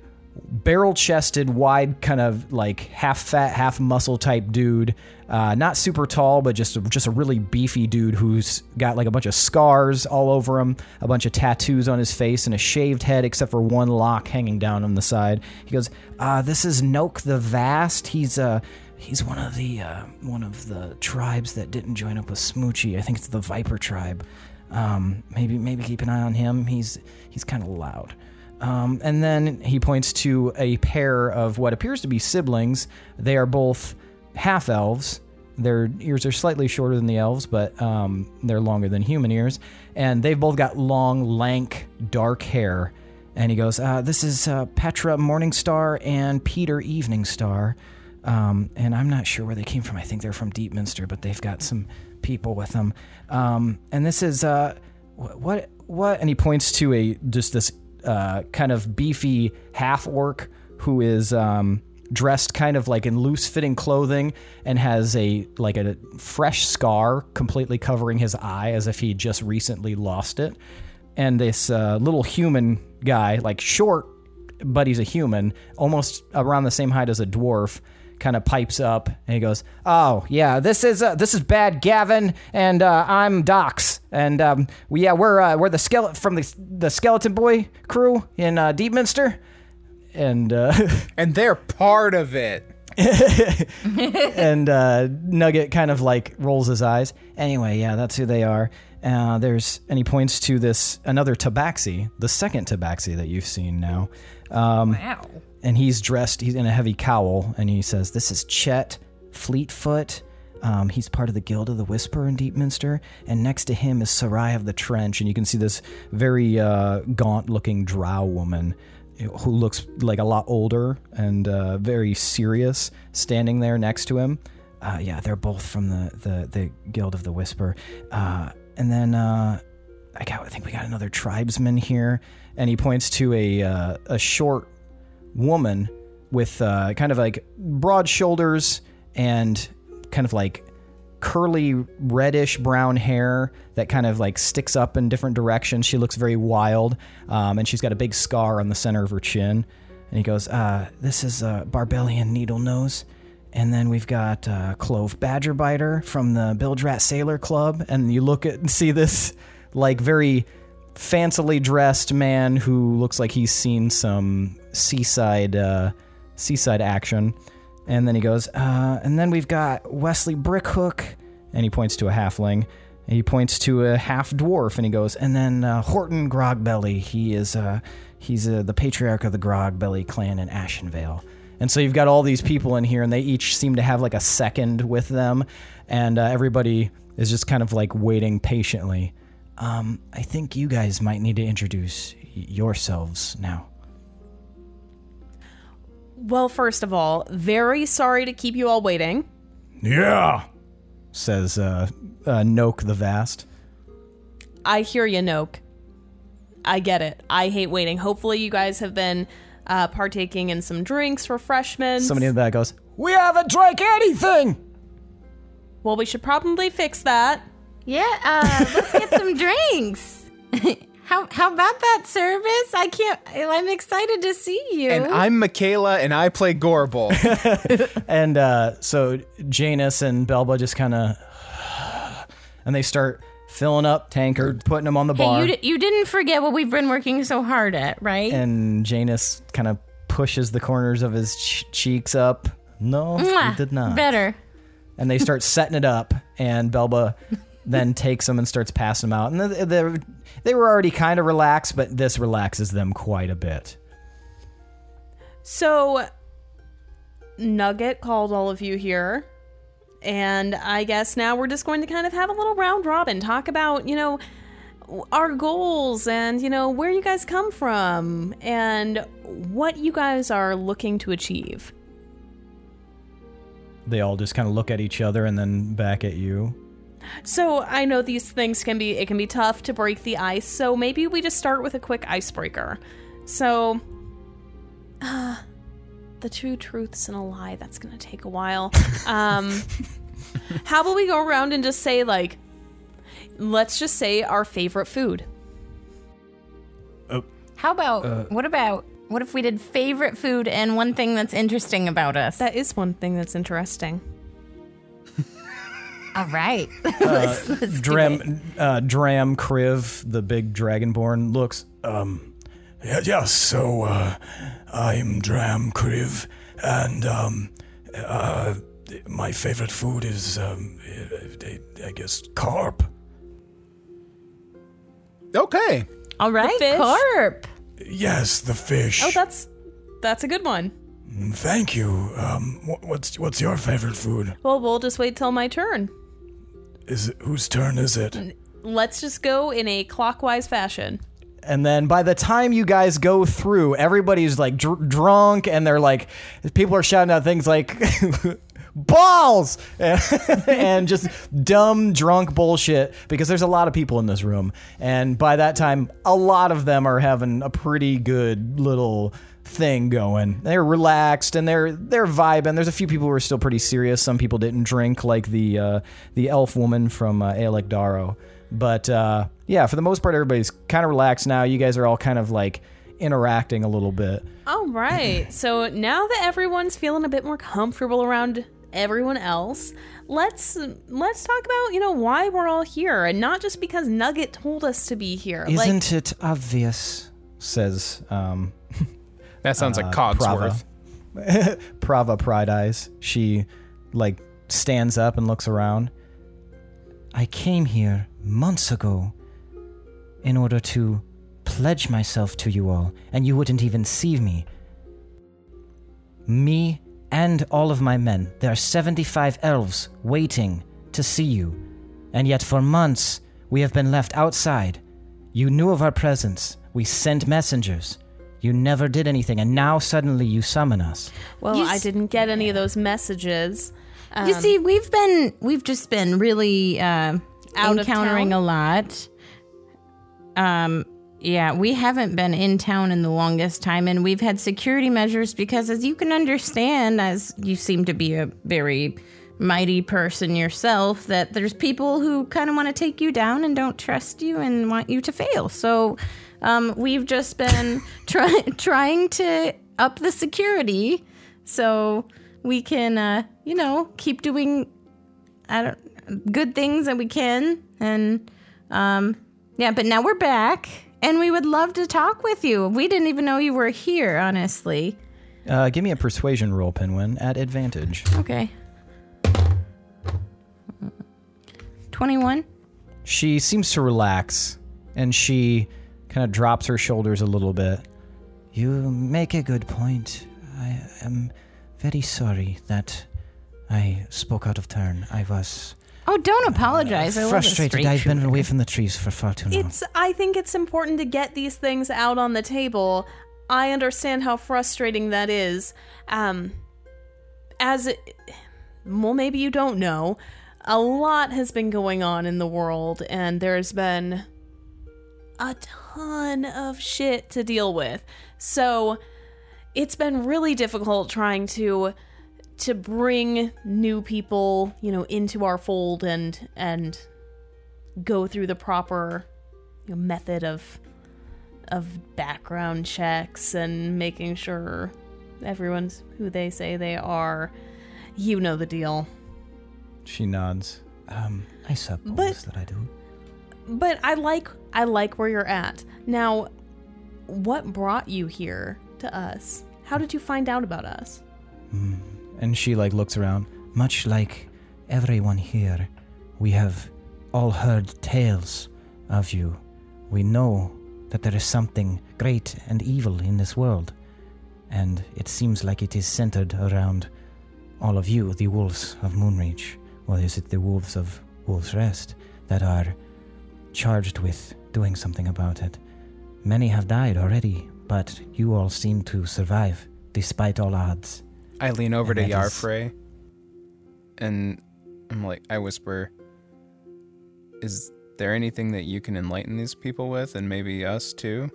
[SPEAKER 2] barrel-chested, wide, kind of like half-fat, half-muscle type dude. Uh, not super tall, but just a, just a really beefy dude who's got like a bunch of scars all over him, a bunch of tattoos on his face, and a shaved head except for one lock hanging down on the side. He goes, uh, "This is Noak the Vast. He's uh, he's one of the uh, one of the tribes that didn't join up with Smoochie. I think it's the Viper tribe. Um, maybe maybe keep an eye on him. He's he's kind of loud." Um, and then he points to a pair of what appears to be siblings. They are both half elves. Their ears are slightly shorter than the elves, but um, they're longer than human ears. And they've both got long, lank, dark hair. And he goes, uh, This is uh, Petra Morningstar and Peter Eveningstar. Um, and I'm not sure where they came from. I think they're from Deepminster, but they've got some people with them. Um, and this is, uh, wh- what, what? And he points to a, just this uh, kind of beefy half orc who is um, dressed kind of like in loose fitting clothing and has a like a fresh scar completely covering his eye as if he just recently lost it. And this uh, little human guy, like short, but he's a human, almost around the same height as a dwarf. Kind of pipes up and he goes, "Oh yeah, this is uh, this is bad, Gavin, and uh, I'm Docs, and um, we, yeah, we're uh, we're the skeleton from the the Skeleton Boy crew in uh, Deepminster, and uh,
[SPEAKER 4] And they're part of it.
[SPEAKER 2] and uh, Nugget kind of like rolls his eyes. Anyway, yeah, that's who they are. Uh, there's and he points to this another Tabaxi, the second Tabaxi that you've seen now. Um,
[SPEAKER 5] Wow.
[SPEAKER 2] and he's dressed he's in a heavy cowl and he says this is chet fleetfoot um, he's part of the guild of the whisper in deepminster and next to him is sarai of the trench and you can see this very uh, gaunt looking drow woman eh, who looks like a lot older and uh, very serious standing there next to him uh, yeah they're both from the, the, the guild of the whisper uh, and then uh, I, got, I think we got another tribesman here and he points to a, uh, a short woman with uh, kind of like broad shoulders and kind of like curly reddish brown hair that kind of like sticks up in different directions. She looks very wild, um, and she's got a big scar on the center of her chin. And he goes, uh, "This is uh, Barbellian Needle Nose." And then we've got uh, Clove Badgerbiter from the Bildrat Sailor Club, and you look at and see this like very fancily dressed man who looks like he's seen some seaside uh, seaside action. And then he goes, uh, and then we've got Wesley Brickhook, and he points to a halfling. And he points to a half dwarf, and he goes, and then uh, Horton Grogbelly. He is uh, he's uh, the patriarch of the Grogbelly clan in Ashenvale. And so you've got all these people in here, and they each seem to have like a second with them, and uh, everybody is just kind of like waiting patiently. Um, I think you guys might need to introduce y- yourselves now.
[SPEAKER 1] Well, first of all, very sorry to keep you all waiting.
[SPEAKER 8] Yeah.
[SPEAKER 2] Says uh, uh, Noak the Vast.
[SPEAKER 1] I hear you, Noak. I get it. I hate waiting. Hopefully, you guys have been uh, partaking in some drinks, refreshments.
[SPEAKER 2] Somebody in the back goes, "We haven't drank anything."
[SPEAKER 1] Well, we should probably fix that.
[SPEAKER 5] Yeah, uh, let's get some drinks. how how about that service? I can't. I'm excited to see you.
[SPEAKER 4] And I'm Michaela and I play Gorbel.
[SPEAKER 2] And uh, so Janus and Belba just kind of, and they start filling up tankard, putting them on the
[SPEAKER 5] hey,
[SPEAKER 2] bar.
[SPEAKER 5] you, di- you didn't forget what we've been working so hard at, right?
[SPEAKER 2] and Janus kind of pushes the corners of his ch- cheeks up. No,
[SPEAKER 5] Mwah,
[SPEAKER 2] he did not.
[SPEAKER 5] Better.
[SPEAKER 2] and they start setting it up and belba then takes them and starts passing them out and they- they they were already kind of relaxed but this relaxes them quite a bit
[SPEAKER 1] So, Nugget called all of you here And I guess now we're just going to kind of have a little round robin, talk about, you know, our goals and, you know, where you guys come from and what you guys are looking to achieve.
[SPEAKER 8] They all just kind of look at each other and then back at you.
[SPEAKER 1] So I know these things can be it can be tough to break the ice. So maybe we just start with a quick icebreaker. So, uh, the two truths and a lie. That's gonna take a while. Um, how about we go around and just say like, let's just say our favorite food.
[SPEAKER 5] How about
[SPEAKER 2] Uh,
[SPEAKER 5] what about what if we did favorite food and one thing that's interesting about us?
[SPEAKER 1] That is one thing that's interesting.
[SPEAKER 5] All right. Let's- let's do it.
[SPEAKER 8] Dram, uh, Dram Kriv, the big dragonborn, looks. Um, yeah, yeah, so, uh, I'm Dram Kriv, and, um, uh, my favorite food is, um, I, I guess, carp.
[SPEAKER 4] Okay.
[SPEAKER 5] All right,
[SPEAKER 1] fish?
[SPEAKER 5] Corp.
[SPEAKER 8] Yes, the fish.
[SPEAKER 1] Oh, that's that's a good one.
[SPEAKER 8] Thank you. Um, wh- what's what's your favorite food?
[SPEAKER 1] Well, we'll just wait till my turn.
[SPEAKER 8] Is it, whose turn is it?
[SPEAKER 1] Let's just go in a clockwise fashion.
[SPEAKER 2] And then by the time you guys go through, everybody's like dr- drunk and they're like, people are shouting out things like balls and, and just dumb, drunk bullshit because there's a lot of people in this room. And by that time, a lot of them are having a pretty good little thing going. They're relaxed and they're they're vibing. There's a few people who are still pretty serious. Some people didn't drink like the uh, the elf woman from uh, Alec Darrow. But uh, yeah, for the most part, everybody's kind of relaxed now. You guys are all kind of like interacting a little bit.
[SPEAKER 1] All right. so now that everyone's feeling a bit more comfortable around everyone else, let's let's talk about, you know, why we're all here and not just because Nugget told us to be here. like
[SPEAKER 2] Isn't it obvious? Says um,
[SPEAKER 4] That sounds like
[SPEAKER 2] Uh, Prava.
[SPEAKER 4] Cogsworth.
[SPEAKER 2] Prava Pride Eyes. She like stands up and looks around.
[SPEAKER 7] I came here months ago in order to pledge myself to you all, and you wouldn't even see me. Me and all of my men, there are 75 elves waiting to see you, and yet for months we have been left outside. You knew of our presence, we sent messengers. You never did anything, and now suddenly you summon us.
[SPEAKER 1] well,
[SPEAKER 5] You
[SPEAKER 1] I
[SPEAKER 5] s-
[SPEAKER 1] didn't get any of those messages.
[SPEAKER 5] you
[SPEAKER 1] Um,
[SPEAKER 5] see, we've been we've just been really uh,
[SPEAKER 1] Out of
[SPEAKER 5] encountering a
[SPEAKER 1] town?
[SPEAKER 5] lot. Um, yeah, we haven't been in town in the longest time, and we've had security measures because, as you can understand, as you seem to be a very mighty person yourself, that there's people who kind of want to take you down and don't trust you and want you to fail. So, um, we've just been try- trying to up the security so we can, uh, you know, keep doing I don't good things that we can and um yeah, but now we're back and we would love to talk with you. We didn't even know you were here, honestly.
[SPEAKER 2] Uh, give me a persuasion roll, Pinwin, at advantage.
[SPEAKER 5] Okay. 21
[SPEAKER 2] She seems to relax and she kind of drops her shoulders a little bit.
[SPEAKER 7] You make a good point. I am very sorry that I spoke out of turn. I was
[SPEAKER 5] Oh, don't apologize. I love this
[SPEAKER 7] frustrated.
[SPEAKER 5] straight
[SPEAKER 7] I've been
[SPEAKER 5] shooter.
[SPEAKER 7] away from the trees for far too long.
[SPEAKER 1] It's I think it's important to get these things out on the table. I understand how frustrating that is. Um as it, well maybe you don't know, a lot has been going on in the world and there's been a ton of shit to deal with. So it's been really difficult trying to to bring new people, you know, into our fold and and go through the proper you know, method of of background checks and making sure everyone's who they say they are. You know the deal.
[SPEAKER 2] She nods.
[SPEAKER 7] Um, I suppose
[SPEAKER 1] But-
[SPEAKER 7] that I do.
[SPEAKER 1] But I like I like where you're at. Now, what brought you here to us? How did you find out about us?
[SPEAKER 2] And she like looks around.
[SPEAKER 7] Much like everyone here, we have all heard tales of you. We know that there is something great and evil in this world, and it seems like it is centered around all of you, the wolves of Moonreach. well, is it the wolves of Wolf's Rest that are charged with doing something about it? Many have died already, but you all seem to survive despite all odds.
[SPEAKER 4] I lean over
[SPEAKER 7] And
[SPEAKER 4] to
[SPEAKER 7] that is-
[SPEAKER 4] Yarfrey and I'm like, I whisper, Is there anything that you can enlighten these people with and maybe us too?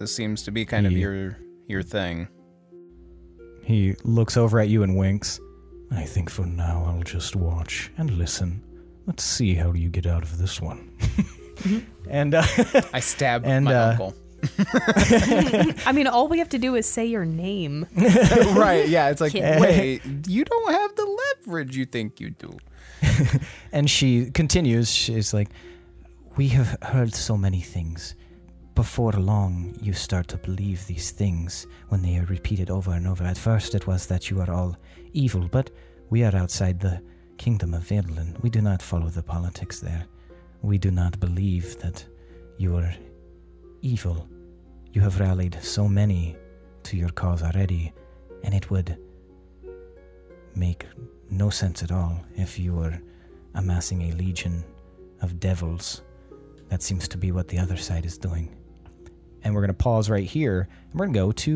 [SPEAKER 4] This seems to be kind of
[SPEAKER 8] Ye-
[SPEAKER 4] your your thing.
[SPEAKER 8] He looks over at you and winks. I think for now I'll just watch and listen. Let's see how you get out of this one.
[SPEAKER 2] And uh,
[SPEAKER 4] I stab
[SPEAKER 2] And,
[SPEAKER 4] my
[SPEAKER 2] uh,
[SPEAKER 4] uncle.
[SPEAKER 1] I mean, all we have to do is say your name.
[SPEAKER 4] right, yeah. It's like, wait, you don't have the leverage you think you do.
[SPEAKER 7] And she continues, she's like, We have heard so many things. Before long, you start to believe these things when they are repeated over and over. At first, it was that you are all evil, but we are outside the kingdom of Irlin. We do not follow the politics there. We do not believe that you are evil. You have rallied so many to your cause already, and it would make no sense at all if you were amassing a legion of devils. That seems to be what the other side is doing.
[SPEAKER 2] and we're gonna pause right here. And we're gonna go to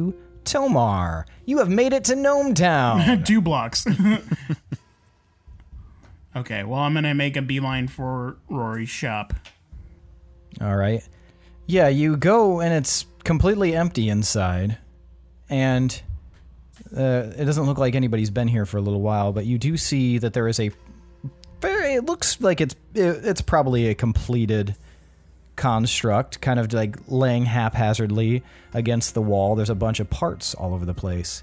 [SPEAKER 2] Tomar. You have made it to Gnome Town.
[SPEAKER 3] Two blocks. okay, well, I'm going to make a beeline for Rory's shop.
[SPEAKER 2] All right. Yeah, you go and it's completely empty inside, and uh, it doesn't look like anybody's been here for a little while. But you do see that there is a. very- It looks like it's it- it's probably a completed construct, kind of like laying haphazardly against the wall. There's a bunch of parts all over the place.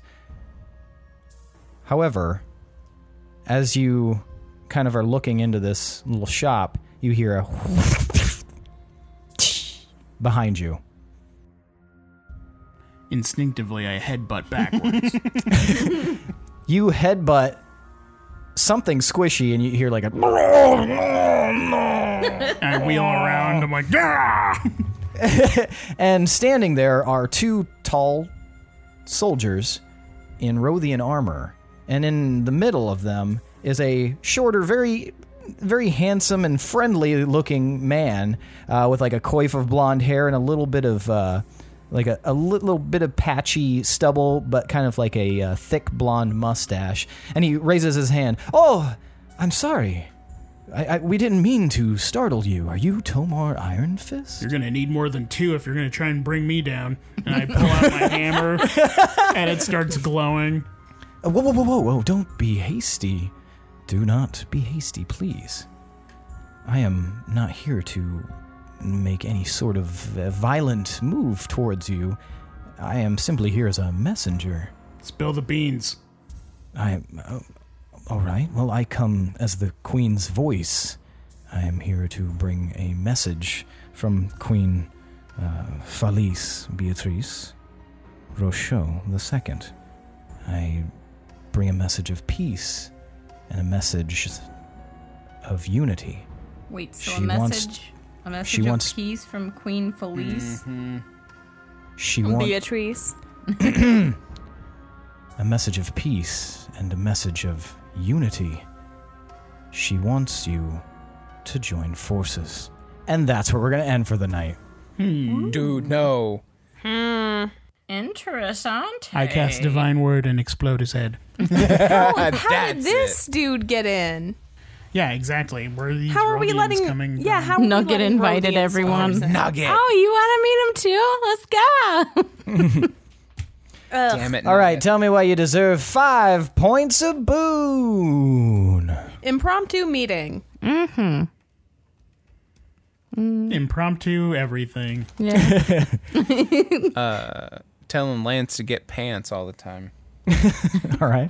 [SPEAKER 2] However, as you kind of are looking into this little shop, you hear a behind you.
[SPEAKER 3] Instinctively, I headbutt backwards.
[SPEAKER 2] You headbutt something squishy, and you hear like a.
[SPEAKER 3] I wheel around. I'm like, "Gah!"
[SPEAKER 2] And standing there are two tall soldiers in Rothian armor, and in the middle of them is a shorter, very, very handsome and friendly-looking man uh, with like a coif of blonde hair and a little bit of. Uh, like a, a li- little bit of patchy stubble, but kind of like a uh, thick blonde mustache. And he raises his hand. Oh, I'm sorry. I, I, we didn't mean to startle you. Are you Tomar Iron Fist?
[SPEAKER 3] You're going to need more than two if you're going to try and bring me down. And I pull out my hammer, and it starts glowing.
[SPEAKER 2] Uh, Whoa, whoa, whoa, whoa, whoa, don't be hasty.
[SPEAKER 7] Do not be hasty, please. I am not here to make any sort of uh, violent move towards you. I am simply here as a messenger.
[SPEAKER 3] Spill the beans.
[SPEAKER 7] I. Uh, all right. Well, I come as the Queen's voice. I am here to bring a message from Queen uh, Felice Beatrice Rochot II. I bring a message of peace and a message of unity.
[SPEAKER 5] Wait, so
[SPEAKER 7] She
[SPEAKER 5] a
[SPEAKER 7] wants-
[SPEAKER 5] message, a message of
[SPEAKER 7] wants- Mm-hmm.
[SPEAKER 5] peace from Queen Felice.
[SPEAKER 7] She wants
[SPEAKER 1] Beatrice.
[SPEAKER 7] a message of peace and a message of unity. She wants you to join forces.
[SPEAKER 2] And that's where we're going to end for the night.
[SPEAKER 4] Dude, no.
[SPEAKER 5] Interessante.
[SPEAKER 3] I cast Divine Word and explode his head.
[SPEAKER 1] How did
[SPEAKER 4] That's
[SPEAKER 1] this dude get in?
[SPEAKER 3] Yeah, exactly. Where are these
[SPEAKER 1] How are we
[SPEAKER 3] Rhodians
[SPEAKER 1] letting?
[SPEAKER 3] coming
[SPEAKER 1] yeah,
[SPEAKER 3] from?
[SPEAKER 1] how are we
[SPEAKER 5] Nugget
[SPEAKER 1] letting
[SPEAKER 5] invited
[SPEAKER 1] Rhodians
[SPEAKER 5] everyone.
[SPEAKER 1] sponsor?
[SPEAKER 4] Nugget.
[SPEAKER 5] Oh, you want to meet him too? Let's go.
[SPEAKER 4] Damn it.
[SPEAKER 2] All right,
[SPEAKER 4] Nugget.
[SPEAKER 2] tell me why you deserve five points of boon.
[SPEAKER 1] Impromptu meeting.
[SPEAKER 3] Impromptu everything.
[SPEAKER 4] telling Lance to get pants all the time.
[SPEAKER 2] All right.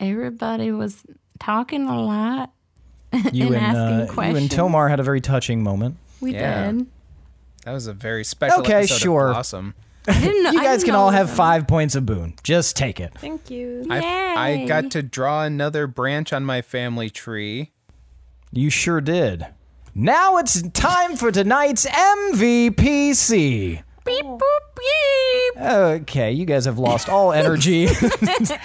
[SPEAKER 5] Everybody was talking a lot.
[SPEAKER 2] You
[SPEAKER 5] And
[SPEAKER 2] and,
[SPEAKER 5] asking
[SPEAKER 2] uh, you and
[SPEAKER 5] questions.
[SPEAKER 2] Tomar had a very touching moment.
[SPEAKER 5] We
[SPEAKER 4] Yeah.
[SPEAKER 5] did.
[SPEAKER 4] That was a very special
[SPEAKER 2] Okay,
[SPEAKER 4] episode
[SPEAKER 2] sure.
[SPEAKER 4] of Blossom.
[SPEAKER 5] I didn't know.
[SPEAKER 2] You
[SPEAKER 5] I
[SPEAKER 2] guys
[SPEAKER 5] didn't
[SPEAKER 2] can
[SPEAKER 5] know
[SPEAKER 2] all
[SPEAKER 5] it
[SPEAKER 2] have
[SPEAKER 5] was-
[SPEAKER 2] five points of boon. Just take it.
[SPEAKER 1] Thank you.
[SPEAKER 4] I, I
[SPEAKER 5] Yay.
[SPEAKER 4] got to draw another branch on my family tree.
[SPEAKER 2] You sure did. Now it's time for tonight's MVPC.
[SPEAKER 5] Beep boop
[SPEAKER 2] uh,
[SPEAKER 5] beep.
[SPEAKER 2] Okay, you guys have lost all energy.
[SPEAKER 3] One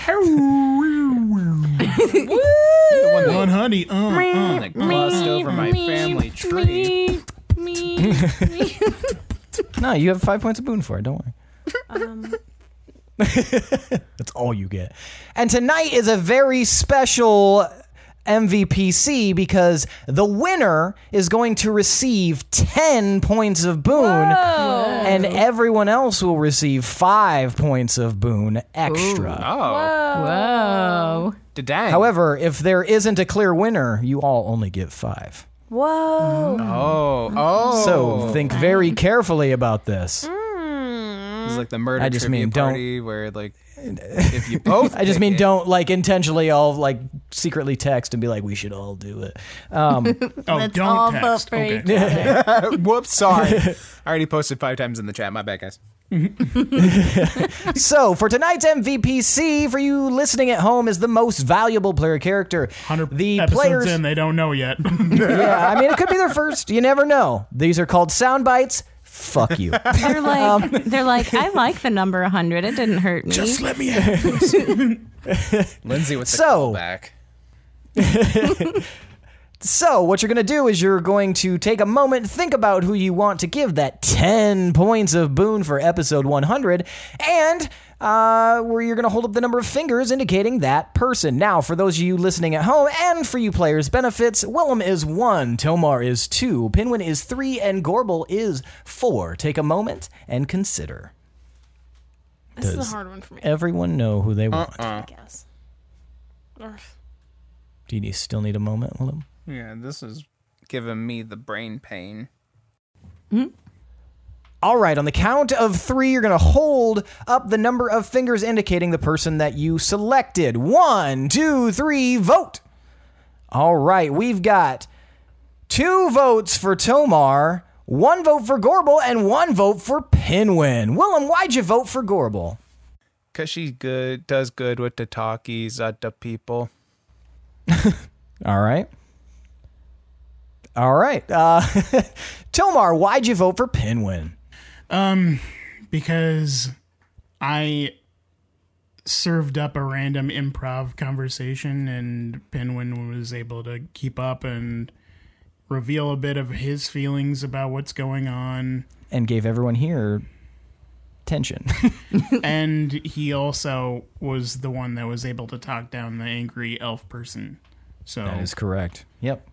[SPEAKER 3] honey, uh, uh.
[SPEAKER 4] that glossed over my family tree.
[SPEAKER 5] Me.
[SPEAKER 2] No, you have five points of boon for it. Don't worry. That's all you get. And tonight is a very special MVPC because the winner is going to receive 10 points of boon, and everyone else will receive five points of boon extra.
[SPEAKER 4] Oh,
[SPEAKER 5] Whoa.
[SPEAKER 4] dang.
[SPEAKER 2] However, if there isn't a clear winner, you all only get five.
[SPEAKER 1] Whoa.
[SPEAKER 4] oh, oh.
[SPEAKER 2] So think very carefully about this.
[SPEAKER 4] It's like the murder
[SPEAKER 2] I just
[SPEAKER 4] trivia
[SPEAKER 2] mean don't-
[SPEAKER 4] party where like if you both
[SPEAKER 2] I just
[SPEAKER 4] pick
[SPEAKER 2] mean
[SPEAKER 4] it-
[SPEAKER 2] don't like intentionally all like secretly text and be like we should all do it.
[SPEAKER 3] Oh,
[SPEAKER 5] Let's
[SPEAKER 3] don't
[SPEAKER 5] all
[SPEAKER 3] text.
[SPEAKER 5] vote for
[SPEAKER 3] Okay.
[SPEAKER 5] each other.
[SPEAKER 4] Whoops, sorry. I already posted five times in the chat. My bad, guys.
[SPEAKER 2] so for tonight's MVPC for you listening at home is the most valuable player character.
[SPEAKER 3] 100
[SPEAKER 2] The
[SPEAKER 3] episodes
[SPEAKER 2] players
[SPEAKER 3] in, they don't know yet.
[SPEAKER 2] Yeah, I mean it could be their first. You never know. These are called sound bites. Fuck you.
[SPEAKER 5] They're like, they're like, I like the number 100. It didn't hurt me.
[SPEAKER 3] let me have this.
[SPEAKER 4] Lindsay with the
[SPEAKER 2] So-
[SPEAKER 4] back.
[SPEAKER 2] So, what you're going to do is you're going to take a moment, think about who you want to give that 10 points of boon for episode 100, and uh, where you're going to hold up the number of fingers indicating that person. Now, for those of you listening at home and for you players' benefits, Willem is 1, Tomar is 2, Pinwin is 3, and Gorbel is 4. Take a moment and consider.
[SPEAKER 1] This is
[SPEAKER 2] Does
[SPEAKER 1] a hard one for me,
[SPEAKER 2] Everyone know who they want.
[SPEAKER 1] I guess. Urgh.
[SPEAKER 2] Do you still need a moment, Willem?
[SPEAKER 4] Yeah, this is giving me the brain pain.
[SPEAKER 2] All right, on the count of three, you're going to hold up the number of fingers indicating the person that you selected. One, two, three, vote. All right, we've got two votes for Tomar, one vote for Gorbel, and one vote for Pinwin. Willem, why'd you vote for Gorbel?
[SPEAKER 4] Cause she good does good with the talkies at the people.
[SPEAKER 2] All right. All right. Uh, Tomar, why'd you vote for Pinwin?
[SPEAKER 3] Um, because I served up a random improv conversation, and Penguin was able to keep up and reveal a bit of his feelings about what's going on.
[SPEAKER 2] And gave everyone here tension.
[SPEAKER 3] and he also was the one that was able to talk down the angry elf person. So,
[SPEAKER 2] correct. Yep.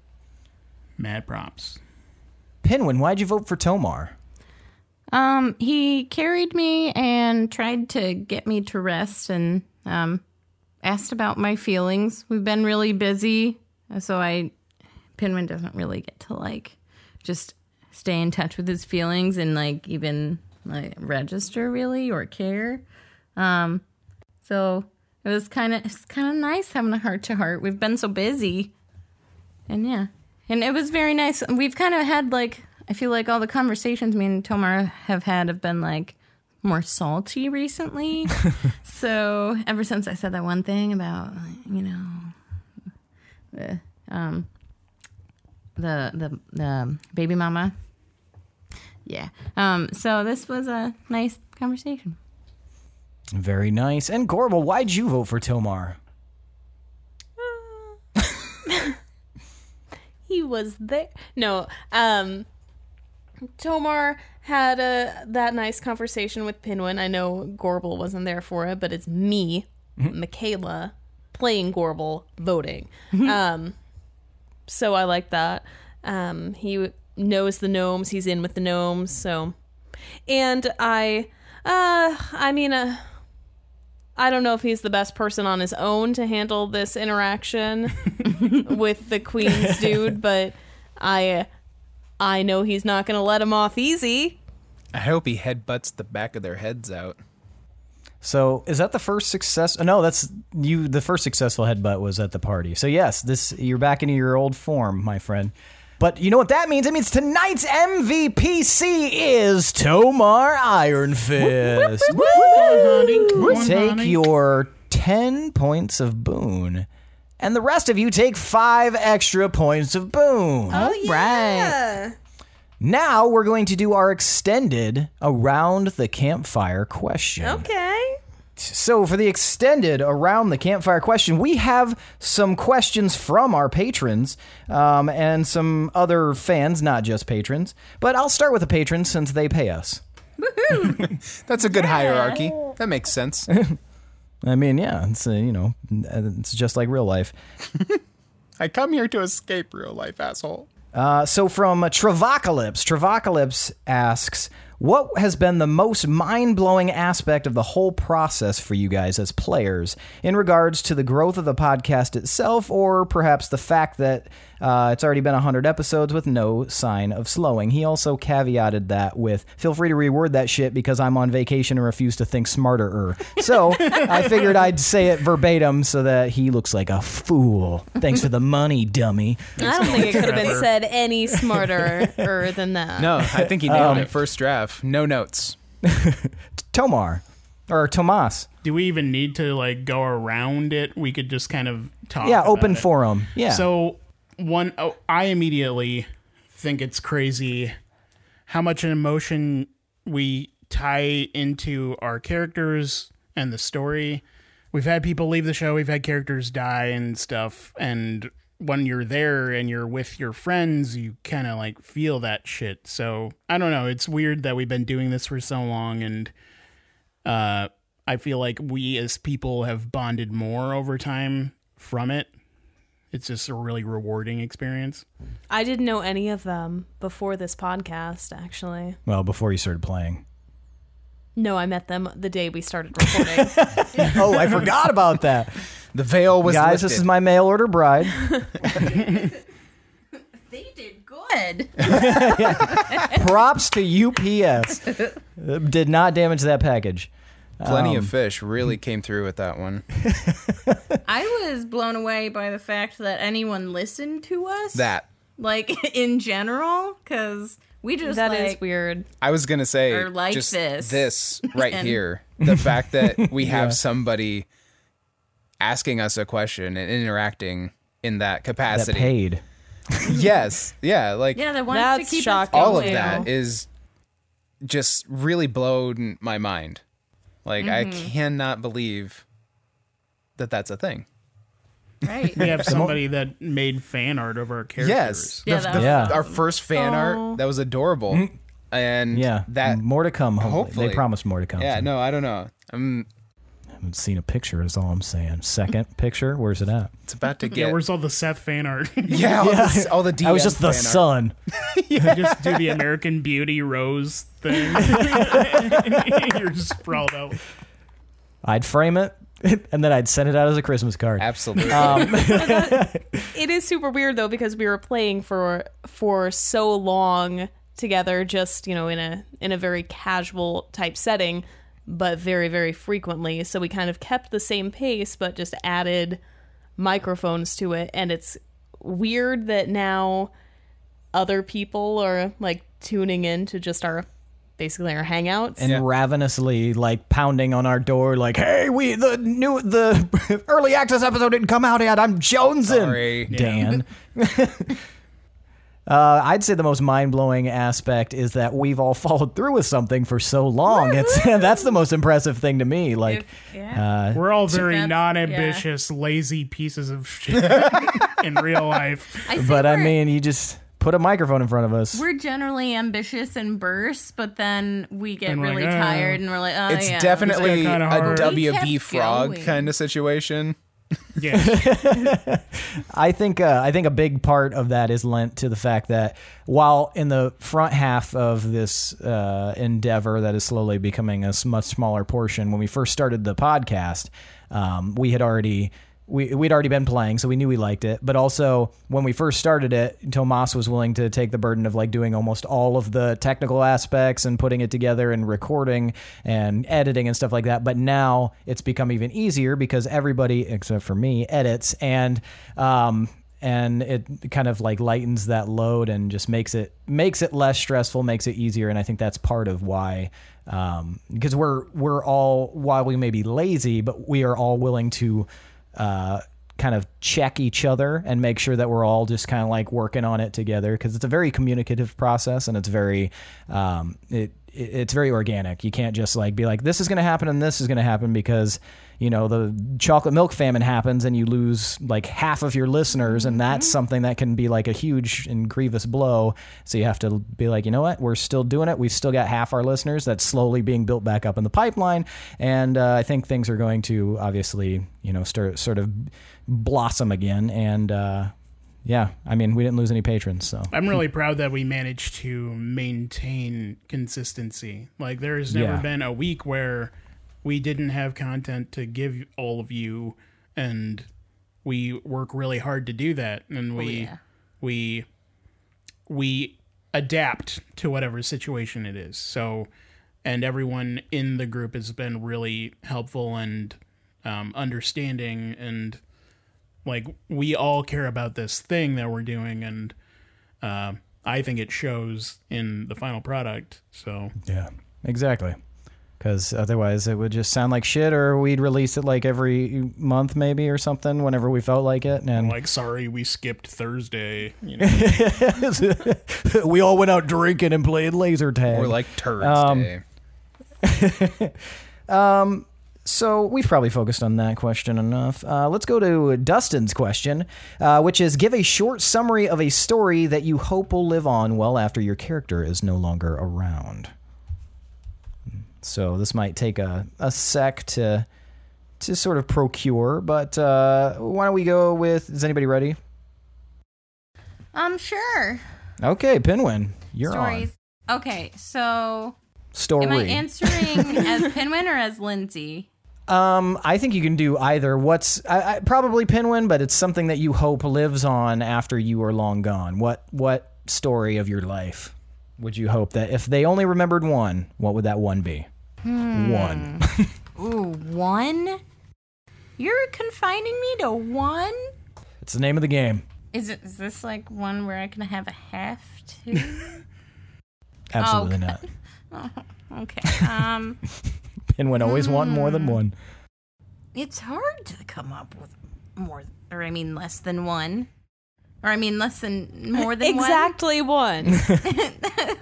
[SPEAKER 3] mad props.
[SPEAKER 2] Pinwin, why'd you vote for Tomar?
[SPEAKER 5] Um, he carried me and tried to get me to rest and um, asked about my feelings. We've been really busy, so I Pinwin doesn't really get to like just stay in touch with his feelings and like even like register really or care. Um, so it was kind of it's kind of nice having a heart to heart. We've been so busy. And yeah. And it was very nice. We've kind of had like I feel like all the conversations me and Tomar have had have been like more salty recently. so ever since I said that one thing about you know the um the the the baby mama. Yeah. Um so this was a nice conversation.
[SPEAKER 2] Very nice. And Gorbel, why'd you vote for Tomar?
[SPEAKER 1] he was there. No, um, Tomar had a that nice conversation with Pinwin. I know Gorbel wasn't there for it, but it's me, Michaela, playing Gorbel, voting. um, so I like that. Um, he knows the gnomes. He's in with the gnomes. So, and I, uh, I mean, uh. I don't know if he's the best person on his own to handle this interaction with the queen's dude, but I I know he's not going to let him off easy.
[SPEAKER 4] I hope he headbutts the back of their heads out.
[SPEAKER 2] So is that the first success? oh, No, that's you. The first successful headbutt was at the party. So yes, this you're back into your old form, my friend. But you know what that means? It means tonight's MVPC is Tomar Iron Fist.
[SPEAKER 3] One
[SPEAKER 2] Take
[SPEAKER 3] honey.
[SPEAKER 2] your ten points of boon, and the rest of you take five extra points of boon.
[SPEAKER 5] Right.
[SPEAKER 2] Now we're going to do our extended around the campfire question.
[SPEAKER 1] Okay.
[SPEAKER 2] So, for the extended around the campfire question, we have some questions from our patrons um, and some other fans, not just patrons. But I'll start with the patrons since they pay us.
[SPEAKER 4] That's a good hierarchy. That makes sense.
[SPEAKER 2] I mean, yeah, it's uh, you know, it's just like real life.
[SPEAKER 4] I come here to escape real life, asshole.
[SPEAKER 2] Uh, so from uh, Travacalypse, Travacalypse asks, "What has been the most mind-blowing aspect of the whole process for you guys as players in regards to the growth of the podcast itself, or perhaps the fact that uh, it's already been hundred episodes with no sign of slowing?" He also caveated that with, "Feel free to reword that shit because I'm on vacation and refuse to think smarter." So I figured I'd say it verbatim so that he looks like a fool. Thanks for the money, dummy.
[SPEAKER 5] I don't think it could have been said any smarter er than that.
[SPEAKER 4] No, I think he
[SPEAKER 2] Um,
[SPEAKER 4] nailed it. First draft, no notes.
[SPEAKER 2] Tomar or Tomas.
[SPEAKER 3] Do we even need to like go around it? We could just kind of talk.
[SPEAKER 2] Yeah,
[SPEAKER 3] about
[SPEAKER 2] open
[SPEAKER 3] it.
[SPEAKER 2] forum. Yeah.
[SPEAKER 3] So one, oh, I immediately think it's crazy how much an emotion we tie into our characters and the story. We've had people leave the show. We've had characters die and stuff. And when you're there and you're with your friends, you kind of like feel that shit. So I don't know. It's weird that we've been doing this for so long and uh, I feel like we as people have bonded more over time from it. It's just a really rewarding experience.
[SPEAKER 1] I didn't know any of them before this podcast, actually.
[SPEAKER 2] well, before you started playing.
[SPEAKER 1] No, I met them the day we started recording.
[SPEAKER 2] Oh, I forgot about that.
[SPEAKER 4] The veil was
[SPEAKER 2] Guys, this
[SPEAKER 4] lifted.
[SPEAKER 2] is my mail order bride.
[SPEAKER 5] They did good.
[SPEAKER 2] Props to UPS. Uh, Did not damage that package.
[SPEAKER 4] Plenty
[SPEAKER 2] Um,
[SPEAKER 4] of fish really came through with that one.
[SPEAKER 5] I was blown away by the fact that anyone listened to us.
[SPEAKER 4] That
[SPEAKER 5] like in general, because we just
[SPEAKER 1] that
[SPEAKER 5] like,
[SPEAKER 1] is weird.
[SPEAKER 4] I was gonna say,
[SPEAKER 5] Or like
[SPEAKER 4] just
[SPEAKER 5] this.
[SPEAKER 4] this right
[SPEAKER 5] And-
[SPEAKER 4] here. The fact that we have somebody asking us a question and interacting in
[SPEAKER 2] That
[SPEAKER 4] that capacity.
[SPEAKER 2] paid.
[SPEAKER 4] Yes, yeah, like
[SPEAKER 5] Yeah, that wants
[SPEAKER 1] That's
[SPEAKER 5] to keep us
[SPEAKER 1] shocking.
[SPEAKER 5] going.
[SPEAKER 4] all of that is just really blown my mind. Like
[SPEAKER 5] Mm-hmm.
[SPEAKER 4] I cannot believe that that's a thing.
[SPEAKER 5] right.
[SPEAKER 3] We have somebody that made fan art of our characters. Mm.
[SPEAKER 4] Yes,
[SPEAKER 5] Yeah,
[SPEAKER 4] The-
[SPEAKER 5] that
[SPEAKER 4] the-
[SPEAKER 5] was
[SPEAKER 2] Yeah.
[SPEAKER 4] our first fan art that was adorable, and
[SPEAKER 2] Yeah.
[SPEAKER 4] that
[SPEAKER 2] more to come. Hopefully.
[SPEAKER 4] hopefully.
[SPEAKER 2] They promised more to come.
[SPEAKER 4] yeah. No, I don't know. I'm.
[SPEAKER 8] haven't seen a picture, is all I'm saying. Second picture, where's it at?
[SPEAKER 4] It's about to
[SPEAKER 3] Yeah,
[SPEAKER 4] get.
[SPEAKER 3] where's all the Seth fan art?
[SPEAKER 4] Yeah, all, The, all the DM
[SPEAKER 2] I was just the
[SPEAKER 4] fan art.
[SPEAKER 2] son.
[SPEAKER 3] just do the American Beauty Rose thing. You're just sprawled out.
[SPEAKER 2] I'd frame it and then I'd send it out as a Christmas card.
[SPEAKER 4] Absolutely.
[SPEAKER 2] Um,
[SPEAKER 1] It is super weird though because we were playing for for so long together just, you know, in a in a very casual type setting, but very very frequently. So we kind of kept the same pace but just added microphones to it and it's weird that now other people are like tuning in to just our basically our hangouts.
[SPEAKER 2] and ravenously like pounding on our door like hey we the new the early access episode didn't come out yet i'm jonesing
[SPEAKER 4] Oh, Sorry.
[SPEAKER 2] Oh, dan uh, i'd say the most mind-blowing aspect is that we've all followed through with something for so long it's that's the most impressive thing to me like uh,
[SPEAKER 3] We're all very
[SPEAKER 5] That's-
[SPEAKER 3] non-ambitious, lazy pieces of shit in real life.
[SPEAKER 5] I see
[SPEAKER 2] but i
[SPEAKER 5] we're-
[SPEAKER 2] mean you just put a microphone in front of us
[SPEAKER 5] we're generally ambitious and bursts, but then we get
[SPEAKER 3] And we're
[SPEAKER 5] really
[SPEAKER 3] like, "Oh."
[SPEAKER 5] tired and we're like, oh
[SPEAKER 4] It's
[SPEAKER 5] yeah.
[SPEAKER 4] definitely
[SPEAKER 3] It's kinda
[SPEAKER 4] a
[SPEAKER 3] hard.
[SPEAKER 5] We
[SPEAKER 4] WB
[SPEAKER 5] kept
[SPEAKER 4] frog
[SPEAKER 5] going.
[SPEAKER 4] kind of situation.
[SPEAKER 3] Yeah,
[SPEAKER 2] I think uh, I think a big part of that is lent to the fact that while in the front half of this uh, endeavor that is slowly becoming a s- much smaller portion, when we first started the podcast, um, we had already. We, we'd already been playing, so we knew we liked it. But also, when we first started it, Tomas was willing to take the burden of like doing almost all of the technical aspects and putting it together and recording and editing and stuff like that. But now it's become even easier because everybody except for me edits and um and it kind of like lightens that load and just makes it makes it less stressful, makes it easier. And I think that's part of why um because we're we're all while we may be lazy, but we are all willing to uh kind of check each other and make sure that we're all just kind of like working on it together because it's a very communicative process and it's very um, it it- it's very organic. You can't just like be like this is going to happen and this is going to happen because you know the chocolate milk famine happens and you lose like half of your listeners and that's something that can be like a huge and grievous blow. So you have to be like, you know what? We're still doing it. We've still got half our listeners that's slowly being built back up in the pipeline and uh, I think things are going to obviously, you know, start sort of blossom again and uh yeah, I mean, we didn't lose any patrons, so
[SPEAKER 3] I'm really proud that we managed to maintain consistency. Like there has never
[SPEAKER 2] Yeah.
[SPEAKER 3] been a week where we didn't have content to give all of you and we work really hard to do that and we
[SPEAKER 5] yeah.
[SPEAKER 3] we we adapt to whatever situation it is. So and everyone in the group has been really helpful and um, understanding and like we all care about this thing that we're doing and uh, I think it shows in the final product. So
[SPEAKER 8] Yeah.
[SPEAKER 2] Exactly. Because otherwise, it would just sound like shit, or we'd release it like every month, maybe, or something, whenever we felt like it. And
[SPEAKER 3] like, sorry, we skipped Thursday. You know,
[SPEAKER 2] we all went out drinking and played laser tag.
[SPEAKER 4] Or like
[SPEAKER 2] Um,
[SPEAKER 4] eh? Thursday.
[SPEAKER 2] so we've probably focused on that question enough. Uh, let's go to Dustin's question, uh, which is give a short summary of a story that you hope will live on well after your character is no longer around. So this might take a, a sec to to sort of procure, but uh, why don't we go with? Is anybody ready?
[SPEAKER 5] I'm sure.
[SPEAKER 2] Okay, Pinwin, you're on.
[SPEAKER 5] Stories. Okay, so
[SPEAKER 2] Story.
[SPEAKER 5] am I answering as Pinwin or as Lindsay?
[SPEAKER 2] Um, I think you can do either. What's I, I, probably Pinwin, but it's something that you hope lives on after you are long gone. What what story of your life would you hope that if they only remembered one, what would that one be? One.
[SPEAKER 5] Ooh, one? You're confining me to one?
[SPEAKER 2] It's the name of the game.
[SPEAKER 5] Is it is this like one where I can have a half too?
[SPEAKER 2] Absolutely
[SPEAKER 5] Okay.
[SPEAKER 2] not.
[SPEAKER 5] oh, okay. Um
[SPEAKER 2] Pinwin always want more than one.
[SPEAKER 5] it's hard to come up with more or I mean less than one. Or I mean less than more than one.
[SPEAKER 1] exactly one.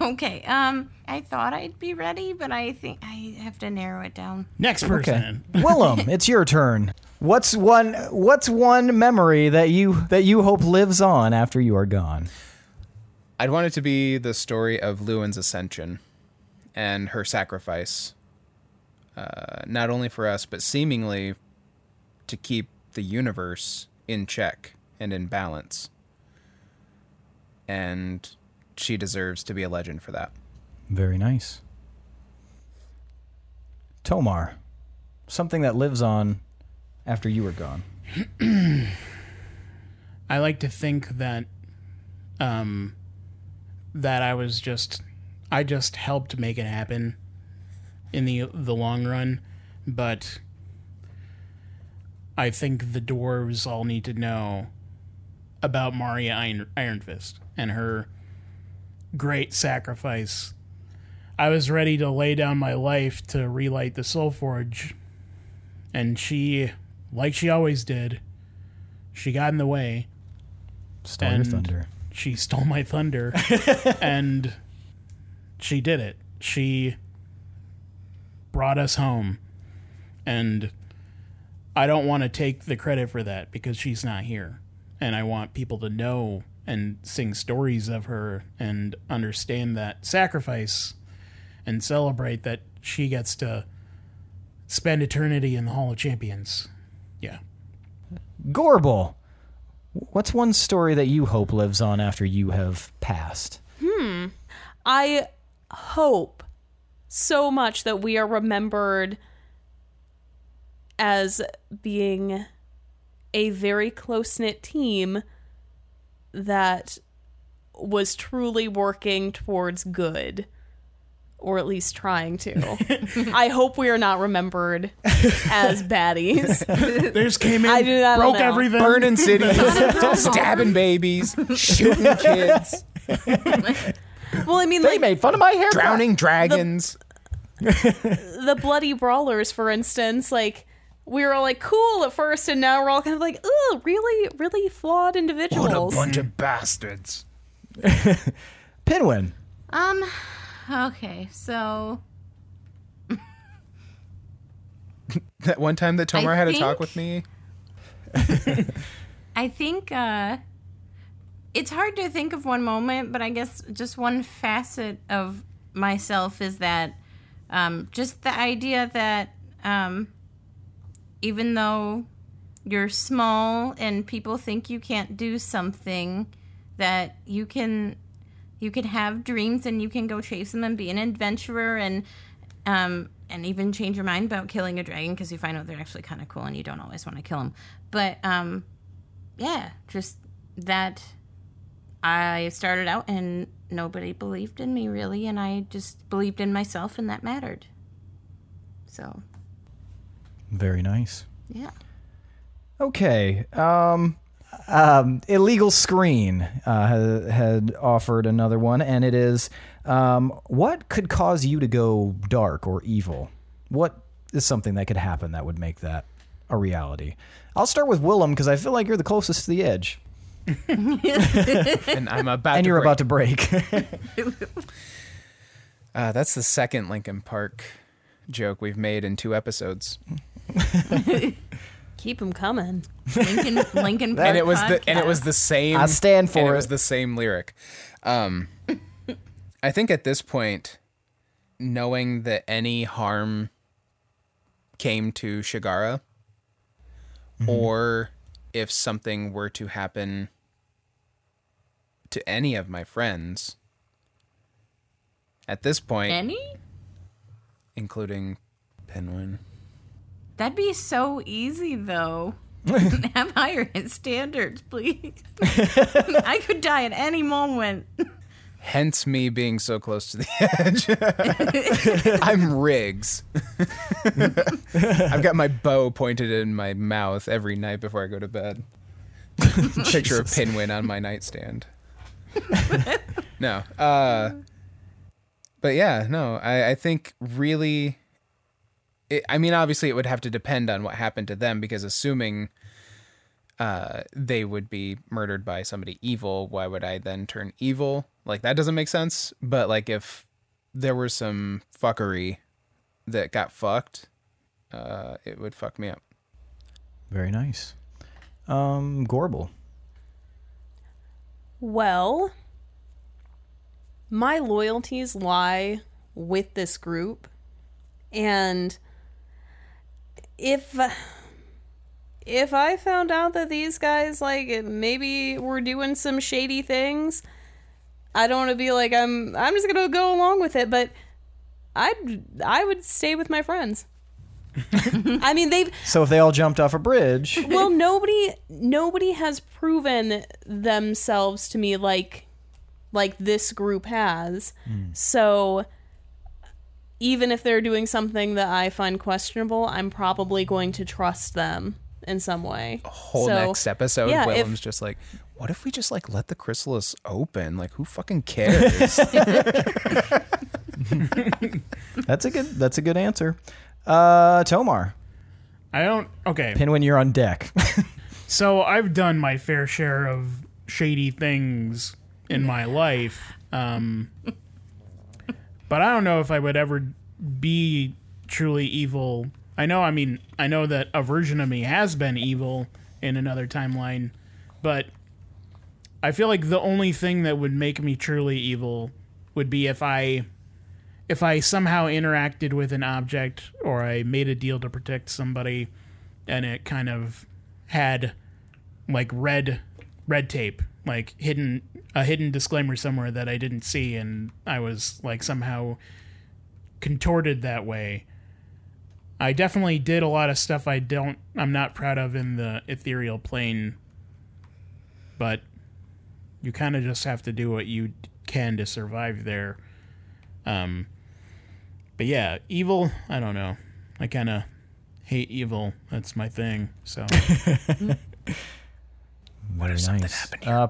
[SPEAKER 5] okay. Um, I thought I'd be ready, but I think I have to narrow it down.
[SPEAKER 3] next
[SPEAKER 2] Okay,
[SPEAKER 3] person.
[SPEAKER 2] Willem, it's your turn. What's one? What's one memory that you that you hope lives on after you are gone?
[SPEAKER 4] I'd want it to be the story of Lewin's ascension and her sacrifice, uh, not only for us, but seemingly to keep the universe in check and in balance. And she deserves to be a legend for that.
[SPEAKER 8] Very nice.
[SPEAKER 2] Tomar, something that lives on after you are gone.
[SPEAKER 3] I like to think that, um, that I was just, I just helped make it happen, in the the long run, but. I think the dwarves all need to know about Maria Iron, Iron Fist and her great sacrifice. I was ready to lay down my life to relight the Soul Forge, and she, like she always did, she got in the way.
[SPEAKER 2] Stole your
[SPEAKER 3] And-
[SPEAKER 2] thunder.
[SPEAKER 3] She stole my thunder, and she did it. She brought us home, and I don't want to take the credit for that because she's not here, and I want people to know and sing stories of her and understand that sacrifice and celebrate that she gets to spend eternity in the Hall of Champions. Yeah.
[SPEAKER 2] Gorble, what's one story that you hope lives on after you have passed?
[SPEAKER 1] I hope so much that we are remembered as being a very close knit team that was truly working towards good. Or at least trying to. I hope we are not remembered as baddies.
[SPEAKER 3] There's came in,
[SPEAKER 1] I do not
[SPEAKER 3] broke
[SPEAKER 1] know.
[SPEAKER 3] everything.
[SPEAKER 4] Burning cities, stabbing babies, shooting kids,
[SPEAKER 1] Well, I mean,
[SPEAKER 2] They
[SPEAKER 1] like
[SPEAKER 2] made fun of my hair.
[SPEAKER 4] drowning dragons.
[SPEAKER 1] the bloody brawlers, for instance, like we were all like cool at first, and now we're all kind of like, ooh, really, really flawed individuals.
[SPEAKER 4] of bastards.
[SPEAKER 2] Pinwin,
[SPEAKER 5] Um, Okay, so
[SPEAKER 4] That one time that Tomar
[SPEAKER 5] I
[SPEAKER 4] had a
[SPEAKER 5] think-
[SPEAKER 4] talk with me.
[SPEAKER 5] I think uh, it's hard to think of one moment, but I guess just one facet of myself is that um, just the idea that um, even though you're small and people think you can't do something, that you can you can have dreams and you can go chase them and be an adventurer and um, and even change your mind about killing a dragon because you find out they're actually kind of cool and you don't always want to kill them. But um, yeah, just that I started out and nobody believed in me really, and I just believed in myself, and that mattered. So,
[SPEAKER 8] Very nice.
[SPEAKER 5] yeah.
[SPEAKER 2] Okay. Um, um, Illegal Screen uh, had, had offered another one, and it is um, what could cause you to go dark or evil? What is something that could happen that would make that a reality? I'll start with Willem because I feel like you're the closest to the edge,
[SPEAKER 4] And I'm about
[SPEAKER 2] and
[SPEAKER 4] to
[SPEAKER 2] you're
[SPEAKER 4] break.
[SPEAKER 2] about to break.
[SPEAKER 4] Uh, that's the second Lincoln Park joke we've made in two episodes.
[SPEAKER 1] Keep them coming.
[SPEAKER 5] Lincoln, Lincoln Park
[SPEAKER 4] and it was
[SPEAKER 5] podcast.
[SPEAKER 4] the and it was the same.
[SPEAKER 2] I stand for
[SPEAKER 4] and
[SPEAKER 2] it.
[SPEAKER 4] was the same lyric. Um, I think at this point, knowing that any harm came to Shigara,
[SPEAKER 2] Mm-hmm.
[SPEAKER 4] or if something were to happen to any of my friends, at this point,
[SPEAKER 5] any.
[SPEAKER 4] including Penguin.
[SPEAKER 5] That'd be so easy though. Have higher standards, please. I could die at any moment.
[SPEAKER 4] Hence me being so close to the edge. I'm Riggs. I've got my bow pointed in my mouth every night before I go to bed. Picture of Pinwin on my nightstand. no. Uh, but yeah, no, I, I think really. It, I mean, obviously, it would have to depend on what happened to them because assuming uh, they would be murdered by somebody evil. Why would I then turn evil? Like that doesn't make sense. But like if there were some fuckery that got fucked, uh, it would fuck me up.
[SPEAKER 8] Very nice.
[SPEAKER 2] um, Gorble.
[SPEAKER 1] Well, my loyalties lie with this group. And if if I found out that these guys like maybe were doing some shady things, I don't want to be like I'm I'm just going to go along with it, but I'd I would stay with my friends. I mean, they've
[SPEAKER 2] So if they all jumped off a bridge,
[SPEAKER 1] well nobody nobody has proven themselves to me like like this group has
[SPEAKER 4] Hmm.
[SPEAKER 1] so even if they're doing something that i find questionable i'm probably going to trust them in some way
[SPEAKER 4] Whole
[SPEAKER 1] So,
[SPEAKER 4] next episode,
[SPEAKER 1] yeah, if-
[SPEAKER 4] Willem's just like, what if we just like let the chrysalis open? Like who fucking cares?
[SPEAKER 2] that's a good that's a good answer. Uh, Tomar,
[SPEAKER 3] I don't. Okay.
[SPEAKER 2] Pinwin, you're on deck.
[SPEAKER 3] So I've done my fair share of shady things in my life, um, but I don't know if I would ever be truly evil. I know, I mean, I know that a version of me has been evil in another timeline, but I feel like the only thing that would make me truly evil would be if I if I somehow interacted with an object or I made a deal to protect somebody and it kind of had like red red tape like hidden a hidden disclaimer somewhere that I didn't see and I was like somehow contorted that way. I definitely did a lot of stuff I don't I'm not proud of in the ethereal plane but you kind of just have to do what you can to survive there. Um but yeah, evil, I don't know. I kind of hate evil. That's my thing. So
[SPEAKER 8] What Very nice.
[SPEAKER 2] Uh,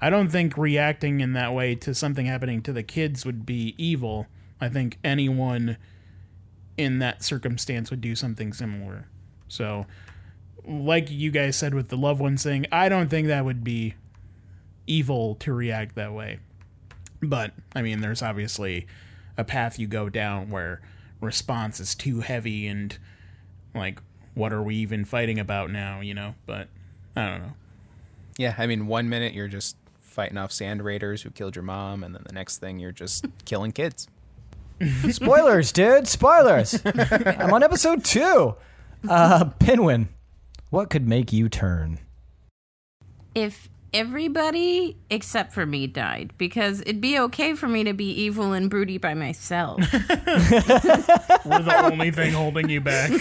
[SPEAKER 3] I don't think reacting in that way to something happening to the kids would be evil. I think anyone in that circumstance would do something similar. So, like you guys said with the loved ones thing, I don't think that would be evil to react that way. But I mean, there's obviously a path you go down where response is too heavy and like, what are we even fighting about now? You know, but I don't know.
[SPEAKER 4] Yeah, I mean, one minute you're just fighting off sand raiders who killed your mom, and then the next thing you're just killing kids.
[SPEAKER 2] Spoilers, dude. Spoilers. I'm on episode two.
[SPEAKER 8] Uh, Pinwin, what could make you turn?
[SPEAKER 5] if everybody except for me died because it'd be okay for me to be evil and broody by myself.
[SPEAKER 3] We're the only thing holding you back.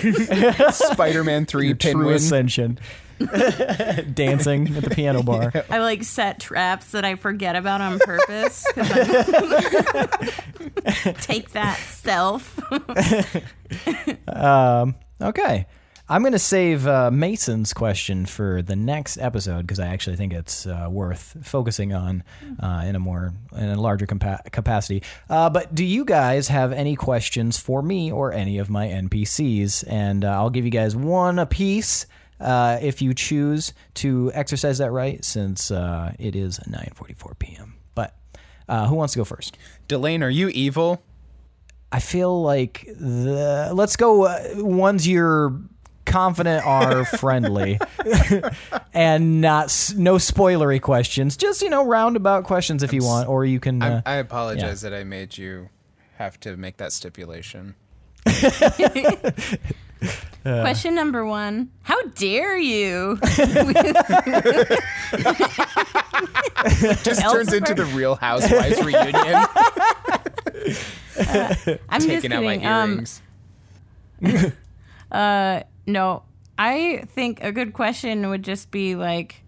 [SPEAKER 4] Spider Man 3
[SPEAKER 2] True
[SPEAKER 4] Pinwin.
[SPEAKER 2] ascension. Dancing at the piano bar.
[SPEAKER 5] I like set traps that I forget about on purpose. 'cause I'm- Take that self.
[SPEAKER 2] Um, Okay. I'm going to save uh, Mason's question for the next episode because I actually think it's uh, worth focusing on uh, in a more in a larger compa- capacity. Uh, but do you guys have any questions for me or any of my NPCs? And uh, I'll give you guys one apiece uh, if you choose to exercise that right, since uh, it is 9:44 p.m. But uh, who wants to go first?
[SPEAKER 4] Delane, are you evil?
[SPEAKER 2] I feel like the let's go uh, ones you're confident are friendly and not s- no spoilery questions. Just you know roundabout questions if you want, or you can. Uh,
[SPEAKER 4] I apologize that I made you have to make that stipulation.
[SPEAKER 5] Question number one How dare you?
[SPEAKER 4] Just turns into the Real Housewives reunion.
[SPEAKER 5] I'm just
[SPEAKER 4] Taking out my
[SPEAKER 5] kidding. Um,
[SPEAKER 4] earrings.
[SPEAKER 5] no, I think a good question would just be like,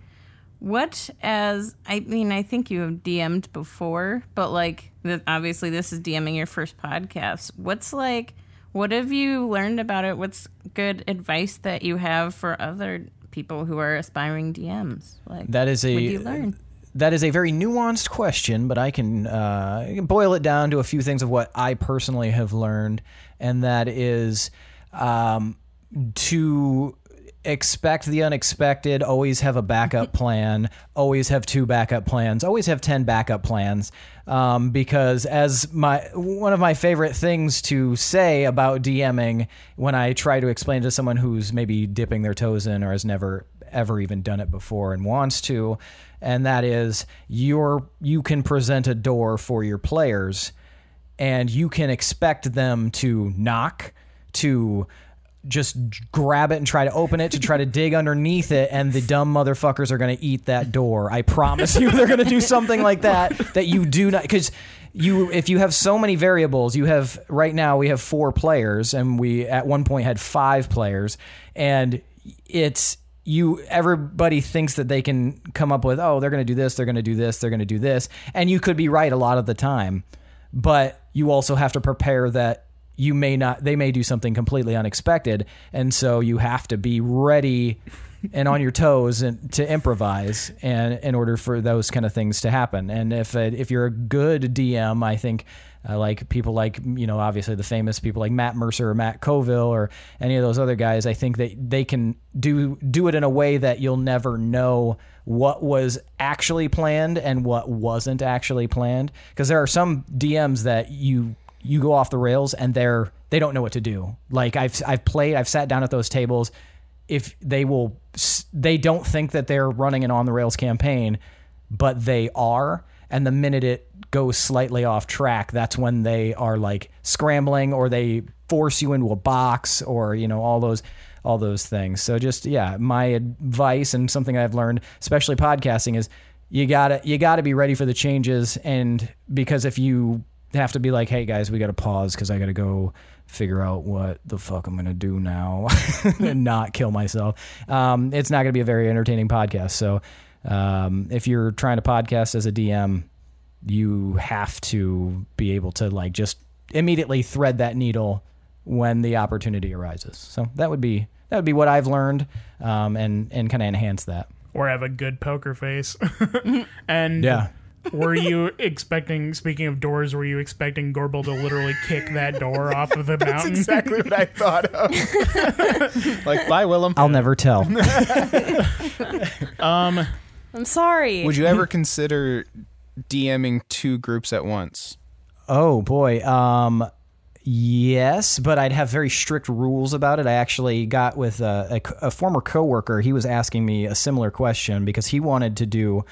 [SPEAKER 5] what as I mean, I think you have DM'd before, but like, th- obviously, this is DMing your first podcast. What's like, what have you learned about it? What's good advice that you have for other people who are aspiring DMs? Like,
[SPEAKER 2] that is a
[SPEAKER 5] what do you learn?
[SPEAKER 2] that is a very nuanced question, but I can uh, I can boil it down to a few things of what I personally have learned, and that is um, to expect the unexpected, always have a backup plan, always have two backup plans, always have ten backup plans, um, because as my one of my favorite things to say about DMing when I try to explain to someone who's maybe dipping their toes in or has never ever even done it before and wants to and that is your you can present a door for your players and you can expect them to knock to just grab it and try to open it to try to dig underneath it and the dumb motherfuckers are going to eat that door i promise you they're going to do something like that that you do not because you if you have so many variables you have right now we have four players and we at one point had five players and it's you everybody thinks that they can come up with oh they're going to do this they're going to do this they're going to do this and you could be right a lot of the time but you also have to prepare that you may not they may do something completely unexpected and so you have to be ready and on your toes and to improvise and in order for those kind of things to happen and if it, if you're a good DM I think uh, like people like you know obviously the famous people like Matt Mercer or Matt Coville or any of those other guys I think that they can do do it in a way that you'll never know what was actually planned and what wasn't actually planned because there are some DMs that you you go off the rails and they're they don't know what to do like I've I've played I've sat down at those tables if they will s- they don't think that they're running an on the rails campaign but they are and the minute it goes slightly off track that's when they are like scrambling or they force you into a box or you know all those all those things so just yeah my advice and something i've learned especially podcasting is you gotta you gotta be ready for the changes and because if you have to be like hey guys we gotta pause because i gotta go figure out what the fuck i'm gonna do now and not kill myself um, it's not gonna be a very entertaining podcast so um, if you're trying to podcast as a dm you have to be able to like just immediately thread that needle when the opportunity arises so that would be that would be what i've learned um, and and kind of enhance that
[SPEAKER 3] or have a good poker face. and
[SPEAKER 2] Yeah.
[SPEAKER 3] were you expecting? Speaking of doors, were you expecting Gorbel to literally kick that door off of the mountain?
[SPEAKER 4] exactly what I thought of. like, bye, Willem.
[SPEAKER 2] i'll never tell
[SPEAKER 1] I'm sorry.
[SPEAKER 4] Would you ever consider DMing two groups at once.
[SPEAKER 2] Oh boy. Um, yes, but I'd have very strict rules about it. I actually got with a, a c- a former coworker. He was asking me a similar question because he wanted to do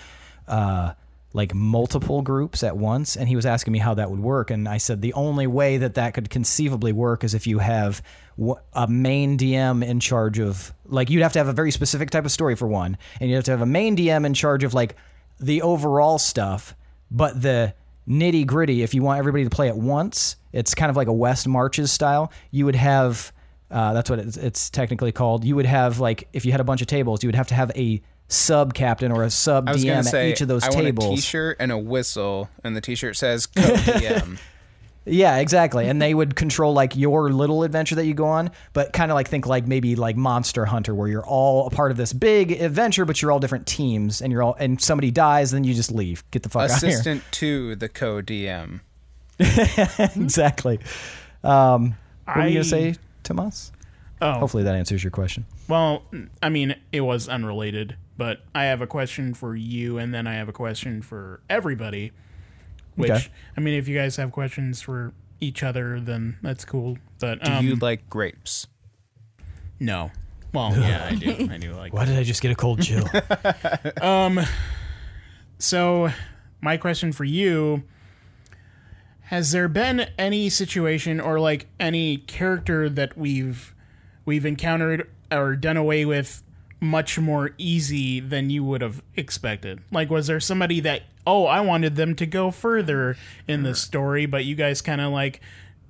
[SPEAKER 2] uh, like multiple groups at once, and he was asking me how that would work. And I said the only way that that could conceivably work is if you have wh- a main DM in charge of like you'd have to have a very specific type of story for one, and you have to have a main DM in charge of like the overall stuff, but the nitty gritty, if you want everybody to play at once, it's kind of like a West Marches style. You would have, uh, that's what it's, it's technically called. You would have like if you had a bunch of tables, you would have to have a sub captain or a sub
[SPEAKER 4] I was
[SPEAKER 2] DM
[SPEAKER 4] gonna
[SPEAKER 2] at
[SPEAKER 4] say
[SPEAKER 2] each of those
[SPEAKER 4] I
[SPEAKER 2] tables.
[SPEAKER 4] want a T-shirt and a whistle, and the T-shirt says "Co-DM."
[SPEAKER 2] Yeah, exactly. And they would control like your little adventure that you go on, but kind of like think like maybe like Monster Hunter, where you're all a part of this big adventure, but you're all different teams, and you're all and somebody dies, then you just leave, get the fuck out of here.
[SPEAKER 4] Assistant to the co-DM.
[SPEAKER 2] exactly. Um, what were you
[SPEAKER 3] I-
[SPEAKER 2] gonna say, Tomas?
[SPEAKER 3] Oh.
[SPEAKER 2] Hopefully that answers your question.
[SPEAKER 3] Well, I mean, it was unrelated, but I have a question for you, and then I have a question for everybody. Which,
[SPEAKER 2] Okay.
[SPEAKER 3] I mean, if you guys have questions for each other, then that's cool. But
[SPEAKER 4] Do
[SPEAKER 3] um,
[SPEAKER 4] you like grapes?
[SPEAKER 3] no. Well, yeah, I do. I do like.
[SPEAKER 8] Why did I just get a cold chill?
[SPEAKER 3] So, my question for you has there been any situation or like any character that we've we've encountered or done away with much more easy than you would have expected? Like was there somebody that oh, I wanted them to go further in the story, but you guys kind of like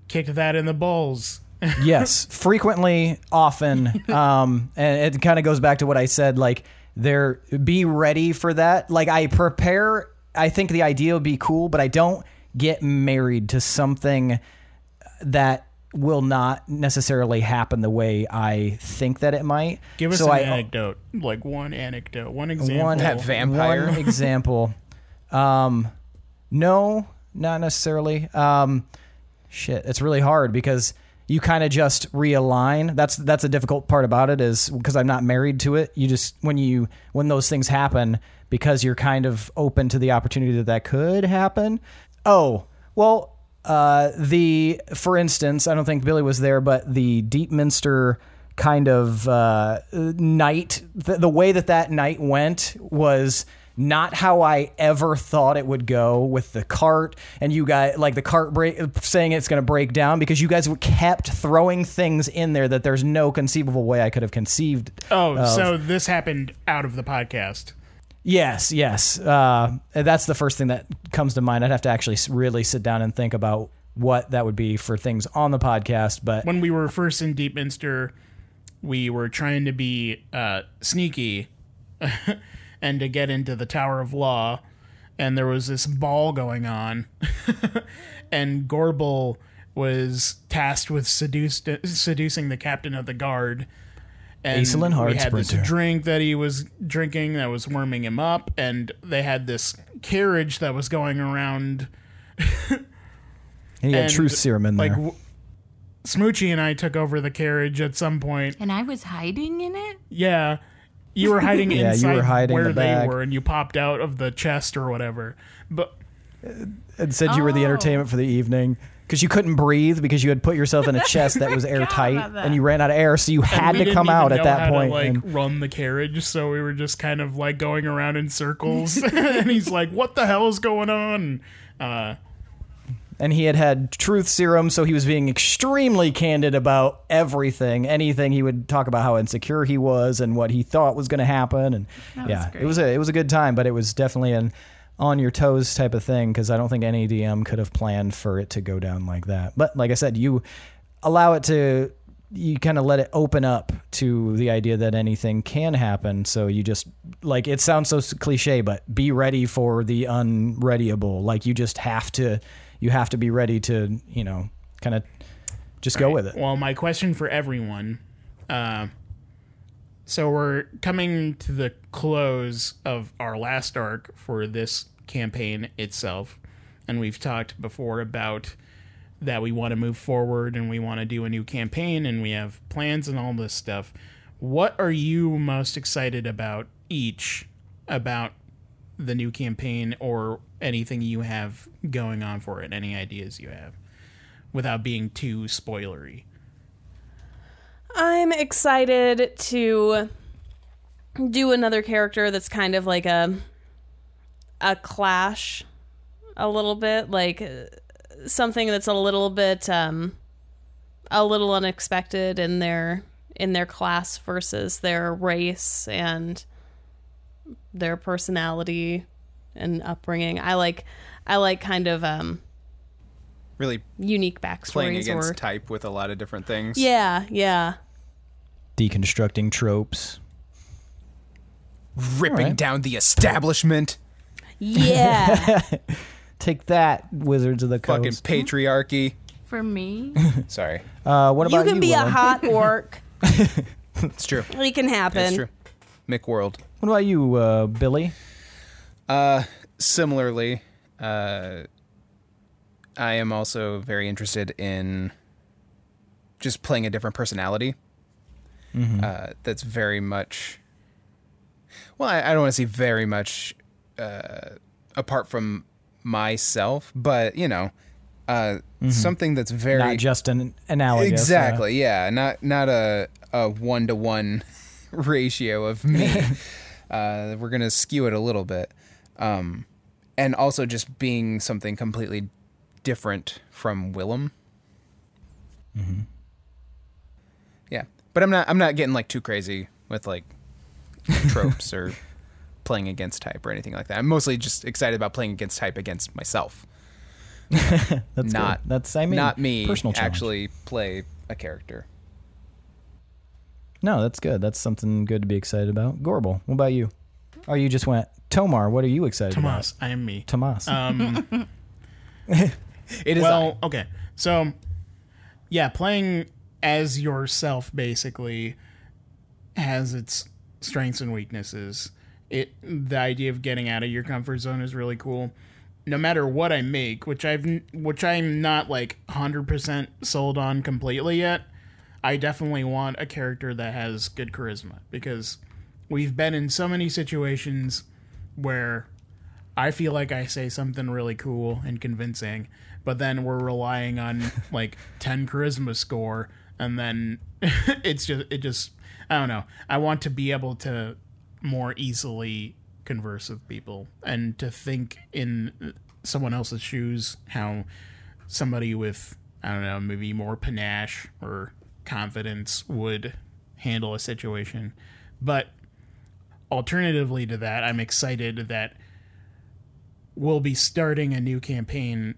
[SPEAKER 3] kicked that in the balls?
[SPEAKER 2] yes, frequently, often, um, and it kind of goes back to what I said. Like, there, be ready for that. Like, I prepare. I think the idea would be cool, but I don't get married to something that will not necessarily happen the way I think that it might.
[SPEAKER 3] Give us
[SPEAKER 2] so
[SPEAKER 3] an
[SPEAKER 2] I, oh
[SPEAKER 3] anecdote, like one anecdote, one example.
[SPEAKER 2] one
[SPEAKER 4] That vampire.
[SPEAKER 2] One example. Um, no, not necessarily. Um, shit, it's really hard because you kind of just realign. That's that's a difficult part about it is because I'm not married to it. You just when you when those things happen because you're kind of open to the opportunity that that could happen. Oh, well, uh, the for instance, I don't think Billy was there, but the Deepminster kind of uh, night, the, the way that that night went was not how I ever thought it would go with the cart and you guys like the cart break saying it's going to break down because you guys kept throwing things in there that there's no conceivable way I could have conceived.
[SPEAKER 3] Oh, so this happened out of the podcast.
[SPEAKER 2] Yes, yes. Uh, that's the first thing that comes to mind. I'd have to actually s- really sit down and think about what that would be for things on the podcast, but
[SPEAKER 3] when we were first in Deepminster, we were trying to be uh, sneaky and to get into the Tower of Law, and there was this ball going on, and Gorbel was tasked with seduced, seducing the captain of the guard. And
[SPEAKER 2] Aislinn
[SPEAKER 3] we had this
[SPEAKER 8] Hardsprinter.
[SPEAKER 3] drink that he was drinking that was warming him up, and they had this carriage that was going around
[SPEAKER 2] he had
[SPEAKER 3] and,
[SPEAKER 2] truth serum in
[SPEAKER 3] like
[SPEAKER 2] there.
[SPEAKER 3] w- Smoochie and I took over the carriage at some point.
[SPEAKER 5] And I was hiding in it?
[SPEAKER 3] Yeah. You were hiding
[SPEAKER 2] Yeah, you
[SPEAKER 3] inside
[SPEAKER 2] were hiding in
[SPEAKER 3] where
[SPEAKER 2] the
[SPEAKER 3] they
[SPEAKER 2] back.
[SPEAKER 3] were and you popped out of the chest or whatever. But
[SPEAKER 2] and said you were the
[SPEAKER 5] Oh.
[SPEAKER 2] entertainment for the evening because you couldn't breathe because you had put yourself in a chest that was airtight
[SPEAKER 5] about that.
[SPEAKER 2] and you ran out of air, so you had
[SPEAKER 3] we
[SPEAKER 2] to
[SPEAKER 3] didn't
[SPEAKER 2] come
[SPEAKER 3] even
[SPEAKER 2] out at
[SPEAKER 3] know
[SPEAKER 2] that
[SPEAKER 3] how
[SPEAKER 2] point.
[SPEAKER 3] to, like
[SPEAKER 2] and-
[SPEAKER 3] run the carriage, so we were just kind of like going around in circles and he's like, What the hell is going on? Uh
[SPEAKER 2] and he had had truth serum, so he was being extremely candid about everything, anything. He would talk about how insecure he was and what he thought was going to happen, and yeah, it was a it was a good time, but it was definitely an on your toes type of thing because I don't think any DM could have planned for it to go down like that. But like I said, you allow it to you kind of let it open up to the idea that anything can happen so you just like it sounds so s- cliche but be ready for the unreadyable like you just have to you have to be ready to you know kind of just go with it
[SPEAKER 3] well my question for everyone, uh so we're coming to the close of our last arc for this campaign itself, and we've talked before about that we want to move forward and we want to do a new campaign and we have plans and all this stuff. What are you most excited about each about the new campaign or anything you have going on for it, any ideas you have, without being too spoilery.
[SPEAKER 1] I'm excited to do another character that's kind of like a a clash a little bit, like uh, something that's a little bit um a little unexpected in their in their class versus their race and their personality and upbringing. I like I like kind of um
[SPEAKER 4] Really
[SPEAKER 1] unique backstories
[SPEAKER 4] playing against
[SPEAKER 1] or
[SPEAKER 4] type with a lot of different things.
[SPEAKER 1] yeah, yeah.
[SPEAKER 2] Deconstructing tropes.
[SPEAKER 4] Ripping down the establishment.
[SPEAKER 1] Yeah.
[SPEAKER 2] Take that, Wizards of the
[SPEAKER 4] Fucking
[SPEAKER 2] Coast.
[SPEAKER 4] patriarchy.
[SPEAKER 5] For me,
[SPEAKER 4] Sorry.
[SPEAKER 2] Uh, what about
[SPEAKER 1] you
[SPEAKER 2] you?
[SPEAKER 1] can be a
[SPEAKER 2] Willem?
[SPEAKER 1] hot orc.
[SPEAKER 4] It's true.
[SPEAKER 1] it can happen.
[SPEAKER 4] It's true. Mick World.
[SPEAKER 2] What about you, uh, Billy?
[SPEAKER 4] similarly, uh, I am also very interested in just playing a different personality. Uh, that's very much. Well, I, I don't want to say very much uh, apart from myself, but you know, uh, something that's very
[SPEAKER 2] Not just an analogous. uh,
[SPEAKER 4] exactly yeah. not not a a one to one ratio of me uh, we're gonna skew it a little bit um, and also just being something completely different from Willem
[SPEAKER 2] Mm-hmm.
[SPEAKER 4] yeah but I'm not I'm not getting like too crazy with like tropes or playing against type or anything like that I'm mostly just excited about playing against type against myself
[SPEAKER 2] That's
[SPEAKER 4] not
[SPEAKER 2] good. That's I mean,
[SPEAKER 4] not me
[SPEAKER 2] Personal challenge.
[SPEAKER 4] actually play a character
[SPEAKER 2] No, that's good. That's something good to be excited about. Gorble, what about you? Oh, you just went Tomar. What are you excited
[SPEAKER 3] Tomas, I am me.
[SPEAKER 2] about? Tomas.
[SPEAKER 4] it is
[SPEAKER 3] well, okay. So, yeah, playing as yourself basically has its strengths and weaknesses. It the idea of getting out of your comfort zone is really cool. No matter what I make, which I've n- which I'm not like 100% sold on completely yet, I definitely want a character that has good charisma because we've been in so many situations where I feel like I say something really cool and convincing, but then we're relying on like 10 charisma score and then it's just it just I don't know. I want to be able to more easily converse with people and to think in someone else's shoes how somebody with I don't know, maybe more panache or confidence would handle a situation. But alternatively to that, I'm excited that we'll be starting a new campaign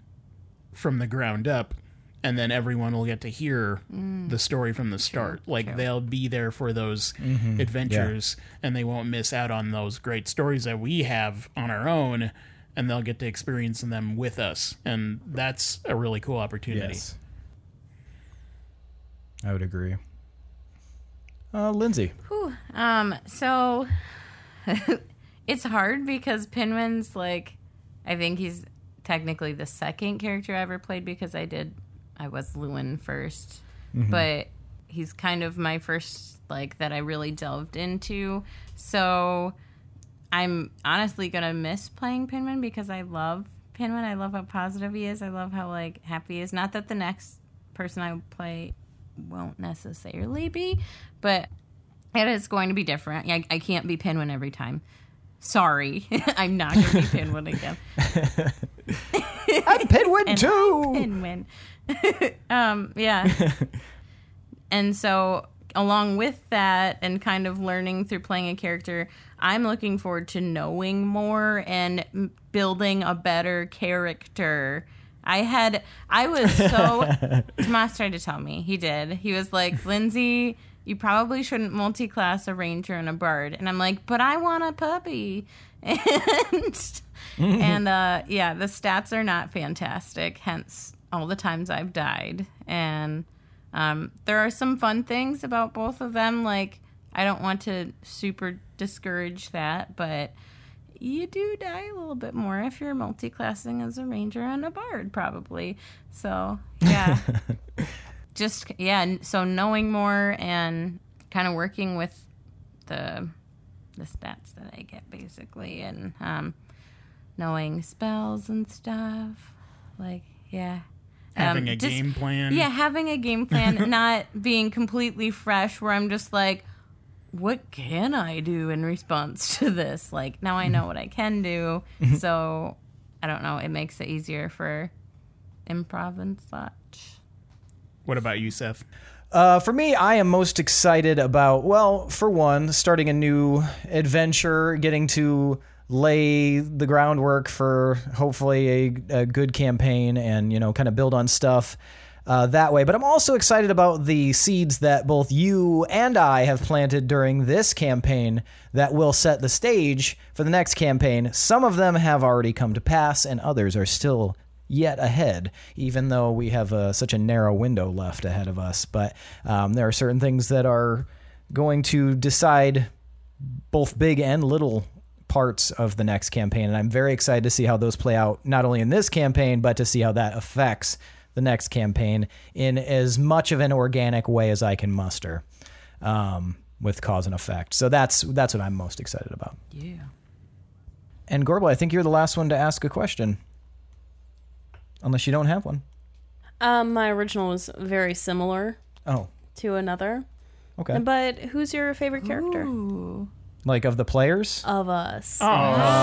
[SPEAKER 3] from the ground up and then everyone will get to hear the story from the start like they'll be there for those adventures and they won't miss out on those great stories that we have on our own and they'll get to experience them with us and that's a really cool opportunity
[SPEAKER 2] yes. I would agree. Uh, Lindsay.
[SPEAKER 5] um, so it's hard because Pinman's like, I think he's technically the second character I ever played because I did, I was Lewin 1st but he's kind of my first like that I really delved into. So I'm honestly gonna miss playing Pinman because I love Pinman. I love how positive he is. I love how like happy he is. Not that the next person I play won't necessarily be, but it is going to be different. I, I can't be Pinwin every time. Sorry, I'm not going to be Pinwin again.
[SPEAKER 2] Pinwood too.
[SPEAKER 5] Pinwin. um, yeah. and so, along with that, and kind of learning through playing a character, I'm looking forward to knowing more and m- building a better character. I had, I was so. Tomas tried to tell me. He did. He was like, Lindsay, you probably shouldn't multi class a ranger and a bird. And I'm like, but I want a puppy. And. and uh, yeah, the stats are not fantastic. Hence, all the times I've died. And um, there are some fun things about both of them. Like I don't want to super discourage that, but you do die a little bit more if you're multi-classing as a ranger and a bard, probably. So yeah, just yeah. n- So knowing more and kind of working with the the stats that I get basically, and um, knowing spells and stuff. Like, yeah. Um,
[SPEAKER 3] Having a
[SPEAKER 5] just-
[SPEAKER 3] game plan.
[SPEAKER 5] Yeah, having a game plan, not being completely fresh, where I'm just like, what can I do in response to this? Like, now I
[SPEAKER 2] Mm-hmm.
[SPEAKER 5] know what I can do. so, I don't know. It makes it easier for improv and such.
[SPEAKER 3] What about you, Seth?
[SPEAKER 2] Uh, for me, I am most excited about, well, for one, starting a new adventure, getting to lay the groundwork for hopefully a, a good campaign and, you know, kind of build on stuff uh, that way. But I'm also excited about the seeds that both you and I have planted during this campaign that will set the stage for the next campaign. Some of them have already come to pass, and others are still yet ahead, even though we have uh, such a narrow window left ahead of us. But um, there are certain things that are going to decide both big and little parts of the next campaign. And I'm very excited to see how those play out, not only in this campaign, but to see how that affects the next campaign in as much of an organic way as I can muster um, with cause and effect. So that's that's what I'm most excited about.
[SPEAKER 5] Yeah.
[SPEAKER 2] And Gorbel, I think you're the last one to ask a question. Unless you don't have one.
[SPEAKER 1] Um, my original was very similar
[SPEAKER 2] Oh,
[SPEAKER 1] to another.
[SPEAKER 2] okay.
[SPEAKER 1] But who's your favorite character
[SPEAKER 5] Ooh.
[SPEAKER 2] Like of the players?
[SPEAKER 1] of us?
[SPEAKER 3] Oh,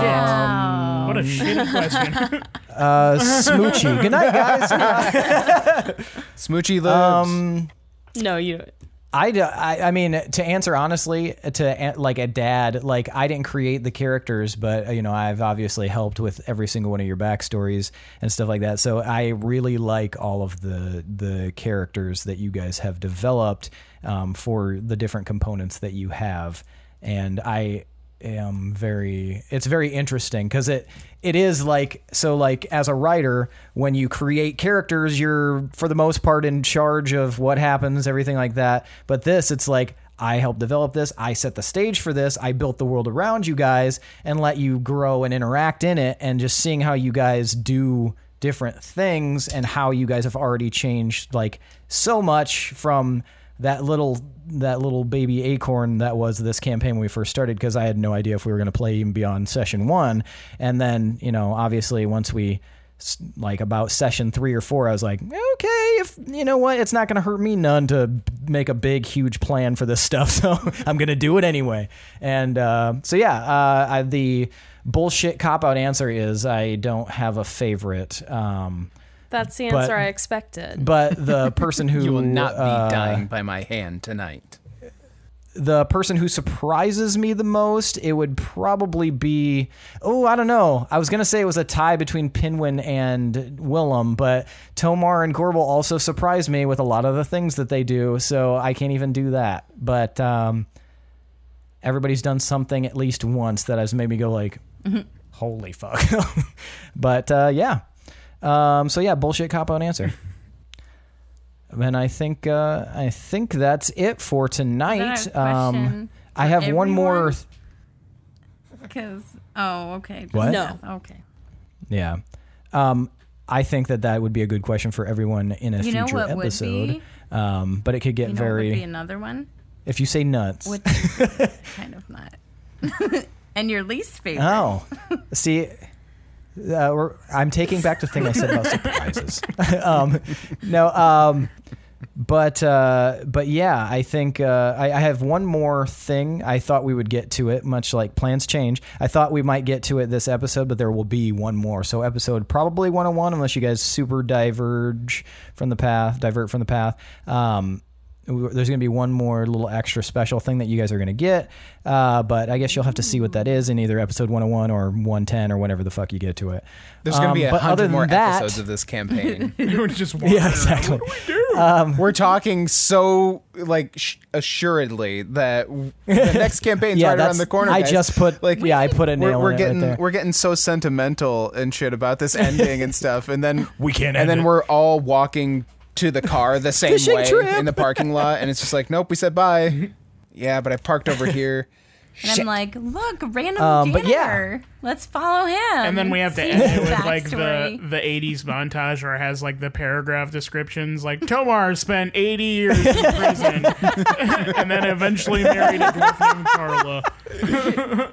[SPEAKER 3] shit. What a shitty question.
[SPEAKER 2] Uh, Smoochie. Good night, guys.
[SPEAKER 4] Smoochy loves.
[SPEAKER 2] Um,
[SPEAKER 1] No, you.
[SPEAKER 2] I, d- I, I mean, to answer honestly, to an- like a dad, like I didn't create the characters, but uh, you know, I've obviously helped with every single one of your backstories and stuff like that. So I really like all of the the characters that you guys have developed um, for the different components that you have, and I am very it's very interesting because it it is like so like as a writer when you create characters you're for the most part in charge of what happens everything like that but this it's like i helped develop this i set the stage for this i built the world around you guys and let you grow and interact in it and just seeing how you guys do different things and how you guys have already changed like so much from that little that little baby acorn that was this campaign when we first started because I had no idea if we were going to play even beyond session one. And then you know, obviously, once we s- like about session three or four, I was like, okay, if you know what, it's not going to hurt me none to b- make a big huge plan for this stuff, so I'm going to do it anyway. And uh, so yeah, uh, I, the bullshit cop out answer is I don't have a favorite. Um,
[SPEAKER 1] That's the
[SPEAKER 2] But-
[SPEAKER 1] answer I expected.
[SPEAKER 2] but the person who
[SPEAKER 4] you will not be
[SPEAKER 2] uh,
[SPEAKER 4] dying by my hand tonight.
[SPEAKER 2] the person who surprises me the most, it would probably be oh, I don't know. I was gonna say it was a tie between Pinwin and Willem, but Tomar and Gorbel also surprise me with a lot of the things that they do, so I can't even do that. But um, everybody's done something at least once that has made me go like, holy fuck. but uh, yeah, um, so yeah, bullshit cop out answer. And I think uh, I think that's it for tonight.
[SPEAKER 5] Is that a question
[SPEAKER 2] I have one more.
[SPEAKER 5] everyone? Because, oh, okay.
[SPEAKER 2] What?
[SPEAKER 1] No.
[SPEAKER 5] Okay.
[SPEAKER 2] yeah, um, I think that that would be a good question for everyone in a
[SPEAKER 5] You know
[SPEAKER 2] future
[SPEAKER 5] what would
[SPEAKER 2] episode.
[SPEAKER 5] be?
[SPEAKER 2] Um, but it could get
[SPEAKER 5] You know, what
[SPEAKER 2] very
[SPEAKER 5] would be another one.
[SPEAKER 2] if you say nuts.
[SPEAKER 5] Which kind of not. and your least favorite.
[SPEAKER 2] Oh, see, uh, we're, uh, I'm taking back the thing I said about surprises. um, no, um, but uh, but yeah, I think uh, I, I have one more thing. I thought we would get to it, much like plans change. I thought we might get to it this episode, but there will be one more. So episode probably 101, unless you guys super diverge from the path, divert from the path. Um, there's going to be one more little extra special thing that you guys are going to get, uh, but I guess you'll have to see what that is in either episode 101 or 110 or whatever the fuck you get to it.
[SPEAKER 4] There's going to
[SPEAKER 2] Um,
[SPEAKER 4] be a
[SPEAKER 2] but other
[SPEAKER 4] hundred
[SPEAKER 2] than
[SPEAKER 4] more
[SPEAKER 2] that-
[SPEAKER 4] episodes of this campaign.
[SPEAKER 3] you would just walk
[SPEAKER 2] Yeah, exactly.
[SPEAKER 4] We're talking so like sh- assuredly that w- the next campaign's
[SPEAKER 2] Yeah,
[SPEAKER 4] right around
[SPEAKER 2] that's-
[SPEAKER 4] the corner.
[SPEAKER 2] I
[SPEAKER 4] guys.
[SPEAKER 2] just put
[SPEAKER 4] like
[SPEAKER 2] yeah, I put a nail in it
[SPEAKER 4] we're, we're
[SPEAKER 2] right
[SPEAKER 4] getting
[SPEAKER 2] there.
[SPEAKER 4] we're getting so sentimental and shit about this ending and stuff, and then
[SPEAKER 8] We can't
[SPEAKER 4] and
[SPEAKER 8] end
[SPEAKER 4] then
[SPEAKER 8] it.
[SPEAKER 4] we're all walking to the car the same
[SPEAKER 2] Fishing
[SPEAKER 4] way
[SPEAKER 2] trip.
[SPEAKER 4] in the parking lot, and it's just like, nope, we said bye. Yeah, but I parked over here.
[SPEAKER 5] And I'm like, look, random
[SPEAKER 2] Um, but yeah.
[SPEAKER 5] janitor. Let's follow him.
[SPEAKER 3] And then we have to
[SPEAKER 5] see
[SPEAKER 3] end it
[SPEAKER 5] his
[SPEAKER 3] with like the,
[SPEAKER 5] backstory.
[SPEAKER 3] the 80s montage where it has like the paragraph descriptions like Tomar spent 80 years in prison and then eventually married a dwarf named Carla.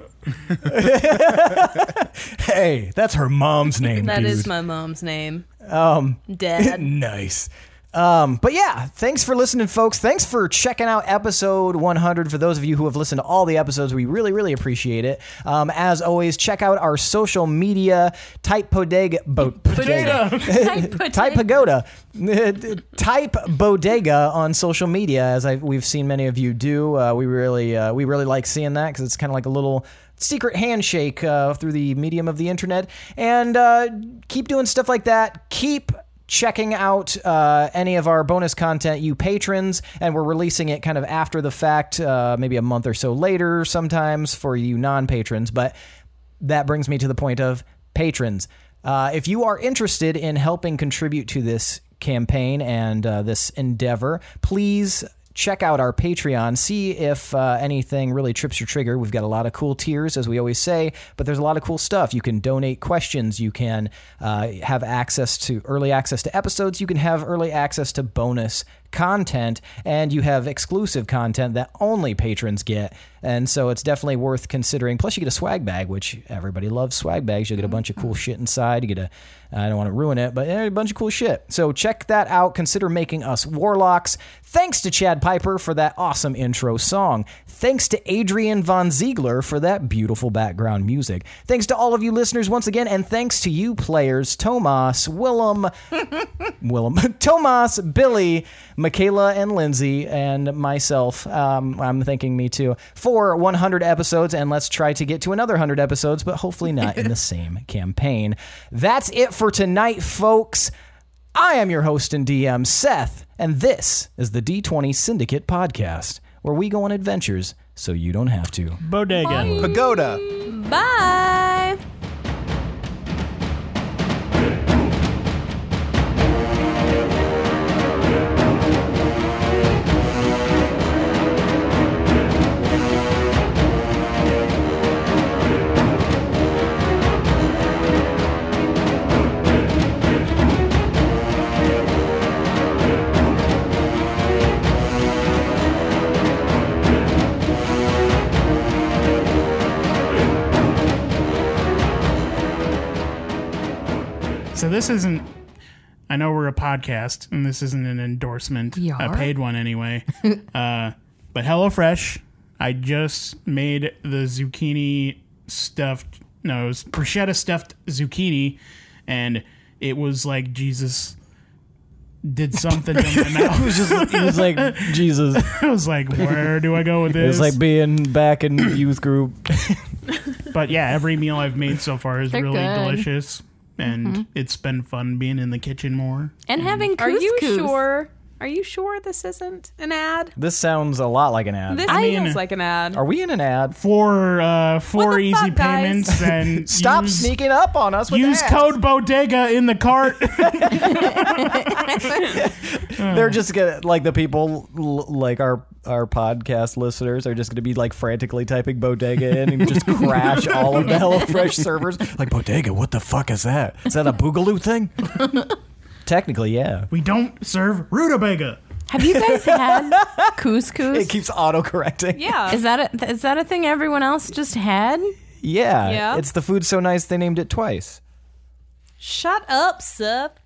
[SPEAKER 8] Hey, that's her mom's name,
[SPEAKER 1] That
[SPEAKER 8] dude.
[SPEAKER 1] is my mom's name.
[SPEAKER 2] Um,
[SPEAKER 1] Dad.
[SPEAKER 8] nice.
[SPEAKER 2] Um, but yeah, thanks for listening, folks. Thanks for checking out episode 100. For those of you who have listened to all the episodes, we really, really appreciate it. Um, as always, check out our social media. Type Podega, bo- Podega.
[SPEAKER 5] Type
[SPEAKER 2] Type
[SPEAKER 5] potato.
[SPEAKER 2] Pagoda, type Bodega on social media, as I, we've seen many of you do. Uh, we really, uh, we really like seeing that because it's kind of like a little secret handshake uh, through the medium of the internet. And uh, keep doing stuff like that. Keep checking out uh, any of our bonus content, you patrons, and we're releasing it kind of after the fact, uh, maybe a month or so later, sometimes for you non-patrons, but that brings me to the point of patrons. Uh, if you are interested in helping contribute to this campaign and uh, this endeavor, please check out our Patreon. See if uh, anything really trips your trigger. We've got a lot of cool tiers, as we always say, but there's a lot of cool stuff. You can donate questions. You can uh, have access to early access to episodes. You can have early access to bonus content and you have exclusive content that only patrons get. And so it's definitely worth considering. Plus, you get a swag bag, which everybody loves swag bags. You'll get a bunch of cool shit inside. You get a, I don't want to ruin it, but eh, a bunch of cool shit. So check that out. Consider making us warlocks. Thanks to Chad Piper for that awesome intro song. Thanks to Adrian Von Ziegler for that beautiful background music. Thanks to all of you listeners once again. And thanks to you players, Tomas, Willem, Willem, Tomas, Billy, Michaela, and Lindsay, and myself. Um, I'm thanking me too for 100 episodes, and let's try to get to another 100 episodes, but hopefully not in the same campaign. That's it for tonight, folks. I am your host and DM, Seth, and this is the D20 Syndicate podcast, where we go on adventures so you don't have to.
[SPEAKER 3] Bodega.
[SPEAKER 4] Pagoda.
[SPEAKER 5] Bye.
[SPEAKER 3] So this isn't. I know we're a podcast, and this isn't an endorsement,
[SPEAKER 5] We
[SPEAKER 3] a
[SPEAKER 5] are?
[SPEAKER 3] paid one anyway. uh, but HelloFresh, I just made the zucchini stuffed. No, it was bruschetta stuffed zucchini, and it was like Jesus did something to my mouth.
[SPEAKER 8] It's just, it was like Jesus.
[SPEAKER 3] I was like, where do I go with
[SPEAKER 8] It
[SPEAKER 3] this?
[SPEAKER 8] was like being back in youth group.
[SPEAKER 3] but yeah, every meal I've made so far is
[SPEAKER 5] They're
[SPEAKER 3] really
[SPEAKER 5] good.
[SPEAKER 3] delicious, and it's been fun being in the kitchen more.
[SPEAKER 5] And having couscous.
[SPEAKER 1] Are you sure? Are you sure this isn't an ad?
[SPEAKER 2] This sounds a lot like an ad.
[SPEAKER 1] This
[SPEAKER 5] I mean-
[SPEAKER 1] feels like an ad.
[SPEAKER 2] Are we in an ad?
[SPEAKER 3] for uh,
[SPEAKER 1] What
[SPEAKER 3] for
[SPEAKER 1] the
[SPEAKER 3] easy
[SPEAKER 1] fuck, guys?
[SPEAKER 3] payments and
[SPEAKER 2] Stop
[SPEAKER 3] use,
[SPEAKER 2] sneaking up on us with
[SPEAKER 3] Use
[SPEAKER 2] ads.
[SPEAKER 3] code bodega in the cart.
[SPEAKER 1] Hmm.
[SPEAKER 2] They're just gonna like the people l- like our our podcast listeners are just gonna be like frantically typing bodega in and just crash all of the HelloFresh servers.
[SPEAKER 8] Like bodega, what the fuck is that? Is that a boogaloo thing?
[SPEAKER 2] Technically, yeah.
[SPEAKER 3] we don't serve rutabaga.
[SPEAKER 5] Have you guys had couscous?
[SPEAKER 2] It keeps auto correcting.
[SPEAKER 1] yeah.
[SPEAKER 5] is that a, is that a thing everyone else just had?
[SPEAKER 2] Yeah.
[SPEAKER 1] Yeah.
[SPEAKER 2] It's the food so nice they named it twice.
[SPEAKER 1] Shut up, sup.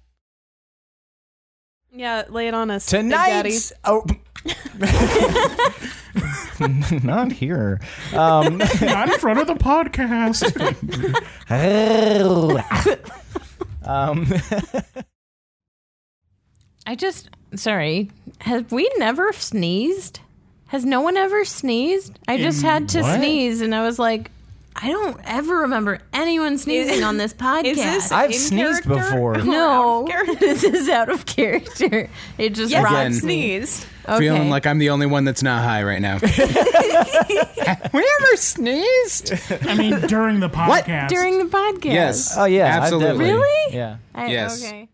[SPEAKER 1] Yeah, lay it on us. Big Daddy.
[SPEAKER 2] Tonight's oh not here. Um
[SPEAKER 3] Not in front of the podcast.
[SPEAKER 2] um,
[SPEAKER 5] I just sorry. Have we never sneezed? Has no one ever sneezed? I just had to sneeze, and I was like, I don't ever remember anyone sneezing on this podcast.
[SPEAKER 1] Is this
[SPEAKER 2] I've
[SPEAKER 1] in
[SPEAKER 2] sneezed
[SPEAKER 1] character
[SPEAKER 2] before.
[SPEAKER 1] or out of
[SPEAKER 5] no,
[SPEAKER 1] character?
[SPEAKER 5] this is out of character. It just
[SPEAKER 1] Yes,
[SPEAKER 5] rocks
[SPEAKER 1] I've
[SPEAKER 4] Again.
[SPEAKER 5] me.
[SPEAKER 1] sneezed.
[SPEAKER 5] Okay.
[SPEAKER 4] Feeling like I'm the only one that's not high right now. we ever sneezed?
[SPEAKER 3] I mean, during the podcast.
[SPEAKER 5] during the podcast.
[SPEAKER 4] Yes.
[SPEAKER 2] oh yeah. I've
[SPEAKER 4] Absolutely.
[SPEAKER 2] definitely-
[SPEAKER 5] Really?
[SPEAKER 2] Yeah.
[SPEAKER 5] I,
[SPEAKER 4] Yes.
[SPEAKER 5] Okay.